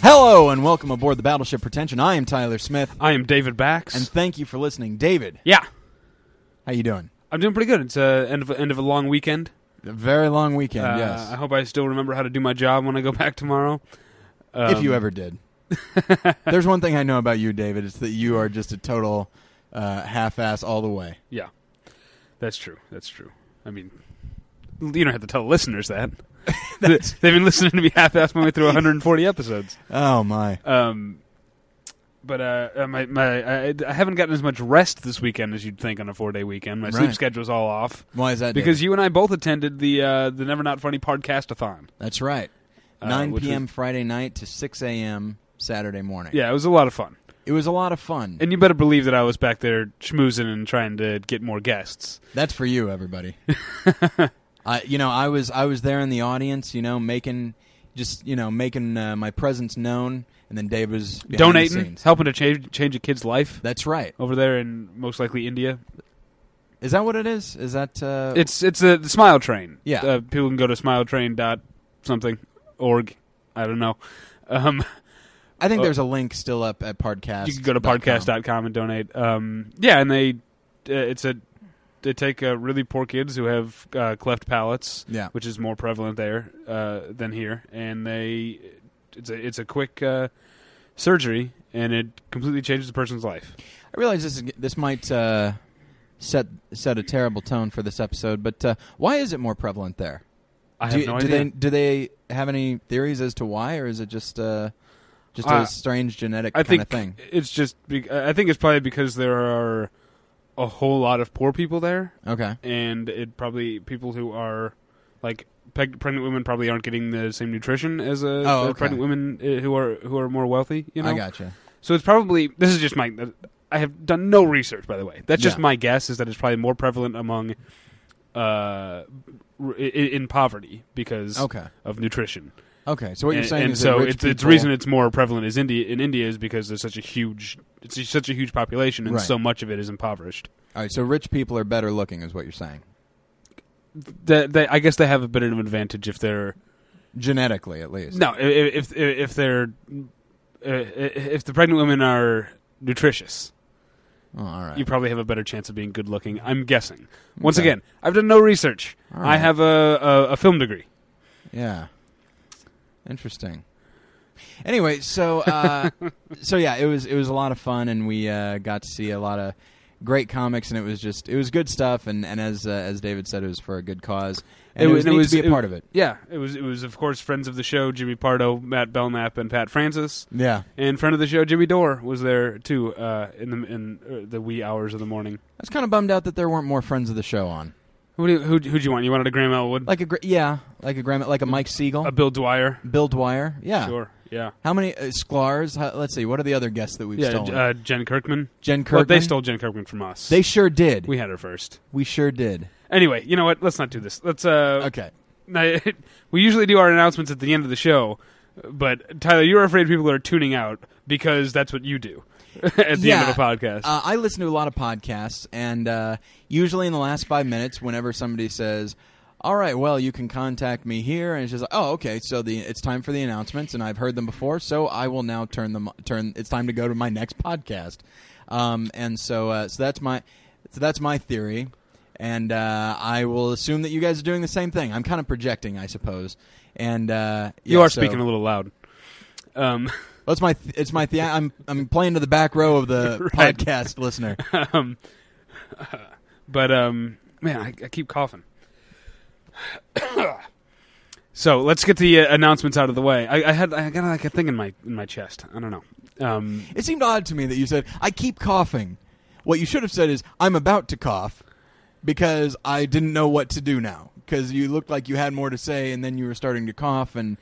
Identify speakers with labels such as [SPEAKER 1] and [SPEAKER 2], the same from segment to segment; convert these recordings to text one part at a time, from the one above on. [SPEAKER 1] Hello and welcome aboard the Battleship Pretension. I am Tyler Smith,
[SPEAKER 2] I am David Bax.
[SPEAKER 1] and thank you for listening. David,
[SPEAKER 2] yeah,
[SPEAKER 1] how you doing?
[SPEAKER 2] I'm doing pretty good. It's uh, end of end of a long weekend.
[SPEAKER 1] A very long weekend,
[SPEAKER 2] Uh, I
[SPEAKER 1] yes.
[SPEAKER 2] hope I still remember how to do my job when I go back tomorrow. Um,
[SPEAKER 1] if you ever did. There's one thing I know about you, David. It's that you are just a total uh, half-ass all the way.
[SPEAKER 2] yeah, that's true. That's true. I mean, you don't have to tell listeners that. They've been listening to me half-assed my way through 140 episodes.
[SPEAKER 1] Oh my!
[SPEAKER 2] Um, but uh, uh, my my I, I haven't gotten as much rest this weekend as you'd think on a four-day weekend. My sleep
[SPEAKER 1] Right.
[SPEAKER 2] schedule's all off
[SPEAKER 1] Why is that? David?
[SPEAKER 2] because you and I both attended the uh, the Never Not Funny podcastathon.
[SPEAKER 1] that's right.
[SPEAKER 2] Uh,
[SPEAKER 1] 9
[SPEAKER 2] which
[SPEAKER 1] p.m. Friday night to 6 a.m. Saturday morning.
[SPEAKER 2] Yeah, it was a lot of fun.
[SPEAKER 1] It was a lot of fun.
[SPEAKER 2] And you better believe that I was back there schmoozing and trying to get more guests.
[SPEAKER 1] That's for you, everybody. I, you know, I was I was there in the audience, you know, making just you know making uh, my presence known, and then Dave was behind the
[SPEAKER 2] Donating,
[SPEAKER 1] scenes.
[SPEAKER 2] helping to change, change a kid's life
[SPEAKER 1] That's right.
[SPEAKER 2] over there in most likely India.
[SPEAKER 1] Is that what it is? Is that uh,
[SPEAKER 2] It's it's a, the Smile Train.
[SPEAKER 1] Yeah.
[SPEAKER 2] Uh, people can go to smiletrain dot something org. I don't know. Um,
[SPEAKER 1] I think
[SPEAKER 2] uh,
[SPEAKER 1] there's a link still up at podcast.
[SPEAKER 2] you can go to podcast.com and donate. Um, yeah, and they uh, it's a they take uh, really poor kids who have uh, cleft palates.
[SPEAKER 1] Yeah,
[SPEAKER 2] which is more prevalent there uh, than here, and they it's a it's a quick uh, surgery, and it completely changes the person's life.
[SPEAKER 1] I realize this is, this might uh, set set a terrible tone for this episode, but uh, why is it more prevalent there?
[SPEAKER 2] I
[SPEAKER 1] do
[SPEAKER 2] have no
[SPEAKER 1] do
[SPEAKER 2] idea.
[SPEAKER 1] they do they have any theories as to why, or is it just uh, just
[SPEAKER 2] Uh,
[SPEAKER 1] a strange genetic
[SPEAKER 2] I
[SPEAKER 1] kind
[SPEAKER 2] think
[SPEAKER 1] of thing?
[SPEAKER 2] it's just be- I think it's probably because there are a whole lot of poor people there,
[SPEAKER 1] Okay,
[SPEAKER 2] and it probably people who are like peg- pregnant women probably aren't getting the same nutrition as uh
[SPEAKER 1] Oh,
[SPEAKER 2] the
[SPEAKER 1] okay.
[SPEAKER 2] pregnant women uh, who are who are more wealthy. You know,
[SPEAKER 1] I gotcha.
[SPEAKER 2] So it's probably this is just my. I have done no research, by the way. That's just
[SPEAKER 1] Yeah.
[SPEAKER 2] my guess. Is that it's probably more prevalent among, uh, r- i- in poverty because
[SPEAKER 1] Okay.
[SPEAKER 2] of nutrition.
[SPEAKER 1] Okay, so what you're
[SPEAKER 2] and,
[SPEAKER 1] saying
[SPEAKER 2] and
[SPEAKER 1] is that
[SPEAKER 2] so
[SPEAKER 1] rich
[SPEAKER 2] it's, it's
[SPEAKER 1] people-
[SPEAKER 2] reason it's more prevalent is India in India is because there's such a huge it's such a huge population and
[SPEAKER 1] Right.
[SPEAKER 2] so much of it is impoverished.
[SPEAKER 1] All right, so rich people are better looking, is what you're saying,
[SPEAKER 2] They, they, I guess they have a bit of an advantage if they're
[SPEAKER 1] genetically at least.
[SPEAKER 2] no i- i- if if, if they're uh, if the pregnant women are nutritious,
[SPEAKER 1] Oh, all right.
[SPEAKER 2] you probably have a better chance of being good looking. I'm guessing. Once
[SPEAKER 1] Okay.
[SPEAKER 2] again, I've done no research.
[SPEAKER 1] All
[SPEAKER 2] I
[SPEAKER 1] right.
[SPEAKER 2] have a, a, a film degree.
[SPEAKER 1] Yeah. Interesting. Anyway, so uh, so yeah, it was it was a lot of fun, and we uh, got to see a lot of great comics, and it was just it was good stuff, and and as uh, as David said, it was for a good cause, and it, was, neat to be a part of it.
[SPEAKER 2] Yeah, it was it was of course friends of the show Jimmy Pardo, Matt Belknap, and Pat Francis,
[SPEAKER 1] Yeah,
[SPEAKER 2] and friend of the show Jimmy Dore was there too uh, in the in uh, the wee hours of the morning.
[SPEAKER 1] I was kind of bummed out that there weren't more friends of the show on,
[SPEAKER 2] Who do you, who who'd you want? You wanted a Graham Elwood,
[SPEAKER 1] like a gr- yeah, like a Graham, like a Mike Siegel,
[SPEAKER 2] a Bill Dwyer,
[SPEAKER 1] Bill Dwyer, yeah.
[SPEAKER 2] sure, yeah,
[SPEAKER 1] How many uh, Sklar's? How, let's see, what are the other guests that we've
[SPEAKER 2] yeah,
[SPEAKER 1] stolen?
[SPEAKER 2] uh, Jen Kirkman.
[SPEAKER 1] Jen
[SPEAKER 2] Well,
[SPEAKER 1] Kirkman.
[SPEAKER 2] they stole Jen Kirkman from us.
[SPEAKER 1] They sure did. We,
[SPEAKER 2] we had her first.
[SPEAKER 1] sure did.
[SPEAKER 2] Anyway, you know what? Let's not do this. Let's uh,
[SPEAKER 1] Okay.
[SPEAKER 2] Now, we usually do our announcements at the end of the show, but Tyler, you're afraid people are tuning out because that's what you do at the end
[SPEAKER 1] Yeah.
[SPEAKER 2] of a podcast.
[SPEAKER 1] Uh, I listen to a lot of podcasts, and uh, usually in the last five minutes, whenever somebody says, "All right, well, you can contact me here," and it's just, like, "Oh, okay, so the it's time for the announcements," and I've heard them before, so I will now turn them turn. It's time to go to my next podcast, um, and so uh, so that's my so that's my theory, and uh, I will assume that you guys are doing the same thing. I'm kind of projecting, I suppose, and uh,
[SPEAKER 2] you
[SPEAKER 1] yeah,
[SPEAKER 2] are
[SPEAKER 1] so-
[SPEAKER 2] speaking a little loud. Um,
[SPEAKER 1] Well, it's my th- it's my the- I'm I'm playing to the back row of the
[SPEAKER 2] Right.
[SPEAKER 1] podcast listener.
[SPEAKER 2] um, but um, man, I, I keep coughing. so let's get the uh, announcements out of the way. I, I had I got like a thing in my in my chest. I don't know. Um,
[SPEAKER 1] It seemed odd to me that you said, I keep coughing. What you should have said is, I'm about to cough because I didn't know what to do now. Because you looked like you had more to say and then you were starting to cough, and,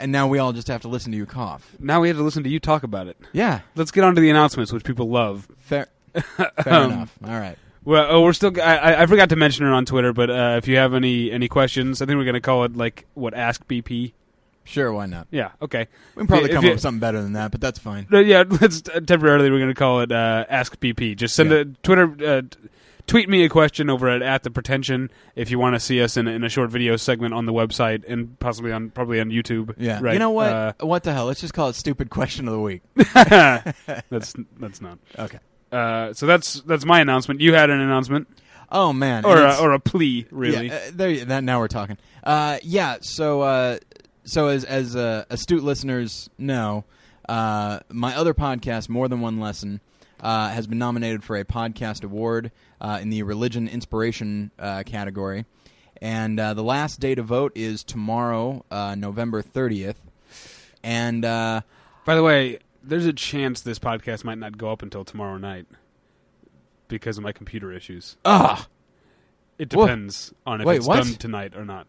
[SPEAKER 1] and now we all just have to listen to you cough.
[SPEAKER 2] now we have to listen to you talk about it.
[SPEAKER 1] Yeah,
[SPEAKER 2] Let's get on to the announcements, which people love.
[SPEAKER 1] fair, fair
[SPEAKER 2] Um,
[SPEAKER 1] enough. All right.
[SPEAKER 2] Well, oh, we're still. I, I- I forgot to mention it on Twitter, but uh, if you have any any questions, I think we're going to call it like what Ask BP.
[SPEAKER 1] Sure, why not?
[SPEAKER 2] Yeah, okay.
[SPEAKER 1] We can probably
[SPEAKER 2] If
[SPEAKER 1] come
[SPEAKER 2] you-
[SPEAKER 1] up with something better than that, but that's fine.
[SPEAKER 2] No, yeah, let's uh, temporarily we're going to call it uh, Ask BP. Just send
[SPEAKER 1] Yeah.
[SPEAKER 2] a Twitter uh, t- tweet me a question over at, at the pretension if you want to see us in, in a short video segment on the website and possibly on probably on YouTube.
[SPEAKER 1] Yeah.
[SPEAKER 2] right.
[SPEAKER 1] You know what?
[SPEAKER 2] Uh,
[SPEAKER 1] what the hell? Let's just call it stupid question of the week.
[SPEAKER 2] that's that's not.
[SPEAKER 1] Okay.
[SPEAKER 2] Uh, so that's that's my announcement. You had an announcement
[SPEAKER 1] Oh man.
[SPEAKER 2] or
[SPEAKER 1] And
[SPEAKER 2] a,
[SPEAKER 1] it's-
[SPEAKER 2] or a plea, really.
[SPEAKER 1] Yeah, uh, there. That now we're talking. Uh, yeah. So uh, so as as uh, astute listeners know, uh, my other podcast, More Than One Lesson, uh, has been nominated for a podcast award uh, in the religion inspiration uh, category, and uh, the last day to vote is tomorrow, uh, November thirtieth, and. Uh,
[SPEAKER 2] By the way, there's a chance this podcast might not go up until tomorrow night because of my computer issues.
[SPEAKER 1] Ah,
[SPEAKER 2] It
[SPEAKER 1] Whoa.
[SPEAKER 2] depends on if
[SPEAKER 1] Wait,
[SPEAKER 2] it's
[SPEAKER 1] what?
[SPEAKER 2] done tonight or not.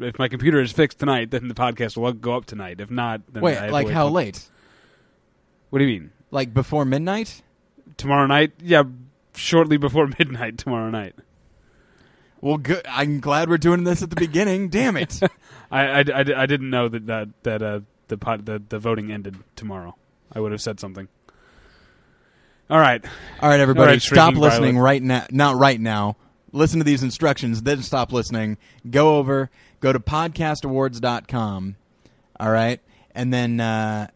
[SPEAKER 2] If my computer is fixed tonight, then the podcast will go up tonight. If not, then I have
[SPEAKER 1] wait,
[SPEAKER 2] to
[SPEAKER 1] like
[SPEAKER 2] wait
[SPEAKER 1] how
[SPEAKER 2] till-
[SPEAKER 1] late?
[SPEAKER 2] What do you mean?
[SPEAKER 1] Like before midnight?
[SPEAKER 2] Tomorrow night? Yeah, shortly before midnight tomorrow night.
[SPEAKER 1] Well, good. I'm glad we're doing this at the beginning. Damn it!
[SPEAKER 2] I, I, I, I didn't know that that, that uh, the, pod, the the voting ended tomorrow. I would have said something. All right.
[SPEAKER 1] All right, everybody,
[SPEAKER 2] All right,
[SPEAKER 1] stop
[SPEAKER 2] Shrinking
[SPEAKER 1] listening right now. Not right now. Listen to these instructions, then stop listening. Go over, go to podcastawards.com. All right, and then uh,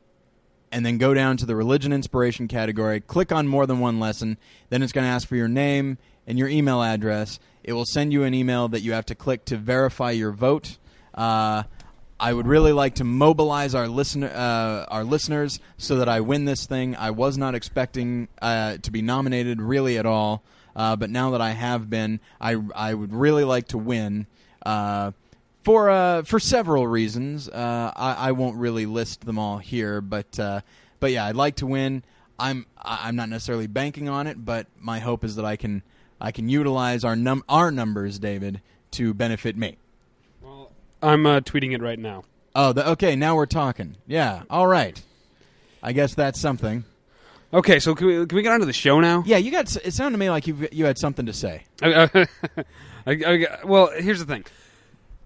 [SPEAKER 1] and then go down to the religion inspiration category. Click on more than one lesson. Then it's going to ask for your name and your email address. It will send you an email that you have to click to verify your vote. Uh, I would really like to mobilize our listener, uh, our listeners, so that I win this thing. I was not expecting uh, to be nominated really at all, uh, but now that I have been, I I would really like to win. Uh, for uh, for several reasons. Uh, I, I won't really list them all here, but uh, but yeah, I'd like to win. I'm I- I'm not necessarily banking on it, but my hope is that I can I can utilize our num our numbers, David, to benefit me.
[SPEAKER 2] I'm uh, tweeting it right now.
[SPEAKER 1] Oh, the, okay, now we're talking. Yeah, all right. I guess that's something.
[SPEAKER 2] Okay, so can we, can we get on to the show now?
[SPEAKER 1] Yeah, you got. s- It sounded to me like you you had something to say.
[SPEAKER 2] I, I, I, well, here's the thing.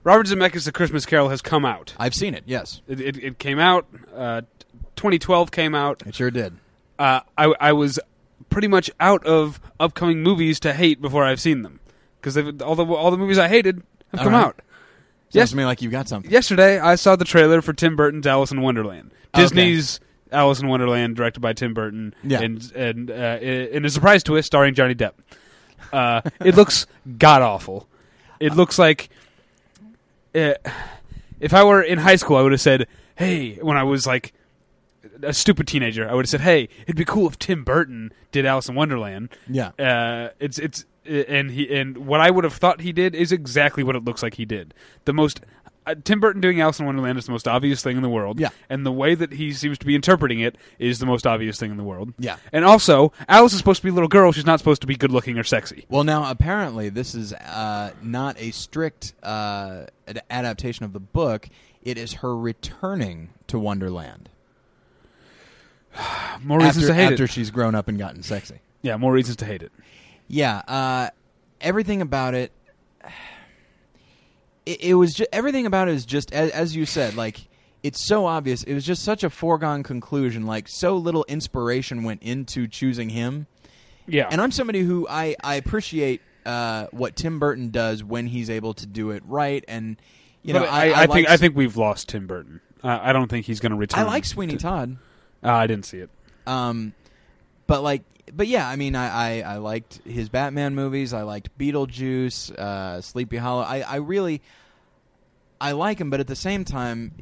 [SPEAKER 2] Robert Zemeckis' The Christmas Carol has come out.
[SPEAKER 1] I've seen it. Yes,
[SPEAKER 2] It, it, it came out. Uh, 2012 came out.
[SPEAKER 1] it sure did.
[SPEAKER 2] Uh, I, I was pretty much out of upcoming movies to hate before I've seen them because all the all the movies I hated have
[SPEAKER 1] All
[SPEAKER 2] come
[SPEAKER 1] right.
[SPEAKER 2] out.
[SPEAKER 1] Sounds
[SPEAKER 2] Yes.
[SPEAKER 1] to me like you got something.
[SPEAKER 2] Um, Yesterday, I saw the trailer for Tim Burton's Alice in Wonderland.
[SPEAKER 1] Oh, Okay.
[SPEAKER 2] Disney's Alice in Wonderland, directed by Tim Burton,
[SPEAKER 1] Yeah.
[SPEAKER 2] and and uh, in a surprise twist, starring Johnny Depp. Uh, it looks god awful. It looks like uh if I were in high school, I would have said, "Hey," when I was like a stupid teenager, I would have said, "Hey, it'd be cool if Tim Burton did Alice in Wonderland."
[SPEAKER 1] Yeah.
[SPEAKER 2] uh, it's it's and he and what I would have thought he did is exactly what it looks like he did. The most uh, Tim Burton doing Alice in Wonderland is the most obvious thing in the world.
[SPEAKER 1] Yeah.
[SPEAKER 2] and the way that he seems to be interpreting it is the most obvious thing in the world.
[SPEAKER 1] Yeah.
[SPEAKER 2] and also Alice is supposed to be a little girl. She's not supposed to be good looking or sexy.
[SPEAKER 1] Well, now apparently this is uh, not a strict uh, ad- adaptation of the book. It is her returning to Wonderland
[SPEAKER 2] More reasons
[SPEAKER 1] after,
[SPEAKER 2] to hate
[SPEAKER 1] after
[SPEAKER 2] it.
[SPEAKER 1] she's grown up and gotten sexy.
[SPEAKER 2] Yeah, more reasons to hate it.
[SPEAKER 1] Yeah, uh, everything about it. It, it was ju- everything about it is just as, as you said. Like it's so obvious. It was just such a foregone conclusion. Like so little inspiration went into choosing him.
[SPEAKER 2] Yeah,
[SPEAKER 1] And I'm somebody who I, I appreciate uh, what Tim Burton does when he's able to do it right. And, you know,
[SPEAKER 2] But
[SPEAKER 1] I,
[SPEAKER 2] I, I think
[SPEAKER 1] like,
[SPEAKER 2] I think we've lost Tim Burton. I I don't think he's going to return.
[SPEAKER 1] I like Sweeney Todd.
[SPEAKER 2] Uh, I didn't see it.
[SPEAKER 1] Um, but, like, but yeah, I mean, I, I, I liked his Batman movies. I liked Beetlejuice, uh, Sleepy Hollow. I, I really, I like him, but at the same time,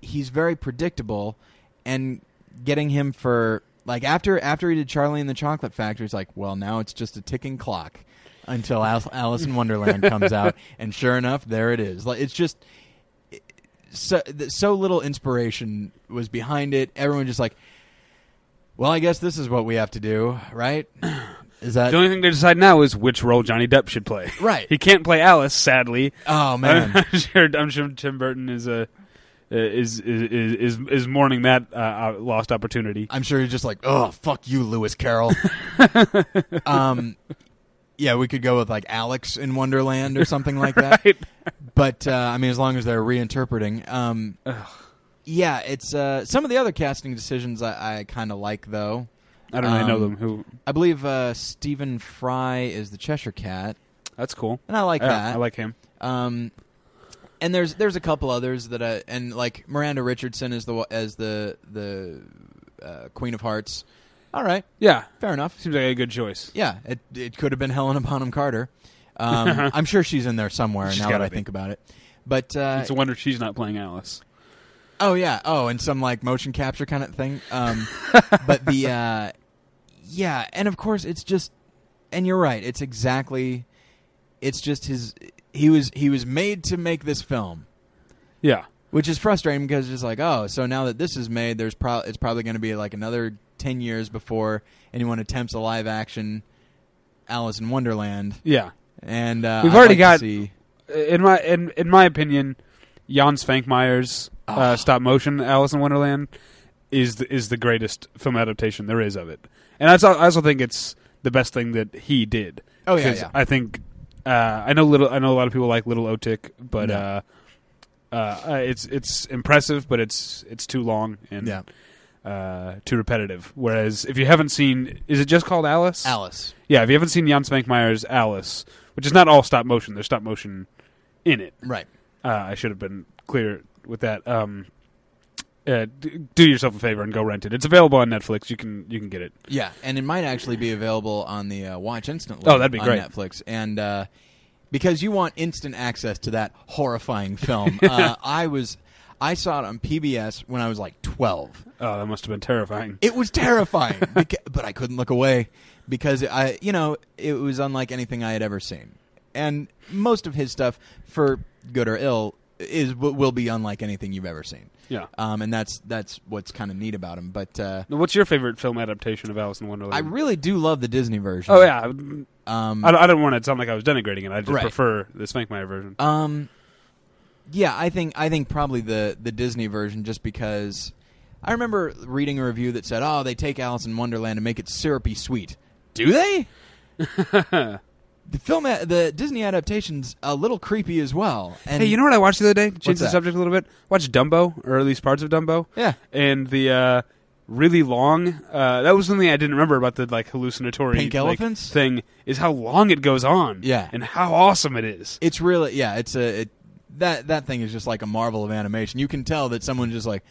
[SPEAKER 1] he's very predictable. And getting him for like after after he did Charlie and the Chocolate Factory, it's like, well, now it's just a ticking clock until Al- Alice in Wonderland comes out, and sure enough, there it is. Like it's just it- so th- so little inspiration was behind it. Everyone just like, well, I guess this is what we have to do, right? Is that
[SPEAKER 2] The only thing they decide now is which role Johnny Depp should play.
[SPEAKER 1] Right.
[SPEAKER 2] He can't play Alice, sadly.
[SPEAKER 1] oh man?
[SPEAKER 2] I'm sure. I'm sure Tim Burton is a. Is is is is mourning that uh, uh, lost opportunity?
[SPEAKER 1] I'm sure he's just like, oh, fuck you, Lewis Carroll. um, yeah, we could go with like Alex in Wonderland or something like that. But uh, I mean, as long as they're reinterpreting, um, yeah, it's uh, some of the other casting decisions I, I kind of like though.
[SPEAKER 2] I don't really know
[SPEAKER 1] Um,
[SPEAKER 2] them. Who?
[SPEAKER 1] I believe uh, Stephen Fry is the Cheshire Cat,
[SPEAKER 2] That's cool.
[SPEAKER 1] and I like
[SPEAKER 2] Yeah,
[SPEAKER 1] that.
[SPEAKER 2] I like him.
[SPEAKER 1] Um, and there's there's a couple others that I and like Miranda Richardson is the as the the uh, Queen of Hearts. All right,
[SPEAKER 2] Yeah,
[SPEAKER 1] fair enough.
[SPEAKER 2] seems like a good choice.
[SPEAKER 1] Yeah, it it could have been Helena Bonham Carter. Um, I'm sure she's in there somewhere
[SPEAKER 2] She's
[SPEAKER 1] now that
[SPEAKER 2] gotta
[SPEAKER 1] I
[SPEAKER 2] be.
[SPEAKER 1] think about it. But uh,
[SPEAKER 2] It's a wonder she's not playing Alice.
[SPEAKER 1] oh yeah, oh and some like motion capture kind of thing. Um, but the uh, yeah, and of course it's just and you're right. It's exactly it's just his he was he was made to make this film.
[SPEAKER 2] Yeah,
[SPEAKER 1] which is frustrating because it's like oh so now that this is made there's pro- it's probably going to be like another 10 years before anyone attempts a live action alice in wonderland
[SPEAKER 2] yeah.
[SPEAKER 1] and uh,
[SPEAKER 2] We've
[SPEAKER 1] I'd
[SPEAKER 2] already
[SPEAKER 1] like to
[SPEAKER 2] got-
[SPEAKER 1] see-
[SPEAKER 2] In my in in my opinion, Jan Svankmajer's
[SPEAKER 1] Ah.
[SPEAKER 2] uh, stop motion Alice in Wonderland is the, is the greatest film adaptation there is of it, and I also, I also think it's the best thing that he did.
[SPEAKER 1] oh yeah,
[SPEAKER 2] 'Cause
[SPEAKER 1] yeah.
[SPEAKER 2] I think uh, I know little. I know a lot of people like Little Otik, but
[SPEAKER 1] No.
[SPEAKER 2] uh, uh, uh, it's it's impressive, but it's it's too long and
[SPEAKER 1] yeah
[SPEAKER 2] uh, too repetitive. Whereas if you haven't seen, is it just called Alice?
[SPEAKER 1] alice
[SPEAKER 2] Yeah, if you haven't seen Jan Spankmeyer's Alice, which is not all stop motion, there's stop motion in it.
[SPEAKER 1] right
[SPEAKER 2] Uh, I should have been clear with that. Um, uh, d- do yourself a favor and go rent it. It's available on Netflix. You can you can get it.
[SPEAKER 1] yeah and it might actually be available on the uh, watch instantly
[SPEAKER 2] Oh, that'd be
[SPEAKER 1] on
[SPEAKER 2] great.
[SPEAKER 1] netflix and uh, because you want instant access to that horrifying film uh, i was i saw it on pbs when i was like 12
[SPEAKER 2] Oh, that must have been terrifying.
[SPEAKER 1] It was terrifying, beca- but I couldn't look away because I, you know, it was unlike anything I had ever seen. And most of his stuff, for good or ill, is w- will be unlike anything you've ever seen.
[SPEAKER 2] Yeah.
[SPEAKER 1] Um, and that's that's what's kind of neat about him. But uh,
[SPEAKER 2] Now, What's your favorite film adaptation of Alice in Wonderland?
[SPEAKER 1] I really do love the Disney version.
[SPEAKER 2] oh yeah,
[SPEAKER 1] Um,
[SPEAKER 2] I, I don't want to sound like I was denigrating it. I just
[SPEAKER 1] Right.
[SPEAKER 2] prefer the Spankmeyer version.
[SPEAKER 1] Um, yeah, I think I think probably the the Disney version, just because I remember reading a review that said, "Oh, they take Alice in Wonderland and make it syrupy sweet." Do they? Uh, the film, a- the Disney adaptation's a little creepy as well. And
[SPEAKER 2] hey, you know what I watched the other day? Change the
[SPEAKER 1] that?
[SPEAKER 2] subject a little bit. Watch Dumbo, or at least parts of Dumbo.
[SPEAKER 1] yeah,
[SPEAKER 2] and the uh, really long. Uh, that was something I didn't remember about the like hallucinatory
[SPEAKER 1] Pink
[SPEAKER 2] like,
[SPEAKER 1] elephants?
[SPEAKER 2] thing. Is how long it goes on.
[SPEAKER 1] Yeah.
[SPEAKER 2] and how awesome it is.
[SPEAKER 1] it's really yeah, it's a it, that that thing is just like a marvel of animation. You can tell that someone just like.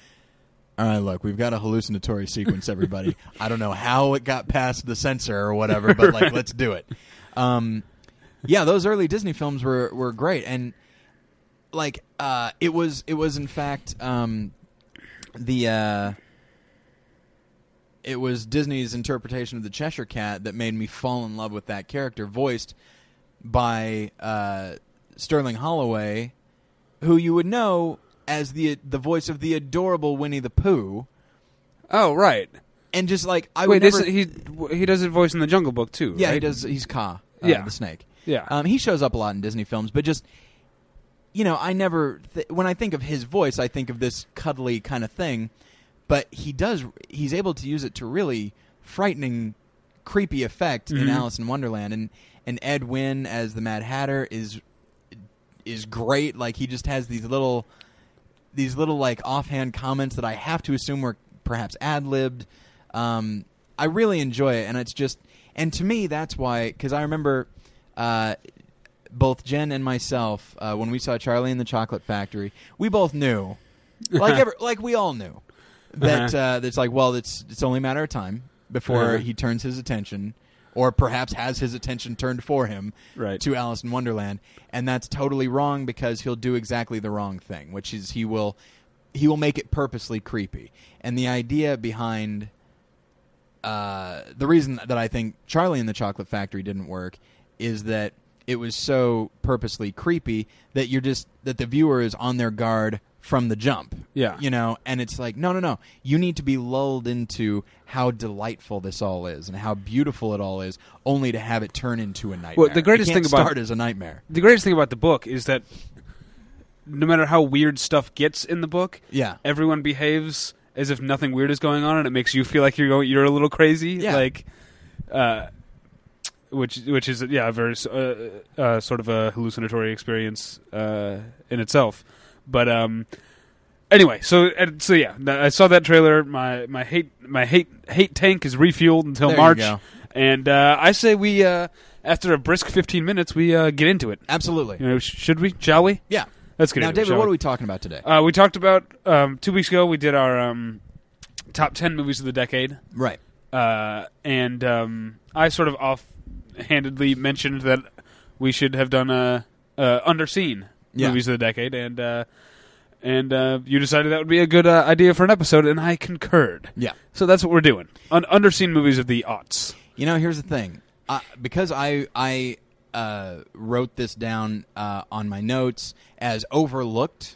[SPEAKER 1] All right, look, we've got a hallucinatory sequence, everybody. I don't know how it got past the censor or whatever, but like, let's do it. Um, yeah, those early Disney films were were great, and like, uh, it was it was in fact um, the uh, it was Disney's interpretation of the Cheshire Cat that made me fall in love with that character, voiced by uh, Sterling Holloway, who you would know as the the voice of the adorable Winnie the Pooh,
[SPEAKER 2] Oh right.
[SPEAKER 1] and just like I would
[SPEAKER 2] Wait,
[SPEAKER 1] never,
[SPEAKER 2] isn't he w- he does it voice in the Jungle Book too.
[SPEAKER 1] yeah, he
[SPEAKER 2] right?
[SPEAKER 1] does. He's Ka, uh,
[SPEAKER 2] Yeah.
[SPEAKER 1] the snake.
[SPEAKER 2] Yeah.
[SPEAKER 1] Um, he shows up a lot in Disney films, but just you know, I never th- when I think of his voice, I think of this cuddly kind of thing. But he does; he's able to use it to really frightening, creepy effect in
[SPEAKER 2] Mhm.
[SPEAKER 1] Alice in Wonderland, and and Ed Wynn as the Mad Hatter is is great. Like he just has these little these little like offhand comments that I have to assume were perhaps ad libbed. Um, I really enjoy it, and it's just and to me that's why because I remember uh, both Jen and myself uh, when we saw Charlie in the Chocolate Factory, we both knew, like ever, like we all knew that uh, that's like well it's it's only a matter of time before
[SPEAKER 2] Uh-huh.
[SPEAKER 1] he turns his attention. Or perhaps has his attention turned for him
[SPEAKER 2] Right.
[SPEAKER 1] to Alice in Wonderland, and that's totally wrong because he'll do exactly the wrong thing, which is he will he will make it purposely creepy. And the idea behind uh, the reason that I think Charlie and the Chocolate Factory didn't work is that it was so purposely creepy that you're just that the viewer is on their guard from the jump.
[SPEAKER 2] Yeah.
[SPEAKER 1] You know, and it's like, no, no, no. You need to be lulled into how delightful this all is and how beautiful it all is, only to have it turn into a nightmare.
[SPEAKER 2] the greatest
[SPEAKER 1] You can't
[SPEAKER 2] thing about-
[SPEAKER 1] start as a nightmare.
[SPEAKER 2] The greatest thing about the book is that no matter how weird stuff gets in the book,
[SPEAKER 1] Yeah.
[SPEAKER 2] everyone behaves as if nothing weird is going on, and it makes you feel like you're going, you're a little crazy.
[SPEAKER 1] Yeah.
[SPEAKER 2] Like, uh, which which is yeah, a very uh, uh, sort of a hallucinatory experience uh, in itself. But um, Anyway, so uh, so yeah, th- I saw that trailer. My my hate my hate hate tank is refueled until
[SPEAKER 1] There you
[SPEAKER 2] March,
[SPEAKER 1] go.
[SPEAKER 2] and uh, I say we uh, after a brisk fifteen minutes we uh, get into it.
[SPEAKER 1] Absolutely.
[SPEAKER 2] You know, sh- should we? Shall we?
[SPEAKER 1] Yeah.
[SPEAKER 2] Let's get
[SPEAKER 1] Now,
[SPEAKER 2] into it.
[SPEAKER 1] David,
[SPEAKER 2] shall
[SPEAKER 1] what are
[SPEAKER 2] we?
[SPEAKER 1] we talking about today?
[SPEAKER 2] Uh, we talked about um, two weeks ago. We did our um, top ten movies of the decade,
[SPEAKER 1] Right.
[SPEAKER 2] uh, and um, I sort of offhandedly mentioned that we should have done a uh, underseen
[SPEAKER 1] Yeah.
[SPEAKER 2] movies of the decade, and uh, and uh, you decided that would be a good uh, idea for an episode, and I concurred.
[SPEAKER 1] Yeah.
[SPEAKER 2] So that's what we're doing: Un- underseen movies of the aughts.
[SPEAKER 1] You know, here's the thing. Uh, because I I uh, wrote this down uh, on my notes as overlooked.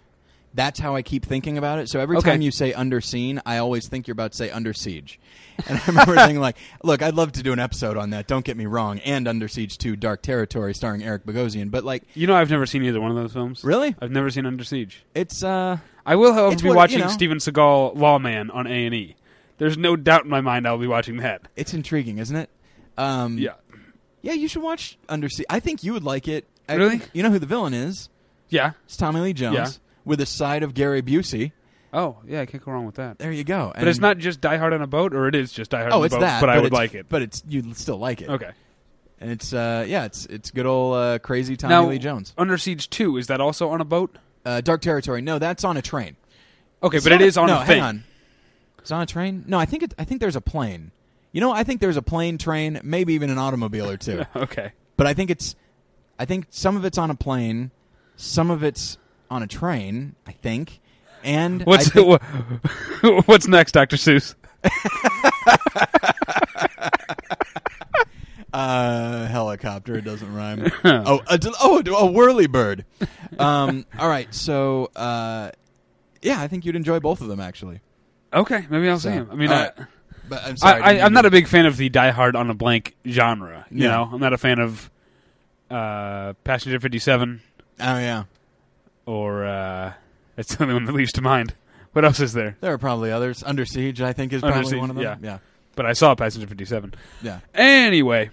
[SPEAKER 1] That's how I keep thinking about it. So every
[SPEAKER 2] Okay.
[SPEAKER 1] time you say under scene, I always think you're about to say under siege. And I remember thinking like, look, I'd love to do an episode on that. Don't get me wrong. And Under Siege 2 Dark Territory starring Eric Bogosian, but like
[SPEAKER 2] You know, I've never seen either one of those films.
[SPEAKER 1] Really?
[SPEAKER 2] I've never seen Under Siege.
[SPEAKER 1] it's uh
[SPEAKER 2] I will, however,
[SPEAKER 1] It's
[SPEAKER 2] be
[SPEAKER 1] what- you
[SPEAKER 2] watching
[SPEAKER 1] know.
[SPEAKER 2] Steven Seagal Lawman on A and E. There's no doubt in my mind I'll be watching that.
[SPEAKER 1] it's intriguing, isn't it? Um
[SPEAKER 2] Yeah,
[SPEAKER 1] yeah, you should watch Under Siege. I think you would like it. I
[SPEAKER 2] Really?
[SPEAKER 1] think- you know who the villain is?
[SPEAKER 2] yeah.
[SPEAKER 1] It's Tommy Lee Jones
[SPEAKER 2] Yeah.
[SPEAKER 1] with a side of Gary Busey.
[SPEAKER 2] Oh, yeah. I can't go wrong with that.
[SPEAKER 1] There you go.
[SPEAKER 2] But it's not just Die Hard on a boat, or it is just Die Hard
[SPEAKER 1] Oh,
[SPEAKER 2] on a
[SPEAKER 1] it's
[SPEAKER 2] boat.
[SPEAKER 1] that.
[SPEAKER 2] but, I would
[SPEAKER 1] it's-
[SPEAKER 2] like it.
[SPEAKER 1] But it's you would still like it.
[SPEAKER 2] okay.
[SPEAKER 1] And it's uh yeah, it's it's good old uh, crazy Tommy
[SPEAKER 2] now,
[SPEAKER 1] Lee Jones.
[SPEAKER 2] Under Siege Two is that also on a boat?
[SPEAKER 1] Uh, Dark Territory. No, that's on a train.
[SPEAKER 2] Okay,
[SPEAKER 1] It's
[SPEAKER 2] but it
[SPEAKER 1] not a-
[SPEAKER 2] is on
[SPEAKER 1] no,
[SPEAKER 2] a thing.
[SPEAKER 1] Hang on. It's on a train. No, I think it, I think there's a plane. You know, I think there's a plane, train, maybe even an automobile or two.
[SPEAKER 2] Okay.
[SPEAKER 1] But I think it's I think some of it's on a plane, some of it's on a train. I think. And
[SPEAKER 2] What's
[SPEAKER 1] I think-
[SPEAKER 2] wha- what's next, Doctor Seuss?
[SPEAKER 1] Uh, helicopter. It doesn't rhyme. oh, a, del- oh, a whirly bird. Um, all right. So, uh, yeah, I think you'd enjoy both of them actually.
[SPEAKER 2] Okay, maybe I'll see
[SPEAKER 1] So,
[SPEAKER 2] him. I mean,
[SPEAKER 1] all
[SPEAKER 2] uh, I,
[SPEAKER 1] right. But I'm
[SPEAKER 2] I,
[SPEAKER 1] sorry.
[SPEAKER 2] I, I'm not a big fan of the Die Hard on a blank genre. You
[SPEAKER 1] Yeah.
[SPEAKER 2] know, I'm not a fan of uh, Passenger 57
[SPEAKER 1] Oh yeah,
[SPEAKER 2] or uh, that's the only one that leaves to mind. What else is there?
[SPEAKER 1] there are probably others. Under siege, I think, is
[SPEAKER 2] Under
[SPEAKER 1] probably
[SPEAKER 2] Siege,
[SPEAKER 1] one of them.
[SPEAKER 2] yeah.
[SPEAKER 1] yeah,
[SPEAKER 2] But I saw Passenger 57.
[SPEAKER 1] yeah.
[SPEAKER 2] Anyway,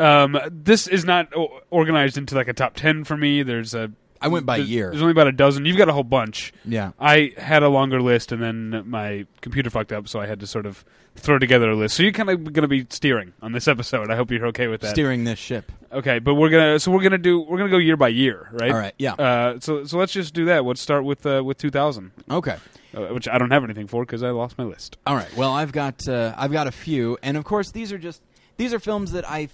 [SPEAKER 2] um, this is not o- organized into like a top ten for me. There's a
[SPEAKER 1] I went by
[SPEAKER 2] there's-
[SPEAKER 1] year.
[SPEAKER 2] There's only about a dozen. You've got a whole bunch.
[SPEAKER 1] Yeah.
[SPEAKER 2] I had a longer list, and then my computer fucked up, so I had to sort of throw together a list. So you're kind of going to be steering on this episode. I hope you're okay with that.
[SPEAKER 1] Steering this ship.
[SPEAKER 2] Okay, but we're gonna so we're gonna do we're gonna go year by year, right?
[SPEAKER 1] All right. Yeah.
[SPEAKER 2] Uh, so so let's just do that. Let's start with uh, with 2000,
[SPEAKER 1] Okay.
[SPEAKER 2] uh, which I don't have anything for because I lost my list.
[SPEAKER 1] All right. Well, I've got uh, I've got a few, and of course these are just these are films that I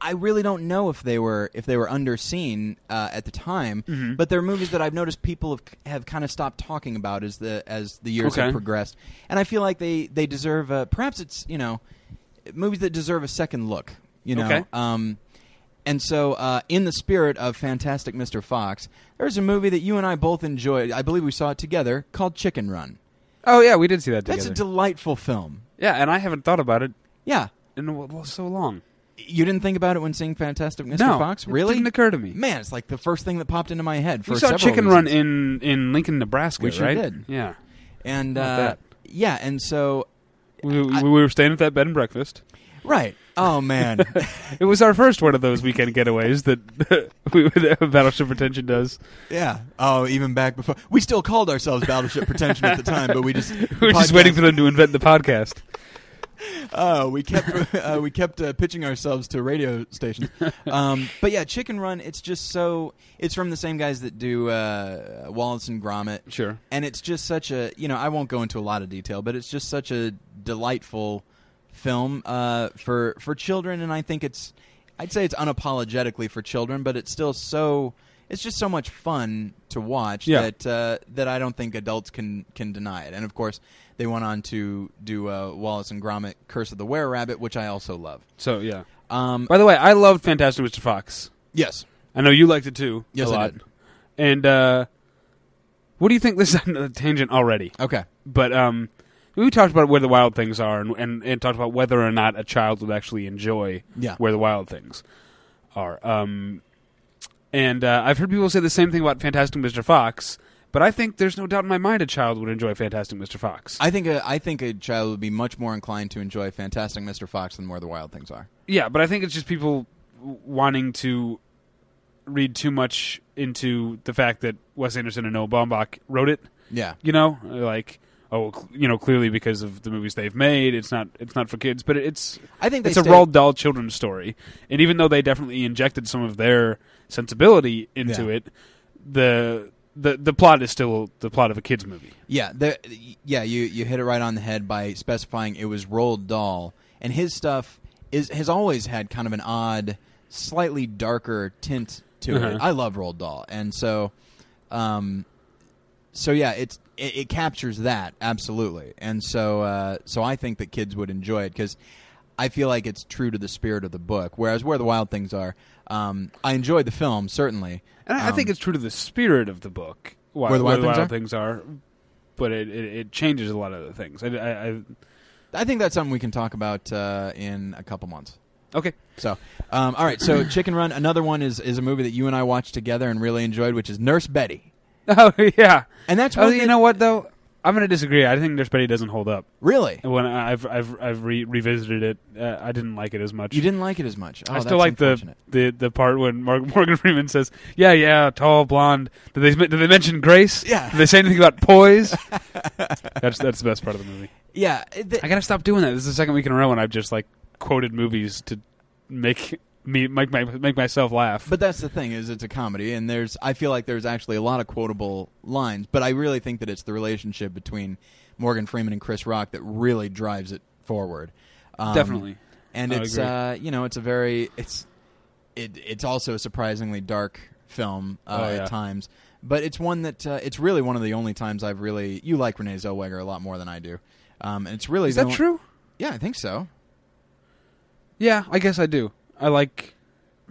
[SPEAKER 1] I really don't know if they were if they were underseen uh, at the time,
[SPEAKER 2] Mm-hmm.
[SPEAKER 1] but they're movies that I've noticed people have have kind of stopped talking about as the as the years
[SPEAKER 2] Okay.
[SPEAKER 1] have progressed, and I feel like they they deserve a, perhaps it's you know movies that deserve a second look, you know.
[SPEAKER 2] Okay.
[SPEAKER 1] Um, and so, uh, in the spirit of Fantastic Mr. Fox, there's a movie that you and I both enjoyed. I believe we saw it together called Chicken Run.
[SPEAKER 2] Oh yeah, we did see that together.
[SPEAKER 1] That's a delightful film.
[SPEAKER 2] yeah, and I haven't thought about it
[SPEAKER 1] Yeah.
[SPEAKER 2] in w- w- so long.
[SPEAKER 1] You didn't think about it when seeing Fantastic Mr.
[SPEAKER 2] No,
[SPEAKER 1] Fox?
[SPEAKER 2] it
[SPEAKER 1] Really?
[SPEAKER 2] didn't occur to me.
[SPEAKER 1] Man, it's like the first thing that popped into my head. For
[SPEAKER 2] we saw
[SPEAKER 1] several
[SPEAKER 2] Chicken
[SPEAKER 1] reasons.
[SPEAKER 2] Run in in Lincoln, Nebraska,
[SPEAKER 1] We sure
[SPEAKER 2] right?
[SPEAKER 1] did.
[SPEAKER 2] Yeah,
[SPEAKER 1] and
[SPEAKER 2] Not
[SPEAKER 1] uh,
[SPEAKER 2] bad.
[SPEAKER 1] yeah, and so
[SPEAKER 2] we, we, we were staying at that bed and breakfast.
[SPEAKER 1] right. Oh man,
[SPEAKER 2] It was our first one of those weekend getaways that we would, Battleship Retention does.
[SPEAKER 1] yeah. Oh, even back before we still called ourselves Battleship Pretension at the time, but we just
[SPEAKER 2] We were just
[SPEAKER 1] podcast-
[SPEAKER 2] waiting for them to invent the podcast.
[SPEAKER 1] Oh, we kept uh, we kept uh, pitching ourselves to radio stations. Um, but yeah, Chicken Run. It's just so. It's from the same guys that do uh, Wallace and Gromit.
[SPEAKER 2] Sure.
[SPEAKER 1] and it's just such a you know i won't go into a lot of detail but it's just such a delightful film uh, for for children and i think it's i'd say it's unapologetically for children but it's still so it's just so much fun to watch
[SPEAKER 2] Yeah.
[SPEAKER 1] that uh, that i don't think adults can can deny it and of course they went on to do uh, wallace and gromit curse of the were rabbit which i also love
[SPEAKER 2] So yeah.
[SPEAKER 1] um,
[SPEAKER 2] By the way, I loved Fantastic Mr. Fox.
[SPEAKER 1] yes
[SPEAKER 2] I know you liked it too.
[SPEAKER 1] Yes,
[SPEAKER 2] a
[SPEAKER 1] I
[SPEAKER 2] lot.
[SPEAKER 1] did.
[SPEAKER 2] And uh, what do you think? This is on a tangent already,
[SPEAKER 1] okay
[SPEAKER 2] but um, we talked about where the wild things are, and, and and talked about whether or not a child would actually enjoy
[SPEAKER 1] yeah
[SPEAKER 2] where the wild things are. Um, and uh, I've heard people say the same thing about Fantastic Mr. Fox, but I think there's no doubt in my mind a child would enjoy Fantastic Mr. Fox.
[SPEAKER 1] I think a, I think a child would be much more inclined to enjoy Fantastic Mr. Fox than Where the Wild Things Are.
[SPEAKER 2] yeah, but I think it's just people w- wanting to read too much into the fact that Wes Anderson and Noah Baumbach wrote it
[SPEAKER 1] Yeah.
[SPEAKER 2] you know like oh cl- you know clearly because of the movies they've made it's not it's not for kids but it's
[SPEAKER 1] I think they
[SPEAKER 2] it's a
[SPEAKER 1] stayed-
[SPEAKER 2] Roald Dahl children's story and even though they definitely injected some of their sensibility into
[SPEAKER 1] Yeah.
[SPEAKER 2] it the the the plot is still the plot of a kids movie
[SPEAKER 1] Yeah, the, yeah, you you hit it right on the head by specifying it was Roald Dahl, and his stuff is has always had kind of an odd, slightly darker tint to
[SPEAKER 2] Uh-huh.
[SPEAKER 1] it. I love Roald Dahl, and so, um, so yeah, it's it, it captures that absolutely, and so uh, so I think that kids would enjoy it because. I feel like it's true to the spirit of the book, whereas Where the Wild Things Are, um, I enjoyed the film certainly.
[SPEAKER 2] and I, I
[SPEAKER 1] Um,
[SPEAKER 2] think it's true to the spirit of the book why,
[SPEAKER 1] Where the Wild Things Are?
[SPEAKER 2] but it, it it changes a lot of the things I, I, I
[SPEAKER 1] I think that's something we can talk about uh, in a couple months.
[SPEAKER 2] okay
[SPEAKER 1] So, um, all right. So, Chicken Run. Another one is is a movie that you and I watched together and really enjoyed, which is Nurse Betty.
[SPEAKER 2] oh yeah
[SPEAKER 1] And that's
[SPEAKER 2] oh
[SPEAKER 1] one
[SPEAKER 2] you
[SPEAKER 1] that-
[SPEAKER 2] know what though I'm gonna disagree I think Nurse Betty doesn't hold up
[SPEAKER 1] really
[SPEAKER 2] when I've I've I've re- revisited it, uh, I didn't like it as much.
[SPEAKER 1] you didn't like it as much. Oh,
[SPEAKER 2] I still
[SPEAKER 1] that's
[SPEAKER 2] like the,
[SPEAKER 1] unfortunate.
[SPEAKER 2] the the part when Mark, Morgan Freeman says, "Yeah, yeah, tall, blonde." Did they did they mention grace?
[SPEAKER 1] Yeah.
[SPEAKER 2] Did they say anything about poise? that's that's the best part of the movie.
[SPEAKER 1] yeah. it- the-
[SPEAKER 2] I gotta stop doing that. This is the second week in a row when I've just like quoted movies to make me make my make myself laugh.
[SPEAKER 1] but that's the thing is it's a comedy, and there's I feel like there's actually a lot of quotable lines, but I really think that it's the relationship between Morgan Freeman and Chris Rock that really drives it forward. Um,
[SPEAKER 2] Definitely.
[SPEAKER 1] and
[SPEAKER 2] I
[SPEAKER 1] it's
[SPEAKER 2] agree.
[SPEAKER 1] uh, you know it's a very it's it, it's also a surprisingly dark film uh,
[SPEAKER 2] Oh, yeah.
[SPEAKER 1] at times but it's one that uh, it's really one of the only times i've really you like renee zellweger a lot more than i do um, and it's really
[SPEAKER 2] Is
[SPEAKER 1] the
[SPEAKER 2] that
[SPEAKER 1] on-
[SPEAKER 2] true?
[SPEAKER 1] yeah i think so
[SPEAKER 2] Yeah, I guess I do. I like.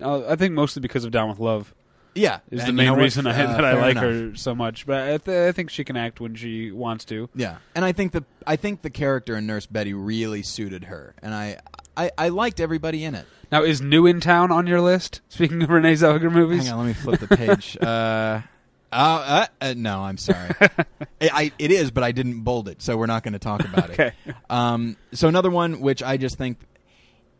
[SPEAKER 2] Uh, I think mostly because of Down with Love.
[SPEAKER 1] yeah
[SPEAKER 2] is
[SPEAKER 1] and
[SPEAKER 2] the
[SPEAKER 1] you
[SPEAKER 2] main
[SPEAKER 1] know what?
[SPEAKER 2] reason I,
[SPEAKER 1] Uh,
[SPEAKER 2] that I
[SPEAKER 1] fair
[SPEAKER 2] like
[SPEAKER 1] enough.
[SPEAKER 2] her so much. But I, th- I think she can act when she wants to.
[SPEAKER 1] yeah and i think the i think the character in nurse betty really suited her and i i, I liked everybody in it
[SPEAKER 2] Now, is New in Town on your list? Speaking of Renee Zellweger movies,
[SPEAKER 1] Hang on, let me flip the page. uh, oh, uh, uh, no, I'm sorry. I, I, it is, but I didn't bold it, so we're not going to talk about
[SPEAKER 2] Okay.
[SPEAKER 1] it. Um, so another one, which I just think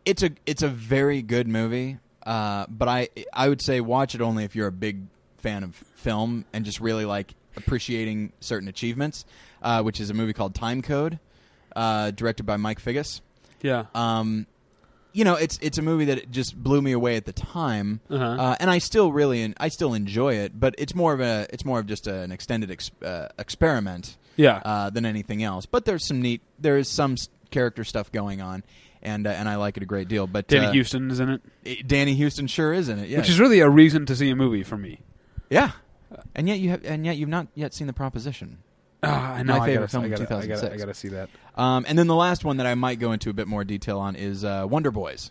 [SPEAKER 1] it's a it's a very good movie, uh, but I I would say watch it only if you're a big fan of film and just really like appreciating certain achievements, uh, which is a movie called Time Code, uh, directed by Mike Figgis.
[SPEAKER 2] yeah,
[SPEAKER 1] Um, you know, it's it's a movie that just blew me away at the time,
[SPEAKER 2] Uh-huh.
[SPEAKER 1] uh, and I still really I still enjoy it. But it's more of a it's more of just an extended ex- uh, experiment,
[SPEAKER 2] Yeah.
[SPEAKER 1] uh, than anything else. But there's some neat there is some s- character stuff going on, and uh, and I like it a great deal. But
[SPEAKER 2] Danny
[SPEAKER 1] uh,
[SPEAKER 2] Houston is in it,
[SPEAKER 1] it- Danny Houston sure is in it, yeah,
[SPEAKER 2] which is really a reason to see a movie for me.
[SPEAKER 1] yeah. And yet you have and yet you've not yet seen the proposition.
[SPEAKER 2] Ah, I know.
[SPEAKER 1] My
[SPEAKER 2] I
[SPEAKER 1] favorite
[SPEAKER 2] gotta,
[SPEAKER 1] film
[SPEAKER 2] I
[SPEAKER 1] of
[SPEAKER 2] gotta, I gotta,
[SPEAKER 1] 2006.
[SPEAKER 2] I gotta see that.
[SPEAKER 1] Um, and then the last one that I might go into a bit more detail on is uh, Wonder Boys.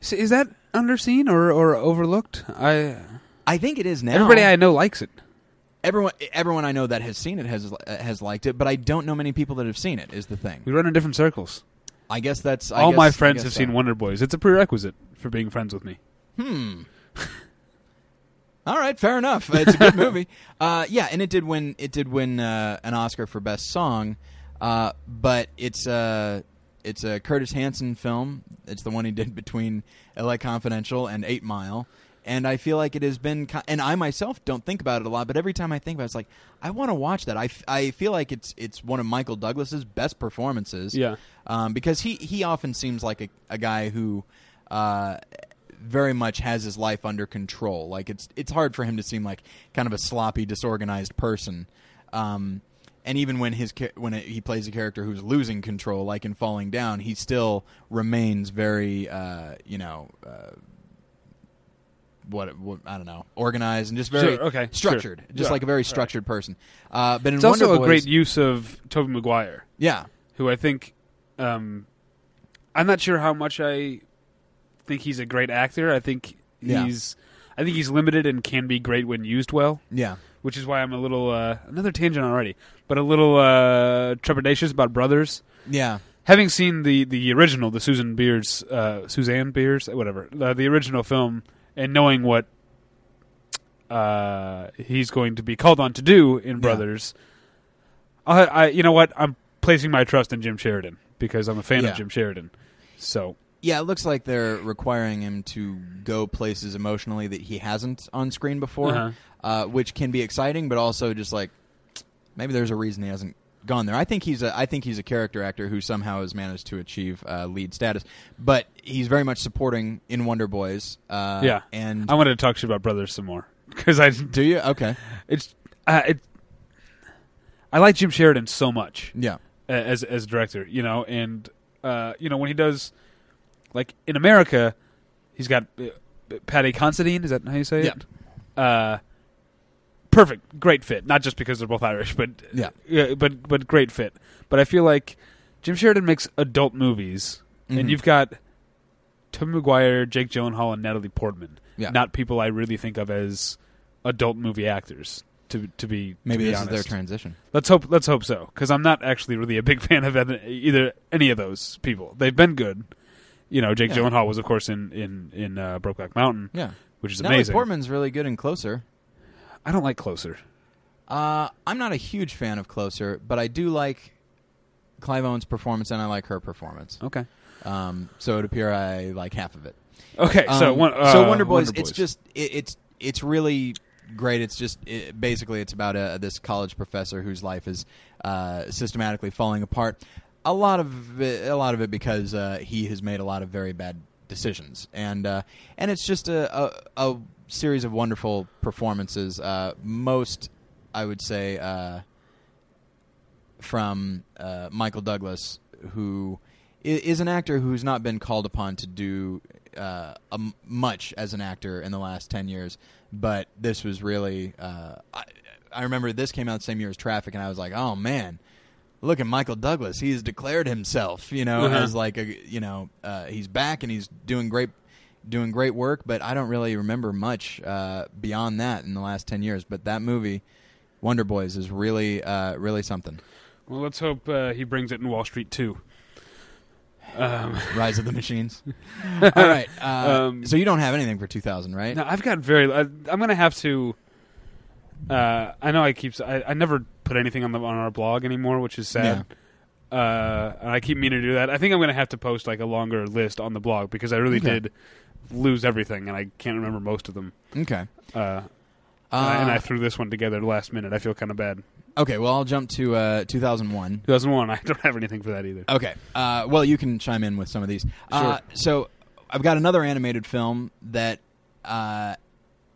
[SPEAKER 2] See, is that underseen or, or overlooked? I
[SPEAKER 1] I think it is now.
[SPEAKER 2] everybody I know likes it.
[SPEAKER 1] everyone everyone I know that has seen it has has liked it, but I don't know many people that have seen it. Is the
[SPEAKER 2] We
[SPEAKER 1] thing?
[SPEAKER 2] run in different circles.
[SPEAKER 1] I guess that's I
[SPEAKER 2] All
[SPEAKER 1] guess- I
[SPEAKER 2] my friends
[SPEAKER 1] guess
[SPEAKER 2] have
[SPEAKER 1] so.
[SPEAKER 2] seen Wonder Boys. It's a prerequisite for being friends with me.
[SPEAKER 1] Hmm. All right, fair enough. It's a good movie. Uh, yeah, and it did win. It did win uh, an Oscar for best song, uh, but it's a it's a Curtis Hanson film. It's the one he did between L.A. Confidential and Eight Mile. And I feel like it has been, ki- and I myself don't think about it a lot. But every time I think about it, it's like I want to watch that. I, f- I feel like it's it's one of Michael Douglas's best performances
[SPEAKER 2] Yeah.
[SPEAKER 1] um, because he, he often seems like a, a guy who uh, very much has his life under control. Like it's it's hard for him to seem like kind of a sloppy, disorganized person. Um, and even when his cha- when he plays a character who's losing control, like in Falling Down, he still remains very uh, you know. Uh, what, what I don't know, organized and just very
[SPEAKER 2] Sure, okay, sure.
[SPEAKER 1] structured, just
[SPEAKER 2] Yeah,
[SPEAKER 1] like a very
[SPEAKER 2] alright.
[SPEAKER 1] structured person. Uh, but in
[SPEAKER 2] It's also
[SPEAKER 1] Wonder
[SPEAKER 2] a
[SPEAKER 1] Boys-
[SPEAKER 2] great use of Toby Maguire.
[SPEAKER 1] yeah,
[SPEAKER 2] who I think um, I'm not sure how much I think he's a great actor. I think
[SPEAKER 1] Yeah.
[SPEAKER 2] he's I think he's limited and can be great when used well,
[SPEAKER 1] yeah,
[SPEAKER 2] which is why I'm a little uh, another tangent already, but a little uh, trepidatious about Brothers.
[SPEAKER 1] yeah,
[SPEAKER 2] Having seen the the original, the Susan Beers, uh, Suzanne Beers, whatever, uh, the original film, and knowing what uh, he's going to be called on to do in Brothers, I, I you know what I'm placing my trust in Jim Sheridan because I'm a fan
[SPEAKER 1] Yeah.
[SPEAKER 2] of Jim Sheridan. So
[SPEAKER 1] Yeah, it looks like they're requiring him to go places emotionally that he hasn't on screen before,
[SPEAKER 2] Uh-huh.
[SPEAKER 1] uh, which can be exciting, but also just like Maybe there's a reason he hasn't gone there. I think he's a I think he's a character actor who somehow has managed to achieve uh, lead status, but he's very much supporting in Wonder Boys. Uh,
[SPEAKER 2] yeah,
[SPEAKER 1] and
[SPEAKER 2] I wanted to talk to you about Brothers some more because I
[SPEAKER 1] do you okay?
[SPEAKER 2] it's uh, it. I like Jim Sheridan so much
[SPEAKER 1] Yeah,
[SPEAKER 2] a- as as a director, you know, and uh, you know when he does, like in America, he's got uh, Patty Considine. Is that how you say
[SPEAKER 1] Yeah.
[SPEAKER 2] it? Uh, perfect, great fit. Not just because they're both Irish, but uh,
[SPEAKER 1] Yeah.
[SPEAKER 2] but but great fit. But I feel like Jim Sheridan makes adult movies,
[SPEAKER 1] Mhm.
[SPEAKER 2] and you've got Tobey Maguire, Jake Gyllenhaal, and Natalie Portman.
[SPEAKER 1] Yeah.
[SPEAKER 2] not people I really think of as adult movie actors. To to be
[SPEAKER 1] maybe
[SPEAKER 2] to be
[SPEAKER 1] this is their
[SPEAKER 2] honest.
[SPEAKER 1] transition.
[SPEAKER 2] Let's hope. Let's hope so, because I'm not actually really a big fan of either- either any of those people. They've been good. You know, Jake
[SPEAKER 1] Yeah.
[SPEAKER 2] Gyllenhaal was, of course, in in in uh, Brokeback Mountain,
[SPEAKER 1] Yeah,
[SPEAKER 2] which is
[SPEAKER 1] Natalie
[SPEAKER 2] amazing.
[SPEAKER 1] Portman's really good in Closer.
[SPEAKER 2] I don't like Closer.
[SPEAKER 1] Uh, I'm not a huge fan of Closer, but I do like Clive Owen's performance, and I like her performance.
[SPEAKER 2] Okay.
[SPEAKER 1] Um, so it would appear I like half of it.
[SPEAKER 2] Okay. so
[SPEAKER 1] Um,
[SPEAKER 2] one, uh,
[SPEAKER 1] so Wonder Boys, it's just it, it's it's really great. It's just it, basically it's about a, this college professor whose life is uh, systematically falling apart. A lot of it, a lot of it because uh, he has made a lot of very bad decisions, and uh, and it's just a, a, a series of wonderful performances. Uh, most, I would say. Uh, from uh, Michael Douglas, who i- is an actor who's not been called upon to do uh, a m- much as an actor in the last 10 years. But this was really. Uh, I, I remember this came out the same year as Traffic, and I was like, oh, man. Look at Michael Douglas. He's declared himself, you know,
[SPEAKER 2] Uh-huh.
[SPEAKER 1] as like a, you know, uh, he's back and he's doing great, doing great work. But I don't really remember much uh, beyond that in the last ten years. But that movie, Wonder Boys, is really, uh, really something.
[SPEAKER 2] Well, let's hope uh, he brings it in Wall Street too. Um,
[SPEAKER 1] Rise of the Machines. All right. Uh,
[SPEAKER 2] Um,
[SPEAKER 1] so you don't have anything for 2000, right?
[SPEAKER 2] No, I've got very. I, I'm going to have to. Uh, I know I keep. s- I, I never put anything on the on our blog anymore, which is sad. Uh, and I keep meaning to do that. I think I'm going to have to post like a longer list on the blog because I really
[SPEAKER 1] Okay.
[SPEAKER 2] did lose everything, and I can't remember most of them.
[SPEAKER 1] Okay.
[SPEAKER 2] Uh, and, I, and I
[SPEAKER 1] Uh,
[SPEAKER 2] threw this one together last minute. I feel kind of bad.
[SPEAKER 1] okay. Well, I'll jump to uh, 2001.
[SPEAKER 2] 2001. I don't have anything for that either.
[SPEAKER 1] Okay. Uh, well, you can chime in with some of these. Uh, so I've got another animated film that uh,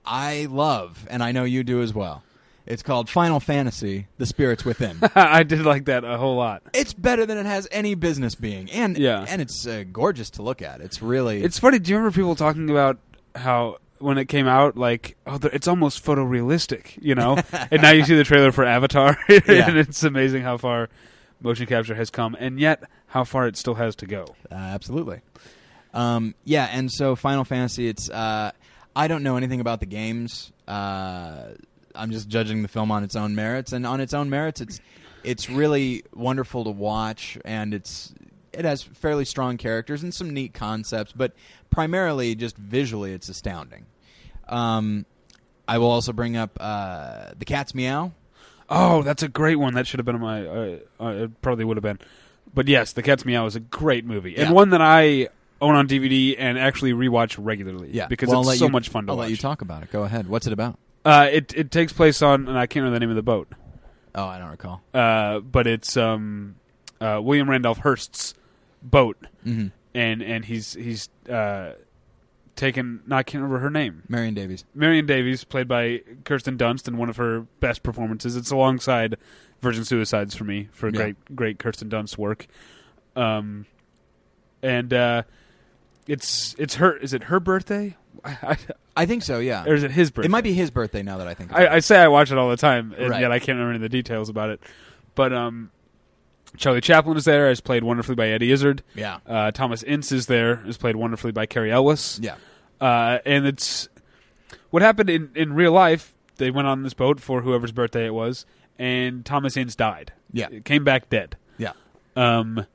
[SPEAKER 1] I love, and I know you do as well. It's called Final Fantasy: The Spirits Within.
[SPEAKER 2] I did like that a whole lot.
[SPEAKER 1] it's better than it has any business being, and
[SPEAKER 2] Yeah.
[SPEAKER 1] and it's uh, gorgeous to look at. It's really
[SPEAKER 2] It's funny. Do you remember people talking about how when it came out, like, oh, the- it's almost photorealistic, you know? and now you see the trailer for Avatar,
[SPEAKER 1] Yeah.
[SPEAKER 2] and it's amazing how far motion capture has come, and yet how far it still has to go.
[SPEAKER 1] Uh, absolutely. Um, yeah, and so Final Fantasy, it's uh, I don't know anything about the games. Uh, I'm just judging the film on its own merits, and on its own merits, it's it's really wonderful to watch, and it's it has fairly strong characters and some neat concepts, but primarily just visually, it's astounding. Um, I will also bring up uh, the cat's meow.
[SPEAKER 2] Oh, that's a great one. That should have been on my. Uh, uh, it probably would have been, but yes, The Cat's Meow is a great movie
[SPEAKER 1] Yeah.
[SPEAKER 2] and one that I own on DVD and actually rewatch regularly.
[SPEAKER 1] Yeah,
[SPEAKER 2] because
[SPEAKER 1] Well, I'll let
[SPEAKER 2] it's so
[SPEAKER 1] you-
[SPEAKER 2] much fun to
[SPEAKER 1] I'll
[SPEAKER 2] watch.
[SPEAKER 1] let you talk about it. Go ahead. What's it about?
[SPEAKER 2] Uh, it it takes place on, and I can't remember the name of the boat.
[SPEAKER 1] Oh, I don't recall.
[SPEAKER 2] uh, but it's um, uh, William Randolph Hearst's boat,
[SPEAKER 1] hmm
[SPEAKER 2] and and he's he's uh, taken. No, I can't remember her name.
[SPEAKER 1] Marion Davies.
[SPEAKER 2] Marion Davies, played by Kirsten Dunst, in one of her best performances. It's alongside Virgin Suicides for me for
[SPEAKER 1] Yeah.
[SPEAKER 2] great great Kirsten Dunst work. Um, and uh, it's it's her. Is it her birthday? I,
[SPEAKER 1] I think so. Yeah.
[SPEAKER 2] I, or is it his birthday?
[SPEAKER 1] It might be his birthday now that I think about
[SPEAKER 2] I, I
[SPEAKER 1] it.
[SPEAKER 2] say I watch it all the time, and
[SPEAKER 1] Right.
[SPEAKER 2] yet I can't remember any of the details about it. But um, Charlie Chaplin is there, is played wonderfully by Eddie Izzard.
[SPEAKER 1] Yeah.
[SPEAKER 2] Uh, Thomas Ince is there, is played wonderfully by Cary Elwes.
[SPEAKER 1] Yeah.
[SPEAKER 2] Uh, and it's what happened in, in real life. They went on this boat for whoever's birthday it was, and Thomas Ince died.
[SPEAKER 1] Yeah.
[SPEAKER 2] It came back dead.
[SPEAKER 1] Yeah.
[SPEAKER 2] Um,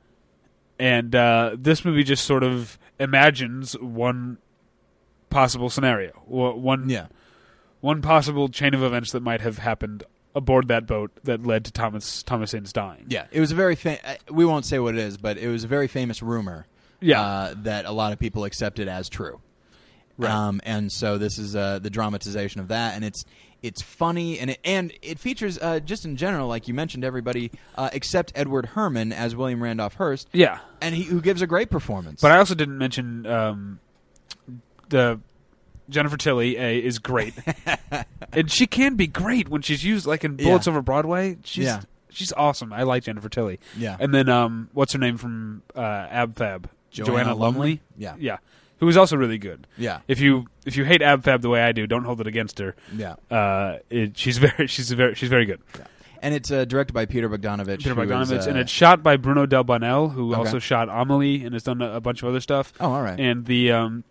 [SPEAKER 2] and uh, this movie just sort of imagines one possible scenario, wh- one
[SPEAKER 1] Yeah.
[SPEAKER 2] one possible chain of events that might have happened aboard that boat that led to Thomas Thomas Inne's dying.
[SPEAKER 1] Yeah. It was a very fa- uh, we won't say what it is, but it was a very famous rumor
[SPEAKER 2] Yeah.
[SPEAKER 1] uh, that a lot of people accepted as true.
[SPEAKER 2] Right.
[SPEAKER 1] Um, and so this is uh, the dramatization of that, and it's it's funny and it, and it features uh, just in general, like you mentioned, everybody uh, except Edward Herman as William Randolph Hearst,
[SPEAKER 2] Yeah,
[SPEAKER 1] and he who gives a great performance.
[SPEAKER 2] but I also didn't mention um, the Jennifer Tilly uh, is great, and she can be great when she's used like in Bullets
[SPEAKER 1] Yeah.
[SPEAKER 2] Over Broadway. She's
[SPEAKER 1] Yeah.
[SPEAKER 2] she's awesome. I like Jennifer Tilly.
[SPEAKER 1] yeah,
[SPEAKER 2] And then um, what's her name from uh, AbFab?
[SPEAKER 1] Joanna Lumley? Yeah.
[SPEAKER 2] yeah, who is also really good.
[SPEAKER 1] yeah,
[SPEAKER 2] If you if you hate AbFab the way I do, don't hold it against her.
[SPEAKER 1] yeah.
[SPEAKER 2] Uh, it, she's very she's very she's very good.
[SPEAKER 1] And it's uh, directed by Peter Bogdanovich.
[SPEAKER 2] Peter
[SPEAKER 1] who is,
[SPEAKER 2] Bogdanovich,
[SPEAKER 1] uh,
[SPEAKER 2] and it's shot by Bruno Del Bonell, who
[SPEAKER 1] Okay.
[SPEAKER 2] also shot Amelie and has done a, a bunch of other stuff.
[SPEAKER 1] oh, all right.
[SPEAKER 2] And the um,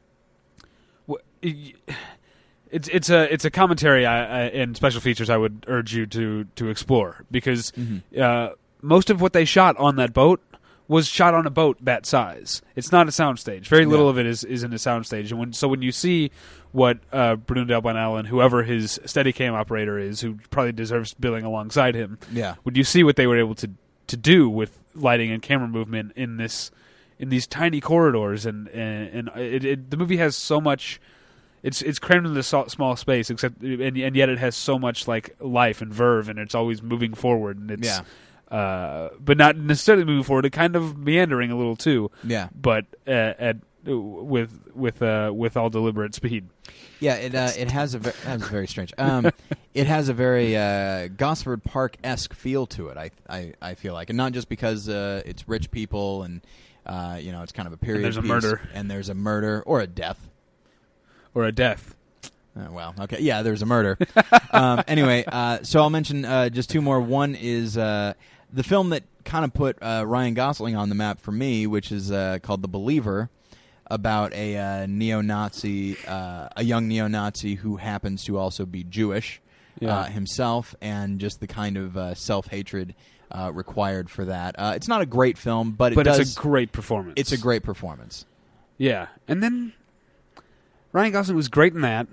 [SPEAKER 2] wh- y- it's it's a it's a commentary I, I, and special features I would urge you to to explore because
[SPEAKER 1] Mhm.
[SPEAKER 2] uh, most of what they shot on that boat was shot on a boat that size. It's not a soundstage. Very little
[SPEAKER 1] Yeah.
[SPEAKER 2] of it is, is in a soundstage. And when so when you see what uh, Bruno Del Bonell and whoever his Steadicam operator is, who probably deserves billing alongside him,
[SPEAKER 1] Yeah,
[SPEAKER 2] would you see what they were able to to do with lighting and camera movement in this in these tiny corridors and and, and it, it, the movie has so much it's it's crammed in this so- small space except and and yet it has so much like life and verve and it's always moving forward and it's
[SPEAKER 1] yeah,
[SPEAKER 2] uh but not necessarily moving forward it kind of meandering a little too
[SPEAKER 1] yeah,
[SPEAKER 2] but uh, at with with uh with all deliberate speed
[SPEAKER 1] yeah. It uh, it has a ve- that was very strange. Um, it has a very uh, Gosford Park esque feel to it. I, I I feel like, and not just because uh, it's rich people and uh, you know it's kind of a period.
[SPEAKER 2] there's a
[SPEAKER 1] piece,
[SPEAKER 2] murder.
[SPEAKER 1] and there's a murder or a death.
[SPEAKER 2] or a death
[SPEAKER 1] Oh, well, okay, yeah, there's a murder. um, anyway, uh, so I'll mention uh, just two more. One is uh, the film that kind of put uh, Ryan Gosling on the map for me, which is uh, called The Believer, about a uh, neo-Nazi, uh, a young neo-Nazi who happens to also be Jewish
[SPEAKER 2] Yeah.
[SPEAKER 1] uh, himself, and just the kind of uh, self-hatred uh, required for that. Uh, it's not a great film, but it
[SPEAKER 2] but
[SPEAKER 1] does.
[SPEAKER 2] it's a great performance
[SPEAKER 1] it's a great performance.
[SPEAKER 2] Yeah, and then Ryan Gosling was great in that,
[SPEAKER 1] And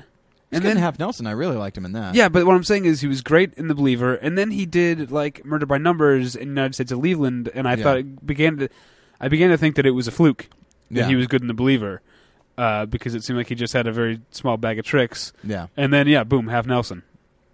[SPEAKER 2] and
[SPEAKER 1] then
[SPEAKER 2] then
[SPEAKER 1] Half Nelson, I really liked him in that.
[SPEAKER 2] yeah. But what I'm saying is he was great in The Believer, and then he did like Murder by Numbers in United States of Cleveland, and I
[SPEAKER 1] Yeah.
[SPEAKER 2] thought it began to, I began to think that it was a fluke that
[SPEAKER 1] yeah,
[SPEAKER 2] he was good in The Believer, uh, because it seemed like he just had a very small bag of tricks,
[SPEAKER 1] yeah.
[SPEAKER 2] and then yeah, boom, half Nelson.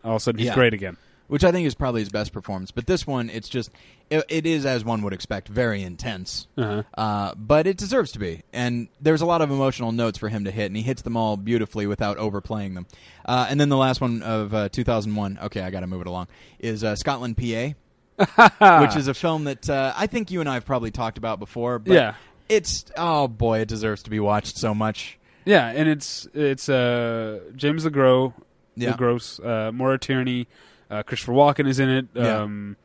[SPEAKER 2] All of a sudden, he's
[SPEAKER 1] Yeah.
[SPEAKER 2] great again.
[SPEAKER 1] which I think is probably his best performance. But this one, it's just it, it is as one would expect, very intense.
[SPEAKER 2] Uh-huh.
[SPEAKER 1] Uh, but it deserves to be, and there's a lot of emotional notes for him to hit, and he hits them all beautifully without overplaying them. Uh, and then the last one of uh, 2001, okay, I got to move it along, is uh, Scotland, PA, which is a film that uh, I think you and I have probably talked about before. But
[SPEAKER 2] Yeah.
[SPEAKER 1] it's oh boy, it deserves to be watched so much.
[SPEAKER 2] Yeah, and it's it's uh, James LeGros,
[SPEAKER 1] Yeah.
[SPEAKER 2] LeGros, uh, Maura Tierney, uh, Christopher Walken is in it.
[SPEAKER 1] Yeah.
[SPEAKER 2] Um,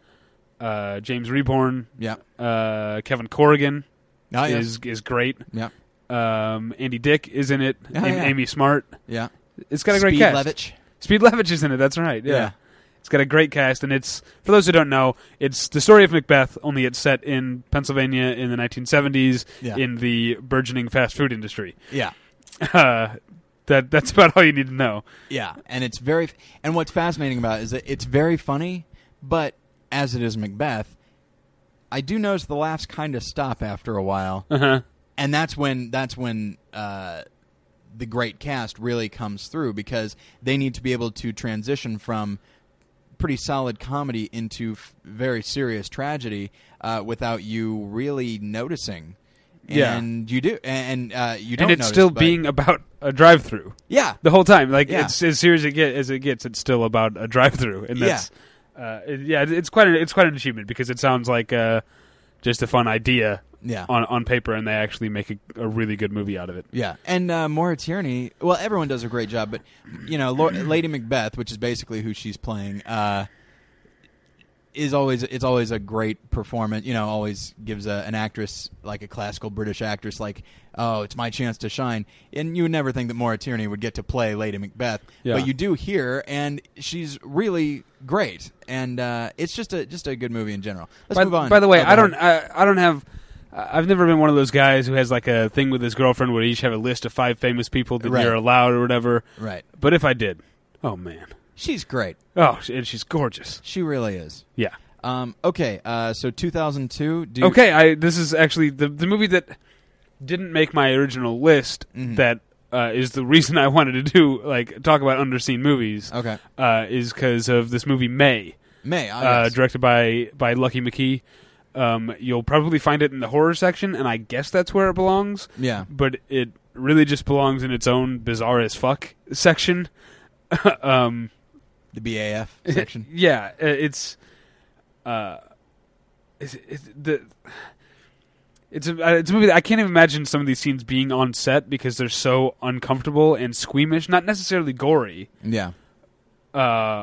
[SPEAKER 2] uh, James Reborn,
[SPEAKER 1] Yeah,
[SPEAKER 2] uh, Kevin Corrigan
[SPEAKER 1] oh, yeah.
[SPEAKER 2] is is great.
[SPEAKER 1] yeah,
[SPEAKER 2] Um, Andy Dick is in it.
[SPEAKER 1] Yeah,
[SPEAKER 2] Am-
[SPEAKER 1] yeah.
[SPEAKER 2] Amy Smart.
[SPEAKER 1] yeah.
[SPEAKER 2] It's got a great
[SPEAKER 1] Speed
[SPEAKER 2] cast.
[SPEAKER 1] Levitch.
[SPEAKER 2] Speed Levitch is in it. That's right. Yeah.
[SPEAKER 1] Yeah.
[SPEAKER 2] It's got a great cast, and it's for those who don't know, it's the story of Macbeth. Only it's set in Pennsylvania in the 1970s
[SPEAKER 1] Yeah.
[SPEAKER 2] in the burgeoning fast food industry.
[SPEAKER 1] Yeah.
[SPEAKER 2] Uh, that that's about all you need to know.
[SPEAKER 1] Yeah, and it's very and what's fascinating about it is that it's very funny, but as it is Macbeth, I do notice the laughs kind of stop after a while,
[SPEAKER 2] Uh huh.
[SPEAKER 1] and that's when that's when uh, the great cast really comes through because they need to be able to transition from pretty solid comedy into f- very serious tragedy uh, without you really noticing.
[SPEAKER 2] Yeah.
[SPEAKER 1] And you do, and uh, you don't.
[SPEAKER 2] And it's
[SPEAKER 1] notice,
[SPEAKER 2] still
[SPEAKER 1] but-
[SPEAKER 2] being about a drive-through
[SPEAKER 1] yeah,
[SPEAKER 2] the whole time. Like
[SPEAKER 1] Yeah.
[SPEAKER 2] it's as serious as it, get, as it gets, it's still about a drive-through, and
[SPEAKER 1] Yeah.
[SPEAKER 2] that's uh, it- yeah, it- it's quite an, it's quite an achievement because it sounds like uh, just a fun idea
[SPEAKER 1] yeah.
[SPEAKER 2] on on paper, and they actually make a, a really good movie out of it.
[SPEAKER 1] Yeah, and uh, Maura Tierney. Well, everyone does a great job, but you know, Lor- Lady Macbeth, which is basically who she's playing, uh, is always it's always a great performance. You know, always gives a, an actress like a classical British actress, like oh, it's my chance to shine. And you would never think that Maura Tierney would get to play Lady Macbeth,
[SPEAKER 2] Yeah.
[SPEAKER 1] but you do here, and she's really great. And uh, it's just a just a good movie in general. Let's
[SPEAKER 2] by,
[SPEAKER 1] move on.
[SPEAKER 2] by the way,
[SPEAKER 1] Oh, go
[SPEAKER 2] I don't
[SPEAKER 1] ahead.
[SPEAKER 2] I, I don't have. I- I've never been one of those guys who has like a thing with his girlfriend where they each have a list of five famous people that
[SPEAKER 1] Right.
[SPEAKER 2] you're allowed or whatever.
[SPEAKER 1] Right,
[SPEAKER 2] But if I did, oh man,
[SPEAKER 1] she's great.
[SPEAKER 2] oh, she- and she's gorgeous.
[SPEAKER 1] She really is.
[SPEAKER 2] Yeah.
[SPEAKER 1] Um, okay, uh, so 2002. Do you,
[SPEAKER 2] Okay, I this is actually the the movie that didn't make my original list
[SPEAKER 1] Mhm.
[SPEAKER 2] that uh, is the reason I wanted to do like talk about underseen movies
[SPEAKER 1] Okay.
[SPEAKER 2] uh, is because of this movie May,
[SPEAKER 1] May. I
[SPEAKER 2] uh,
[SPEAKER 1] guess.
[SPEAKER 2] directed by by Lucky McKee. Um, you'll probably find it in the horror section, and I guess that's where it belongs.
[SPEAKER 1] yeah.
[SPEAKER 2] But it really just belongs in its own bizarre as fuck section. um,
[SPEAKER 1] The BAF section.
[SPEAKER 2] yeah, uh, it's uh, it's, it's the. It's a, uh, it's a movie that I can't even imagine some of these scenes being on set because they're so uncomfortable and squeamish. Not necessarily gory,
[SPEAKER 1] yeah.
[SPEAKER 2] uh,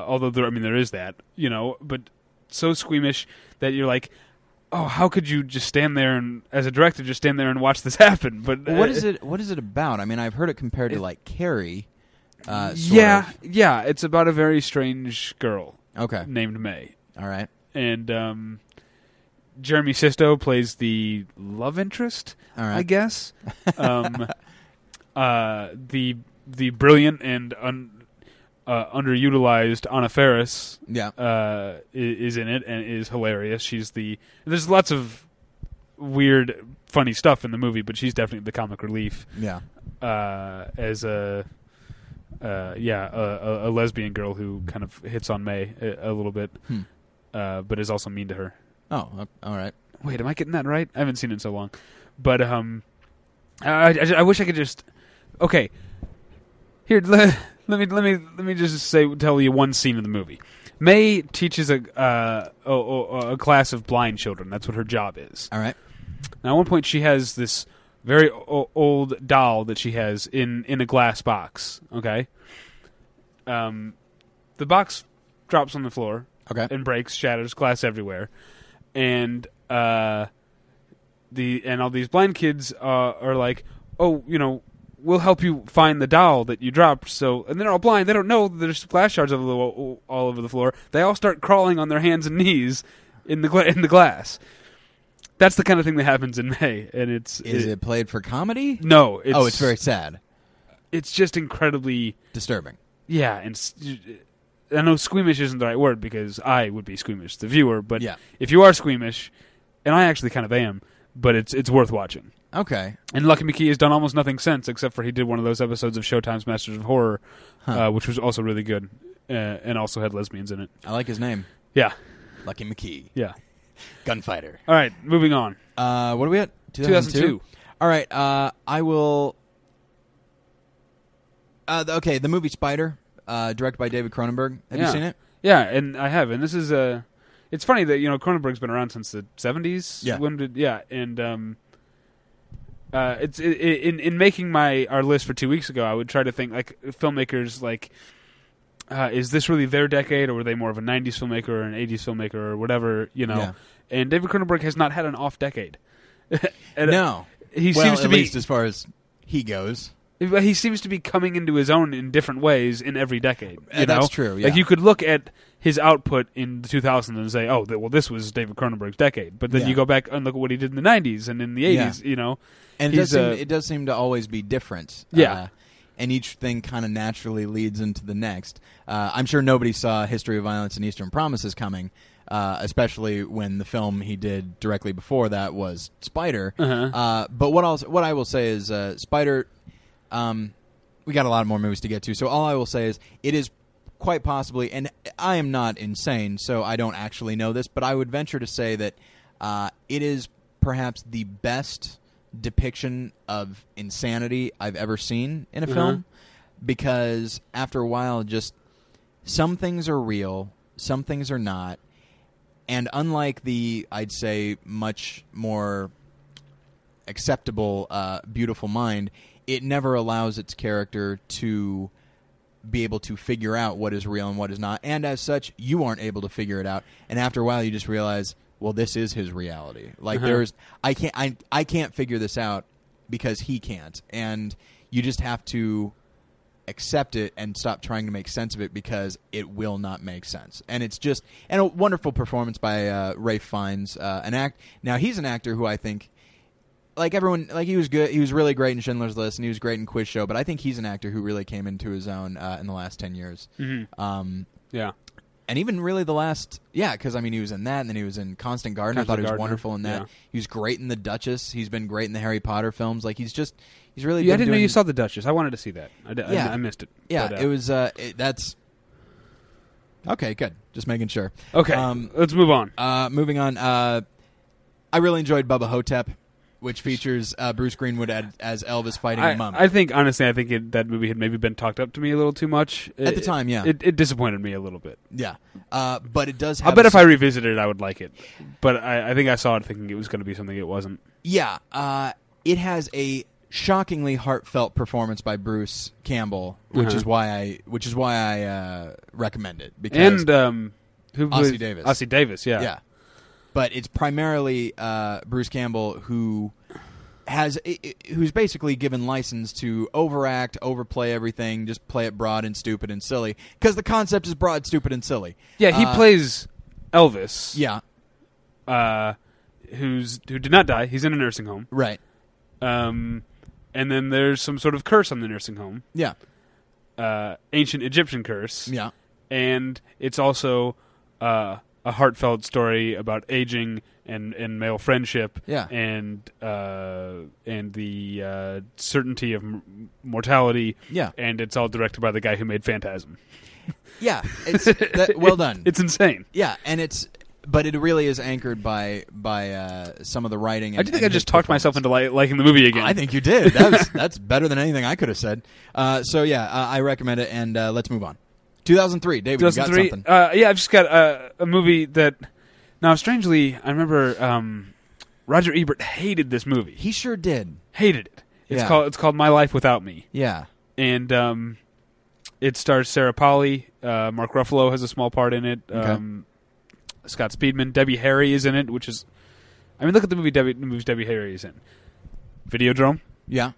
[SPEAKER 2] although there, I mean there is that, you know, but so squeamish that you're like, oh, how could you just stand there and as a director just stand there and watch this happen? But uh,
[SPEAKER 1] Well, what is it? What is it about? I mean, I've heard it compared to like Carrie. Uh, sort
[SPEAKER 2] yeah,
[SPEAKER 1] of.
[SPEAKER 2] yeah, it's about a very strange girl
[SPEAKER 1] Okay.
[SPEAKER 2] named May,
[SPEAKER 1] All right.
[SPEAKER 2] and um, Jeremy Sisto plays the love interest,
[SPEAKER 1] All
[SPEAKER 2] I
[SPEAKER 1] right.
[SPEAKER 2] guess. Um, uh, the the brilliant and un, uh, underutilized Anna Ferris
[SPEAKER 1] yeah.
[SPEAKER 2] uh, i- is in it and is hilarious. She's the there's lots of weird, funny stuff in the movie, but she's definitely the comic relief
[SPEAKER 1] Yeah.
[SPEAKER 2] uh, as a uh, yeah a, a, a lesbian girl who kind of hits on May a, a little bit,
[SPEAKER 1] Hmm.
[SPEAKER 2] uh, but is also mean to her.
[SPEAKER 1] Oh. uh, All right.
[SPEAKER 2] Wait, am I getting that right? I haven't seen it in so long, but um, I, I, I wish I could just okay. Here, let, let me let me let me just say tell you one scene in the movie. May teaches a uh, a, a a class of blind children. That's what her job is.
[SPEAKER 1] All right.
[SPEAKER 2] Now, at one point, she has this very o- old doll that she has in in a glass box. Okay, um, the box drops on the floor
[SPEAKER 1] Okay.
[SPEAKER 2] and breaks, shatters, glass everywhere, and uh, the and all these blind kids uh, are like, oh, you know, we'll help you find the doll that you dropped. So and they're all blind; they don't know that there's glass shards all over the, all over the floor. They all start crawling on their hands and knees in the gla- in the glass. That's the kind of thing that happens in May, and it's
[SPEAKER 1] Is it played for comedy?
[SPEAKER 2] no, it's,
[SPEAKER 1] oh, it's very sad.
[SPEAKER 2] it's just incredibly
[SPEAKER 1] Disturbing.
[SPEAKER 2] yeah, and s- I know squeamish isn't the right word because I would be squeamish, the viewer. But
[SPEAKER 1] Yeah.
[SPEAKER 2] if you are squeamish, and I actually kind of am, but it's it's worth watching.
[SPEAKER 1] Okay.
[SPEAKER 2] And Lucky McKee has done almost nothing since, except for he did one of those episodes of Showtime's Masters of Horror,
[SPEAKER 1] Huh.
[SPEAKER 2] uh, which was also really good, uh, and also had lesbians in it.
[SPEAKER 1] I like his name.
[SPEAKER 2] Yeah,
[SPEAKER 1] Lucky McKee.
[SPEAKER 2] yeah.
[SPEAKER 1] Gunfighter.
[SPEAKER 2] All right, moving on.
[SPEAKER 1] Uh, what are we at?
[SPEAKER 2] 2002.
[SPEAKER 1] All right. Uh, I will. Uh, the- okay, the movie Spider, uh, directed by David Cronenberg. Have
[SPEAKER 2] Yeah.
[SPEAKER 1] you seen it?
[SPEAKER 2] Yeah, and I have, and this is Uh, it's funny that you know Cronenberg's been around since the seventies.
[SPEAKER 1] Yeah.
[SPEAKER 2] When did yeah, and um, uh, it's i i in in making my our list for two weeks ago, I would try to think like filmmakers like. Uh, is this really their decade, or were they more of a '90s filmmaker or an '80s filmmaker, or whatever you know?
[SPEAKER 1] Yeah.
[SPEAKER 2] And David Cronenberg has not had an off decade. And, uh,
[SPEAKER 1] No.
[SPEAKER 2] he
[SPEAKER 1] well,
[SPEAKER 2] seems to
[SPEAKER 1] at
[SPEAKER 2] be
[SPEAKER 1] least as far as he goes.
[SPEAKER 2] but he seems to be coming into his own in different ways in every decade.
[SPEAKER 1] Uh,
[SPEAKER 2] you
[SPEAKER 1] that's
[SPEAKER 2] know?
[SPEAKER 1] true, yeah.
[SPEAKER 2] Like you could look at his output in the 2000s and say, "Oh, th- well, this was David Cronenberg's decade." But then
[SPEAKER 1] Yeah.
[SPEAKER 2] you go back and look at what he did in the 90s and in the 80s. You know,
[SPEAKER 1] And it does,
[SPEAKER 2] He's,
[SPEAKER 1] seem,
[SPEAKER 2] uh,
[SPEAKER 1] it does seem to always be different.
[SPEAKER 2] Yeah.
[SPEAKER 1] Uh, and each thing kind of naturally leads into the next. Uh, I'm sure nobody saw History of Violence and Eastern Promises coming, uh, especially when the film he did directly before that was Spider.
[SPEAKER 2] Uh-huh.
[SPEAKER 1] Uh, but what I'll what I will say is uh, Spider. Um, we got a lot more movies to get to, so all I will say is it is quite possibly, and I am not insane, so I don't actually know this, but I would venture to say that uh, it is perhaps the best depiction of insanity I've ever seen in a
[SPEAKER 2] Uh-huh.
[SPEAKER 1] film, because after a while, just some things are real, some things are not. And unlike the, I'd say, much more acceptable, uh, beautiful mind, it never allows its character to be able to figure out what is real and what is not. And as such, you aren't able to figure it out. And after a while, you just realize, well, this is his reality. Like
[SPEAKER 2] Uh-huh.
[SPEAKER 1] there's, I can't, I, I can't figure this out because he can't. And you just have to accept it and stop trying to make sense of it because it will not make sense. And it's just and a wonderful performance by uh, Ray Fiennes, uh, an act. Now he's an actor who I think, like everyone, like he was good. He was really great in Schindler's List and he was great in Quiz Show. But I think he's an actor who really came into his own uh, in the last ten years.
[SPEAKER 2] Mhm.
[SPEAKER 1] Um,
[SPEAKER 2] mm-hmm. yeah,
[SPEAKER 1] and even really the last, yeah, because I mean he was in that, and then he was in Constant Garden. I
[SPEAKER 2] Constant
[SPEAKER 1] thought he was
[SPEAKER 2] Gardener,
[SPEAKER 1] wonderful in that.
[SPEAKER 2] yeah.
[SPEAKER 1] He was great in the Duchess. He's been great in the Harry Potter films. Like he's just he's really.
[SPEAKER 2] Yeah, I
[SPEAKER 1] been
[SPEAKER 2] didn't know you
[SPEAKER 1] doing-
[SPEAKER 2] saw The Duchess. I wanted to see that. I, di- I-
[SPEAKER 1] Yeah.
[SPEAKER 2] I, missed it.
[SPEAKER 1] Yeah,
[SPEAKER 2] But, uh,
[SPEAKER 1] it was. Uh, it, that's okay. Good. Just making sure.
[SPEAKER 2] Okay,
[SPEAKER 1] Um,
[SPEAKER 2] let's move on.
[SPEAKER 1] Uh, moving on. Uh, I really enjoyed Bubba Hotep, which features uh, Bruce Greenwood ad, as Elvis fighting a mum.
[SPEAKER 2] I, I think honestly, I think it, that movie had maybe been talked up to me a little too much
[SPEAKER 1] At the
[SPEAKER 2] It-
[SPEAKER 1] time, yeah.
[SPEAKER 2] It, it disappointed me a little bit.
[SPEAKER 1] yeah, uh, but it does. Have
[SPEAKER 2] I bet
[SPEAKER 1] a
[SPEAKER 2] if I revisited it, I would like it. But I, I think I saw it thinking it was going to be something it wasn't.
[SPEAKER 1] Yeah, uh, it has a shockingly heartfelt performance by Bruce Campbell, which
[SPEAKER 2] Uh-huh.
[SPEAKER 1] is why I which is why I uh, recommend it because
[SPEAKER 2] And um, who
[SPEAKER 1] Ossie
[SPEAKER 2] was-
[SPEAKER 1] Davis.
[SPEAKER 2] Ossie Davis, yeah.
[SPEAKER 1] yeah. but it's primarily uh, Bruce Campbell who has i- i- who's basically given license to overact, overplay everything, just play it broad and stupid and silly because the concept is broad, stupid, and silly.
[SPEAKER 2] Yeah, he
[SPEAKER 1] Uh,
[SPEAKER 2] plays Elvis.
[SPEAKER 1] Yeah,
[SPEAKER 2] Uh, who's who did not die? He's in a nursing home.
[SPEAKER 1] right.
[SPEAKER 2] Um, and then there's some sort of curse on the nursing home,
[SPEAKER 1] Yeah,
[SPEAKER 2] uh, ancient Egyptian curse.
[SPEAKER 1] yeah.
[SPEAKER 2] and it's also uh, a heartfelt story about aging and, and male friendship
[SPEAKER 1] Yeah.
[SPEAKER 2] and uh, and the uh, certainty of m- mortality
[SPEAKER 1] Yeah.
[SPEAKER 2] and it's all directed by the guy who made Phantasm.
[SPEAKER 1] Yeah, it's that, well
[SPEAKER 2] It-
[SPEAKER 1] done.
[SPEAKER 2] It's insane.
[SPEAKER 1] Yeah, and it's but it really is anchored by by uh, some of the writing. And,
[SPEAKER 2] I do think
[SPEAKER 1] and
[SPEAKER 2] I
[SPEAKER 1] his
[SPEAKER 2] just talked myself
[SPEAKER 1] performance.
[SPEAKER 2] into li- liking the movie again.
[SPEAKER 1] I think you did. That was, that's better than anything I could have said. Uh, so yeah, uh, I recommend it, and uh, let's move on. 2003, David, you got
[SPEAKER 2] 2003.
[SPEAKER 1] something?
[SPEAKER 2] Uh, yeah, I've just got uh, a movie that now strangely I remember um, Roger Ebert hated this movie.
[SPEAKER 1] He sure did.
[SPEAKER 2] Hated it. It's
[SPEAKER 1] Yeah.
[SPEAKER 2] called it's called My Life Without Me.
[SPEAKER 1] Yeah,
[SPEAKER 2] and um, it stars Sarah Polly. Uh, Mark Ruffalo has a small part in it.
[SPEAKER 1] Okay.
[SPEAKER 2] Um, Scott Speedman, Debbie Harry is in it, which is, I mean, look at the movie Debbie, the movies Debbie Harry is in: Videodrome,
[SPEAKER 1] yeah,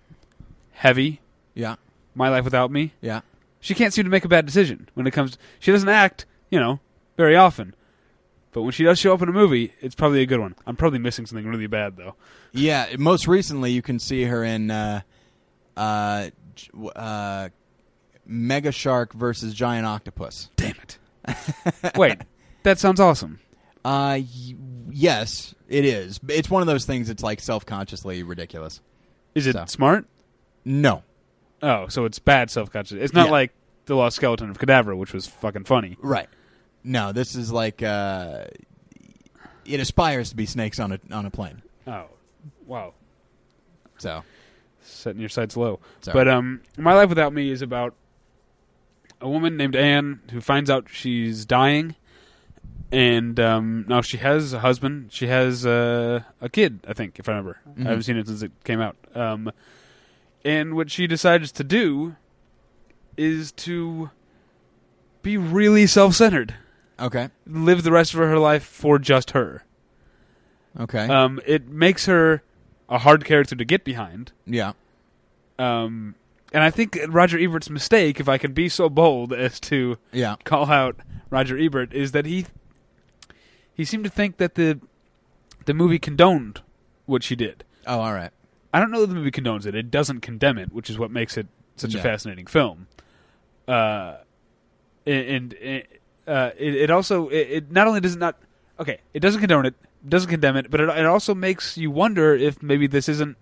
[SPEAKER 2] Heavy,
[SPEAKER 1] yeah,
[SPEAKER 2] My Life Without Me.
[SPEAKER 1] yeah.
[SPEAKER 2] She can't seem to make a bad decision when it comes. she doesn't act, you know, very often, but when she does show up in a movie, it's probably a good one. I'm probably missing something really bad though.
[SPEAKER 1] Yeah, most recently you can see her in uh, uh, j- w- uh, Mega Shark versus Giant Octopus.
[SPEAKER 2] Damn it! Wait, that sounds awesome.
[SPEAKER 1] Uh, y- yes, it is. It's one of those things. It's like self consciously ridiculous.
[SPEAKER 2] Is it
[SPEAKER 1] So.
[SPEAKER 2] smart?
[SPEAKER 1] No,
[SPEAKER 2] Oh, so it's bad self conscious. It's not
[SPEAKER 1] Yeah.
[SPEAKER 2] like the lost skeleton of Cadaver, which was fucking funny.
[SPEAKER 1] Right. No, this is like uh, it aspires to be snakes on a on a plane.
[SPEAKER 2] Oh, wow,
[SPEAKER 1] So
[SPEAKER 2] setting your sights low.
[SPEAKER 1] Sorry.
[SPEAKER 2] But um, my life without me is about a woman named Anne who finds out she's dying, and um, now she has a husband. She has uh, a kid, I think, if I remember.
[SPEAKER 1] Mm-hmm.
[SPEAKER 2] I haven't seen it since it came out. Um, and what she decides to do is to be really self centered.
[SPEAKER 1] mm-hmm. okay,
[SPEAKER 2] Live the rest of her life for just her.
[SPEAKER 1] okay,
[SPEAKER 2] Um, it makes her a hard character to get behind.
[SPEAKER 1] yeah,
[SPEAKER 2] Um, and I think Roger Ebert's mistake, if I can be so bold as to
[SPEAKER 1] yeah,
[SPEAKER 2] call out Roger Ebert, is that he he seemed to think that the the movie condoned what she did.
[SPEAKER 1] oh, all right,
[SPEAKER 2] I don't know that the movie condones it. It doesn't condemn it, which is what makes it such
[SPEAKER 1] Yeah.
[SPEAKER 2] a fascinating film. Uh, and and, uh, it, it also it, it not only does it not okay, it doesn't condone it, doesn't condemn it, but it, it also makes you wonder if maybe this isn't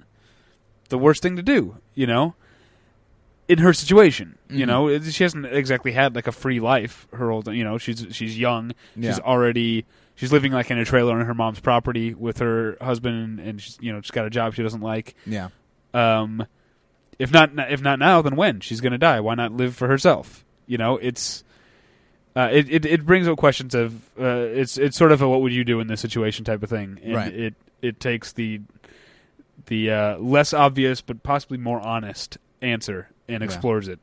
[SPEAKER 2] the worst thing to do. You know, in her situation, you
[SPEAKER 1] Mhm.
[SPEAKER 2] know, it- she hasn't exactly had like a free life. Her old, you know, she's she's young.
[SPEAKER 1] Yeah.
[SPEAKER 2] She's already she's living like in a trailer on her mom's property with her husband, and she's you know she's got a job she doesn't like.
[SPEAKER 1] yeah,
[SPEAKER 2] Um, if not if not now, then when? She's gonna die. Why not live for herself? You know, it's uh, it, it it brings up questions of uh, it's it's sort of a what would you do in this situation type of thing, and
[SPEAKER 1] Right.
[SPEAKER 2] it it takes the the uh, less obvious but possibly more honest answer and
[SPEAKER 1] Yeah.
[SPEAKER 2] explores it